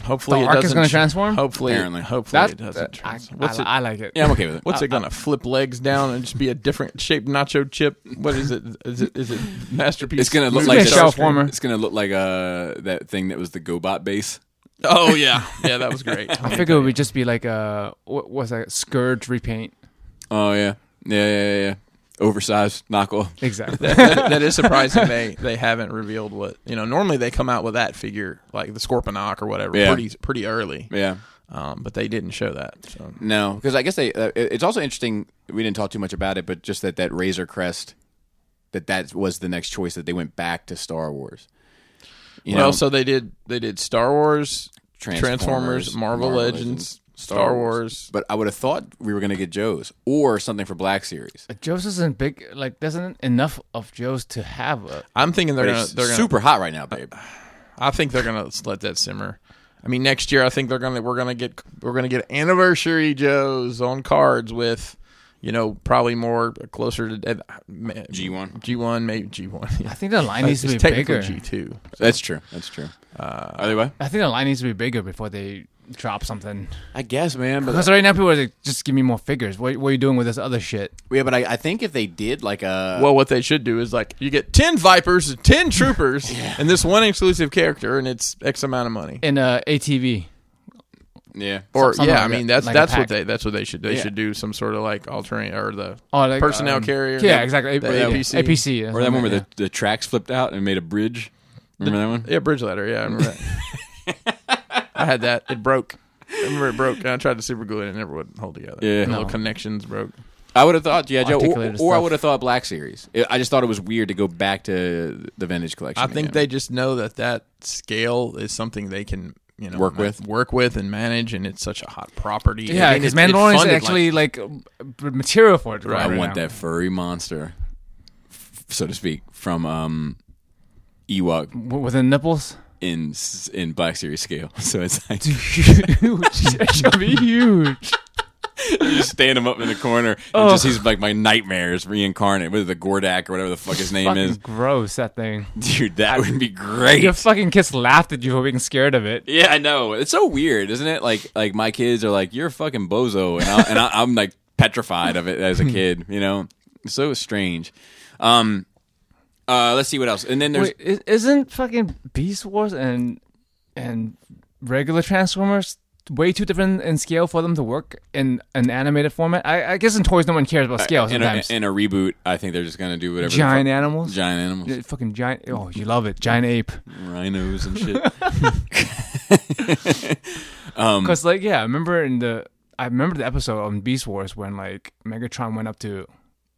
C: Hopefully,
B: The
C: it
B: Ark is
C: doesn't
B: gonna
C: tr-
B: transform?
C: Hopefully,
A: Apparently.
C: hopefully
B: that, uh,
C: it doesn't.
B: I,
C: trans-
B: I, I like it.
A: Yeah, I'm okay with it.
C: What's it gonna flip legs down and just be a different shaped nacho chip? What is it? Is it is it masterpiece?
A: It's gonna look
C: movie
A: like
B: a
A: that-
B: shelf warmer.
A: It's gonna look like uh that thing that was the GoBot base.
C: Oh yeah, yeah, that was great.
B: I figure it would just be like a what was that scourge repaint?
A: Oh yeah, yeah, yeah, yeah. yeah. Oversized knockoff.
B: Exactly.
C: that, that- that is surprising. They they haven't revealed what you know. Normally they come out with that figure like the Scorponok or whatever
A: Yeah.
C: pretty pretty early,
A: Yeah.
C: um, but they didn't show that. So.
A: No, because I guess they. Uh, it- it's also interesting. We didn't talk too much about it, but just that that Razor Crest, that that was the next choice that they went back to Star Wars. You
C: well,
A: know,
C: so they did they did Star Wars, Transformers, Marvel, Legends, Star Wars.
A: But I would have thought we were going to get Joe's or something for Black Series.
B: Joe's isn't big. Like, there's not enough of Joe's to have a.
C: I'm thinking they're
A: But
C: gonna
A: it's
C: they're gonna.
A: super hot right now, babe.
C: I think they're gonna let that simmer. I mean, next year I think they're gonna we're gonna get we're gonna get anniversary Joes on cards with. You know, probably more closer to G
A: G1.
C: G one, maybe G one.
B: I think the line needs to be
C: Uh, it's technically
B: bigger.
C: G two.
A: That's true. That's true. Uh, Either way,
B: I think the line needs to be bigger before they drop something.
A: I guess, man. But
B: Because right now people are like, just give me more figures. What, what are you doing with this other shit?
A: yeah, but I, I think if they did like uh, a
C: Well, what they should do is like you get ten Vipers, ten Troopers, and this one exclusive character, and it's X amount of money.
B: In uh, a ATV.
A: yeah,
C: Or
B: something
C: yeah,
B: like
C: I mean
B: that,
C: that's
B: like a
C: that's what
B: pack.
C: they that's what they should they
A: Yeah.
C: should do some sort of like alternate or the
B: Oh, like,
C: personnel
B: um,
C: carrier.
B: Yeah,
C: the-
B: exactly.
C: the
B: yeah,
C: APC.
B: APC. that's
A: or that
B: what I
A: one where
B: meant,
A: the, the tracks flipped out and made a bridge. Remember that one?
C: Yeah, bridge ladder. Yeah, I remember that. I had that. It broke. I remember it broke. And I tried to super glue it, and it never would hold together.
A: Yeah.
C: the little
B: No.
C: connections broke.
A: I would have thought yeah, Joe, or,
B: Articulated
A: or I
B: stuff.
A: would have thought Black Series. I- I just thought it was weird to go back to the vintage collection.
C: I think
A: again.
C: they just know that that scale is something they can you know
A: Work
C: ma-
A: with.
C: work with, and manage, and it's such a hot property.
B: yeah. Yeah,
C: And
B: because
C: it's- it's
B: Mandalorian is
C: funded like-
B: actually like, b- material for it.
C: Right.
B: Right,
A: I want
B: now.
A: that furry monster, f- so to speak, from um, Ewok
B: W- with the nipples.
A: in s- in Black Series scale. So it's like you
B: huge. That should be huge.
A: just stand him up in the corner and just he's like my nightmares reincarnate, whether the Gordak or whatever the fuck his name
B: Fucking
A: is.
B: gross, that thing.
A: Dude, that would be great.
B: Your fucking kids laughed at you for being scared of it.
A: Yeah, I know. It's so weird, isn't it? Like, like my kids are like, "You're a fucking bozo," and, I, and I, I'm like petrified of it as a kid. You know, so strange. Um, uh, let's see what else. And then there's
B: Wait, is, isn't fucking Beast Wars and and regular Transformers way too different in scale for them to work in an animated format? I, I guess in toys, no one cares about scale.
A: Uh, in a,
B: Sometimes
A: in a reboot. I think they're just gonna do whatever. the
B: giant
A: fuck-
B: animals,
A: giant animals,
B: Yeah, fucking giant. Oh, you love it, giant ape.
A: rhinos and shit.
B: Because like, yeah, I remember in the I remember the episode on Beast Wars when like Megatron went up to.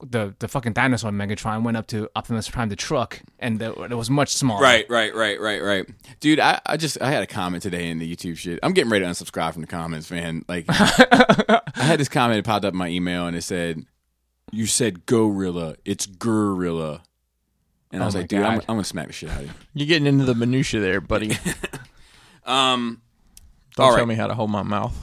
B: The, the fucking dinosaur Megatron went up to Optimus Prime the truck and the, it was much smaller.
A: right, right, right, right, right. Dude, I, I just I had a comment today in the YouTube shit. I'm getting ready to unsubscribe from the comments, man. Like, I had this comment that popped up in my email and it said, "You said gorilla, it's gorilla," and I
B: Oh
A: was
B: my
A: like, "Dude, I'm, I'm
B: God.
A: gonna smack the shit out of you."
C: You're getting into the minutia there, buddy.
A: Um,
C: Don't
A: All
C: tell
A: right.
C: me how to hold my mouth.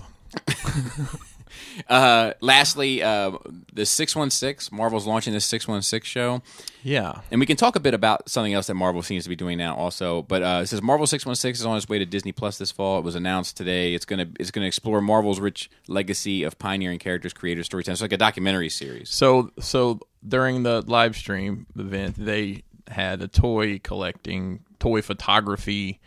A: uh, lastly, uh, the 616, Marvel's launching this 616 show.
C: Yeah.
A: And we can talk a bit about something else that Marvel seems to be doing now, also. But uh, it says Marvel Six One Six is on its way to Disney Plus this fall. It was announced today. It's gonna it's gonna explore Marvel's rich legacy of pioneering characters, creators, storytelling. It's like a documentary series.
C: So so during the live stream event, they had a toy collecting, toy photography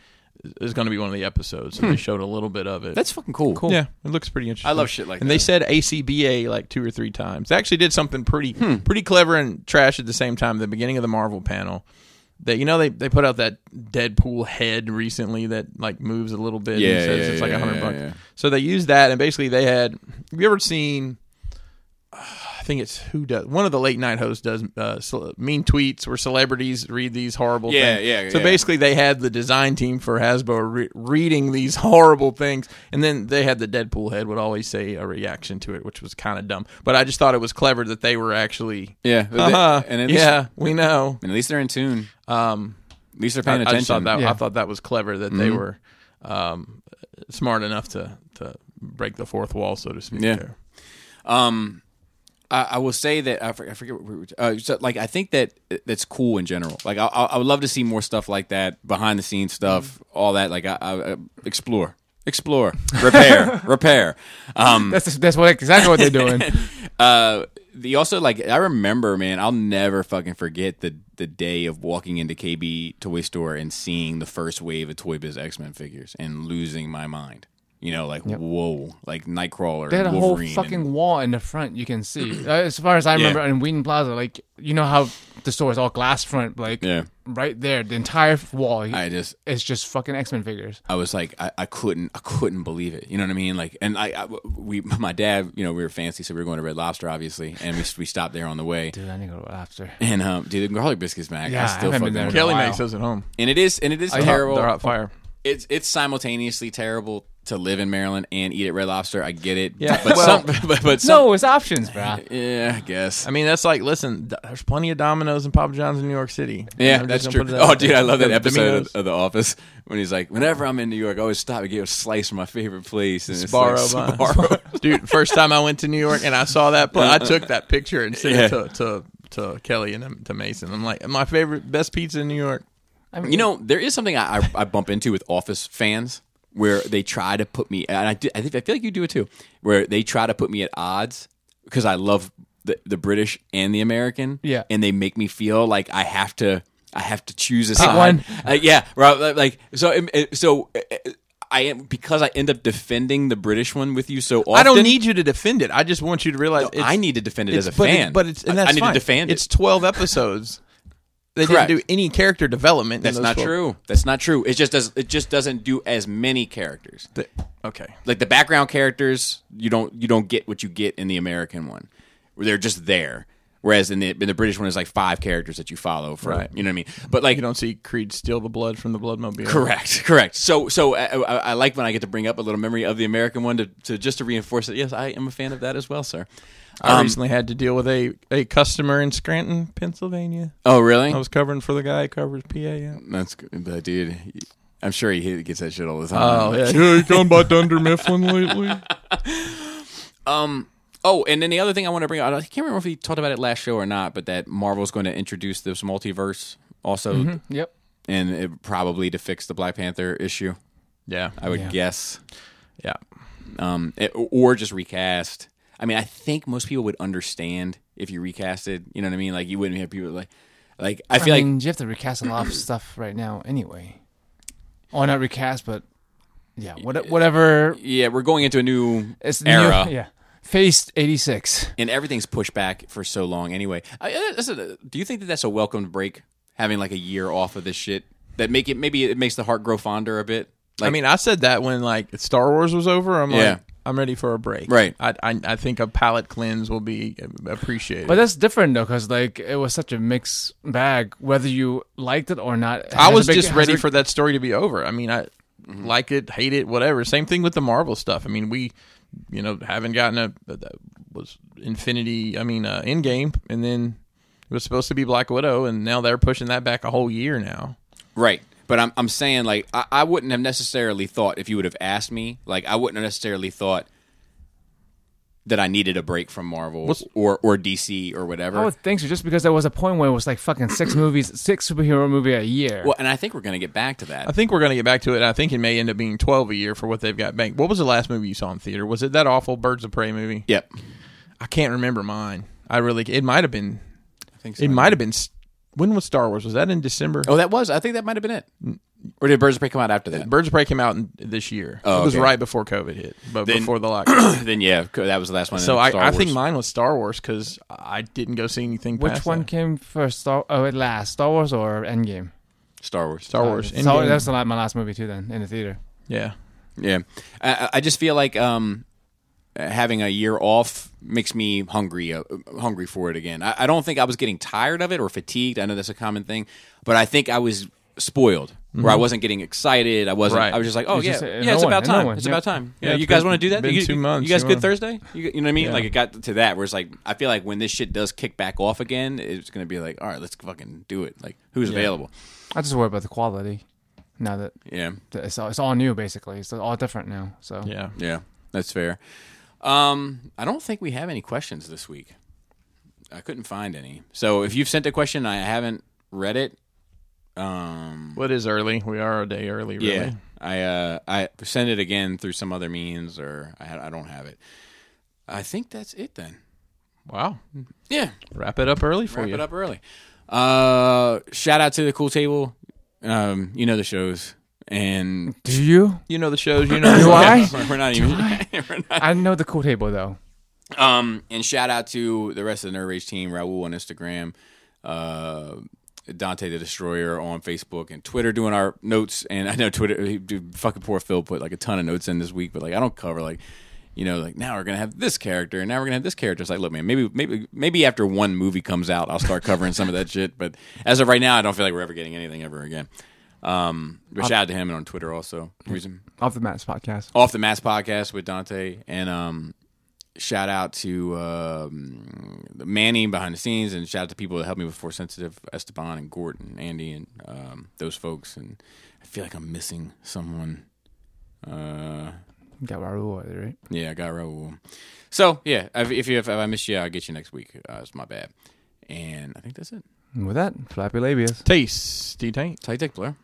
C: is going to be one of the episodes.
A: Hmm.
C: And they showed a little bit of it.
A: That's fucking cool. Cool.
C: yeah, it looks pretty interesting.
A: I love shit like
C: and
A: that.
C: they said ACBA like two or three times. They actually did something pretty
A: Hmm.
C: pretty clever and trash at the same time. The beginning of the Marvel panel. That you know they, they put out that Deadpool head recently that like moves a little bit.
A: Yeah,
C: and says
A: yeah,
C: it's like a
A: yeah,
C: hundred
A: yeah,
C: bucks.
A: yeah.
C: So they used that and basically they had. Have you ever seen? I think it's who does one of the late night hosts does uh, cel- mean tweets where celebrities read these horrible
A: Yeah,
C: things.
A: yeah,
C: So
A: yeah.
C: basically, they had the design team for Hasbro re- reading these horrible things, and then they had the Deadpool head would always say a reaction to it, which was kind of dumb. But I just thought it was clever that they were actually,
A: Yeah.
C: "Uh-huh,
A: And at least,
C: yeah, we know.
A: And at least they're in tune.
C: Um,
A: At least they're
C: I,
A: paying
C: I just
A: attention. Mm-hmm.
C: thought that
B: Yeah.
C: I thought that was clever that they were um, smart enough to to break the fourth wall, so to speak.
A: Yeah.
C: there.
A: Um, I, I will say that I forget. I forget what we were, uh, so, like I think that that's cool in general. Like I, I I would love to see more stuff like that, behind the scenes stuff, all that. Like I, I I- explore, explore, repair, repair. Um,
B: Mm. That's that's what exactly what they're doing.
A: uh, the also like I remember, man. I'll never fucking forget the the day of walking into KB Toy Store and seeing the first wave of Toy Biz X Men figures and losing my mind. You know, like whoa, like Nightcrawler.
B: They had a
A: and
B: whole
A: Wolverine and-
B: fucking wall in the front you can see. Uh, as far as I remember, in Wheaton Plaza, like you know how the store is all glass front, like
A: Yeah.
B: right there, the entire wall
A: I just
B: is just fucking X Men figures.
A: I was like, I, I couldn't, I couldn't believe it. You know what I mean? Like, and I, I- we, my dad, you know, we were fancy, so we were going to Red Lobster, obviously, and we we stopped there on the way.
B: Dude, I need to go to Lobster.
A: And um, dude, the garlic biscuits, man,
B: Yeah, I
A: I still fucking
B: haven't been there.
A: want-
C: Kelly
B: Wow.
C: makes those at home.
A: And it is, and it is
C: They're hot-
A: terrible.
C: They're hot fire.
A: It's it's simultaneously terrible to live in Maryland and eat at Red Lobster. I get it.
C: Yeah,
A: but
C: well-
A: some, but, but some,
B: No, it's options, bro.
A: yeah, I guess.
C: I mean, that's like, listen, th- there's plenty of Domino's and Papa John's in New York City.
A: Yeah,
C: I'm
A: that's
C: just
A: true.
C: gonna put that
A: Oh,
C: out
A: dude,
C: there.
A: I love that
C: The
A: episode
C: Domino's.
A: of, of The Office when he's like, "Whenever I'm in New York, I always stop and get a slice from my favorite place." And it's like,
C: Sbarro, Uh, bun.
A: Sbarro.
C: dude. First time I went to New York and I saw that, pla- I took that picture and sent
A: Yeah.
C: it to, to to Kelly and um, to Mason. I'm like, my favorite, best pizza in New York.
A: You know, there is something I, I, I bump into with Office fans where they try to put me, and I, do, I, think, I feel like you do it too, where they try to put me at odds because I love the, the British and the American.
B: Yeah.
A: And they make me feel like I have to. I have to choose a side.
B: one.
A: Uh, yeah, right, like so. um, uh, So uh, I am because I end up defending the British one with you so often.
C: I don't need you to defend it. I just want you to realize it's,
A: I need to defend it as a
C: it's- but it-
A: fan,
C: but it's and that's
A: I need
C: fine.
A: to defend
C: It's
A: it.
C: 12 episodes. They
A: Correct.
C: didn't do any character development. in
A: That's
C: those
A: not
C: 12.
A: true. That's not true. It just does. It just doesn't do as many characters.
C: The- okay.
A: like the background characters you don't you don't get what you get in the american one where they're just there whereas in the, in the british one is like five characters that you follow for
C: Right.
A: you know what i mean but like
C: You don't see Creed steal the blood from the Bloodmobile.
A: correct correct so so I, I, I like when i get to bring up a little memory of the american one to, to just to reinforce that yes i am a fan of that as well sir
C: I recently had to deal with a, a customer in Scranton, Pennsylvania.
A: oh really
C: I was covering for the guy who covers PA. Yeah.
A: that's good but uh, dude i'm sure he gets that shit all the time
C: Oh, yeah. you talking about Dunder Mifflin lately?
A: Um. Oh, and then the other thing I want to bring out, I can't remember if we talked about it last show or not, but that Marvel's going to introduce this multiverse also,
C: Mm-hmm.
B: Yep.
A: and it, probably to fix the Black Panther issue.
C: Yeah.
A: I would
B: Yeah.
A: guess,
C: Yeah.
A: um, it- or just recast. I mean, I think most people would understand if you recasted. You know what I mean? Like you wouldn't have people like, like I
B: I,
A: feel
B: mean, you have to recast a lot of stuff right now, anyway. Or not recast, but yeah, what, whatever.
A: like yeah, we're going into a new
B: It's the
A: era.
B: New, yeah, Phase eighty six.
A: and everything's pushed back for so long anyway. I, I- that's a, do you think that that's a welcomed break, having like a year off of this shit? That make it maybe it makes the heart grow fonder a bit. Like,
C: I mean, I said that when like Star Wars was over. I'm
A: Yeah.
C: like, I'm ready for a break.
A: Right.
C: I, I I think a palate cleanse will be appreciated.
B: But that's different though, because like it was such a mixed bag, whether you liked it or not. it Mm-hmm.
C: I
B: has a
C: was
B: big-
C: just
B: has
C: ready
B: a-
C: for that story to be over. I mean, I like it, hate it, whatever. Same thing with the Marvel stuff. I mean, we, you know, haven't gotten a that was Infinity. I mean, uh, Endgame, and then it was supposed to be Black Widow, and now they're pushing that back a whole year now.
A: right? But I'm I'm saying like I, I wouldn't have necessarily thought if you would have asked me like I wouldn't have necessarily thought that I needed a break from Marvel or or DC or whatever.
B: I would think so, just because there was a point where it was like fucking six movies, six superhero movie a year.
A: well, and I think we're gonna get back to that.
C: I think we're going to get back to it. and I think it may end up being 12 a year for what they've got banked. What was the last movie you saw in theater? Was it that awful Birds of Prey movie?
A: yep.
C: I can't remember mine. I really it might have been
A: I think
C: it might have been s- when was Star Wars? Was that in December?
A: Oh, that was. I think that might have been it.
C: Mm.
A: Or did Birds of Prey come out after that?
C: Birds of Prey came out in, this year.
A: Oh,
C: it was
A: okay.
C: right before COVID hit, but
A: Then-
C: before the lockdown.
A: then yeah, co- that was the last one.
C: so
A: in Star
C: I, I
A: Wars.
C: think mine was Star Wars because I didn't go see anything.
B: Which
C: past
B: one
C: that.
B: came first? Star oh, it last Star Wars or Endgame?
A: Star Wars.
C: Star Wars.
B: So
C: Endgame.
B: Uh, that's the la- my last movie too. Then in the theater.
C: yeah.
A: Yeah, I- I, I just feel like um, having a year off makes me hungry, uh, hungry for it again. I, I don't think I was getting tired of it or fatigued. I know that's a common thing, but I think I was spoiled, where I wasn't getting excited. I wasn't.
C: Mm-hmm. Right.
A: I was just like, oh
B: It's
A: yeah,
B: just, uh,
A: yeah, it's about
B: another one, another
A: time.
B: one.
A: It's
B: Yep.
A: about time.
C: Yeah,
A: Yeah,
C: it's
A: you guys
C: been-
A: want to do that?
C: been
A: you,
C: two
A: you-
C: months,
A: You guys
C: you
A: good
C: wanna-
A: Thursday? You, you know what I mean?
C: Yeah.
A: Like it got to that where it's like I feel like when this shit does kick back off again, it's gonna be like, all right, let's fucking do it. Like who's available?
B: I just worry about the quality. Now that
A: Yeah.
B: that it's all, it's all new, basically, it's all different now. So
C: Yeah.
A: Yeah, that's fair. Um, I don't think we have any questions this week. I couldn't find any. So if you've sent a question, and I haven't read it. Um,
C: What is early? We are a day early. Really.
A: yeah, I uh, I send it again through some other means, or I had I don't have it. I think that's it then.
C: Wow.
A: Yeah,
C: Wrap it up early for
A: wrap
C: you.
A: it up early. Uh, shout out to the cool table. Um, you know the shows, and
B: do you?
C: You know the shows. You know.
B: Do I?
A: we're not even. we're not
B: I know the cool table though.
A: Um, and shout out to the rest of the Nerd Rage team, Raul on Instagram, uh, Dante the Destroyer on Facebook and Twitter doing our notes. And I know Twitter, he- dude, fucking poor Phil put like a ton of notes in this week, but like I don't cover like, you know, like now we're gonna have this character and now we're gonna have this character. It's like, look, man, maybe maybe maybe after one movie comes out, I'll start covering some of that shit. But as of right now, I don't feel like we're ever getting anything ever again. Um, but shout out to him and on Twitter also. Reason
B: Off the mats podcast.
A: off the mass podcast with dante and um shout out to um manny behind the scenes and shout out to people that helped me before sensitive esteban and gordon and andy and um those folks and i feel like i'm missing someone uh
B: Got Raul there, right?
A: yeah i got raul so yeah if, if you if i miss you i'll get you next week uh, it's my bad and i think that's it
B: And with that, flappy labias.
C: Taste. Do you taint?
A: tight dick blair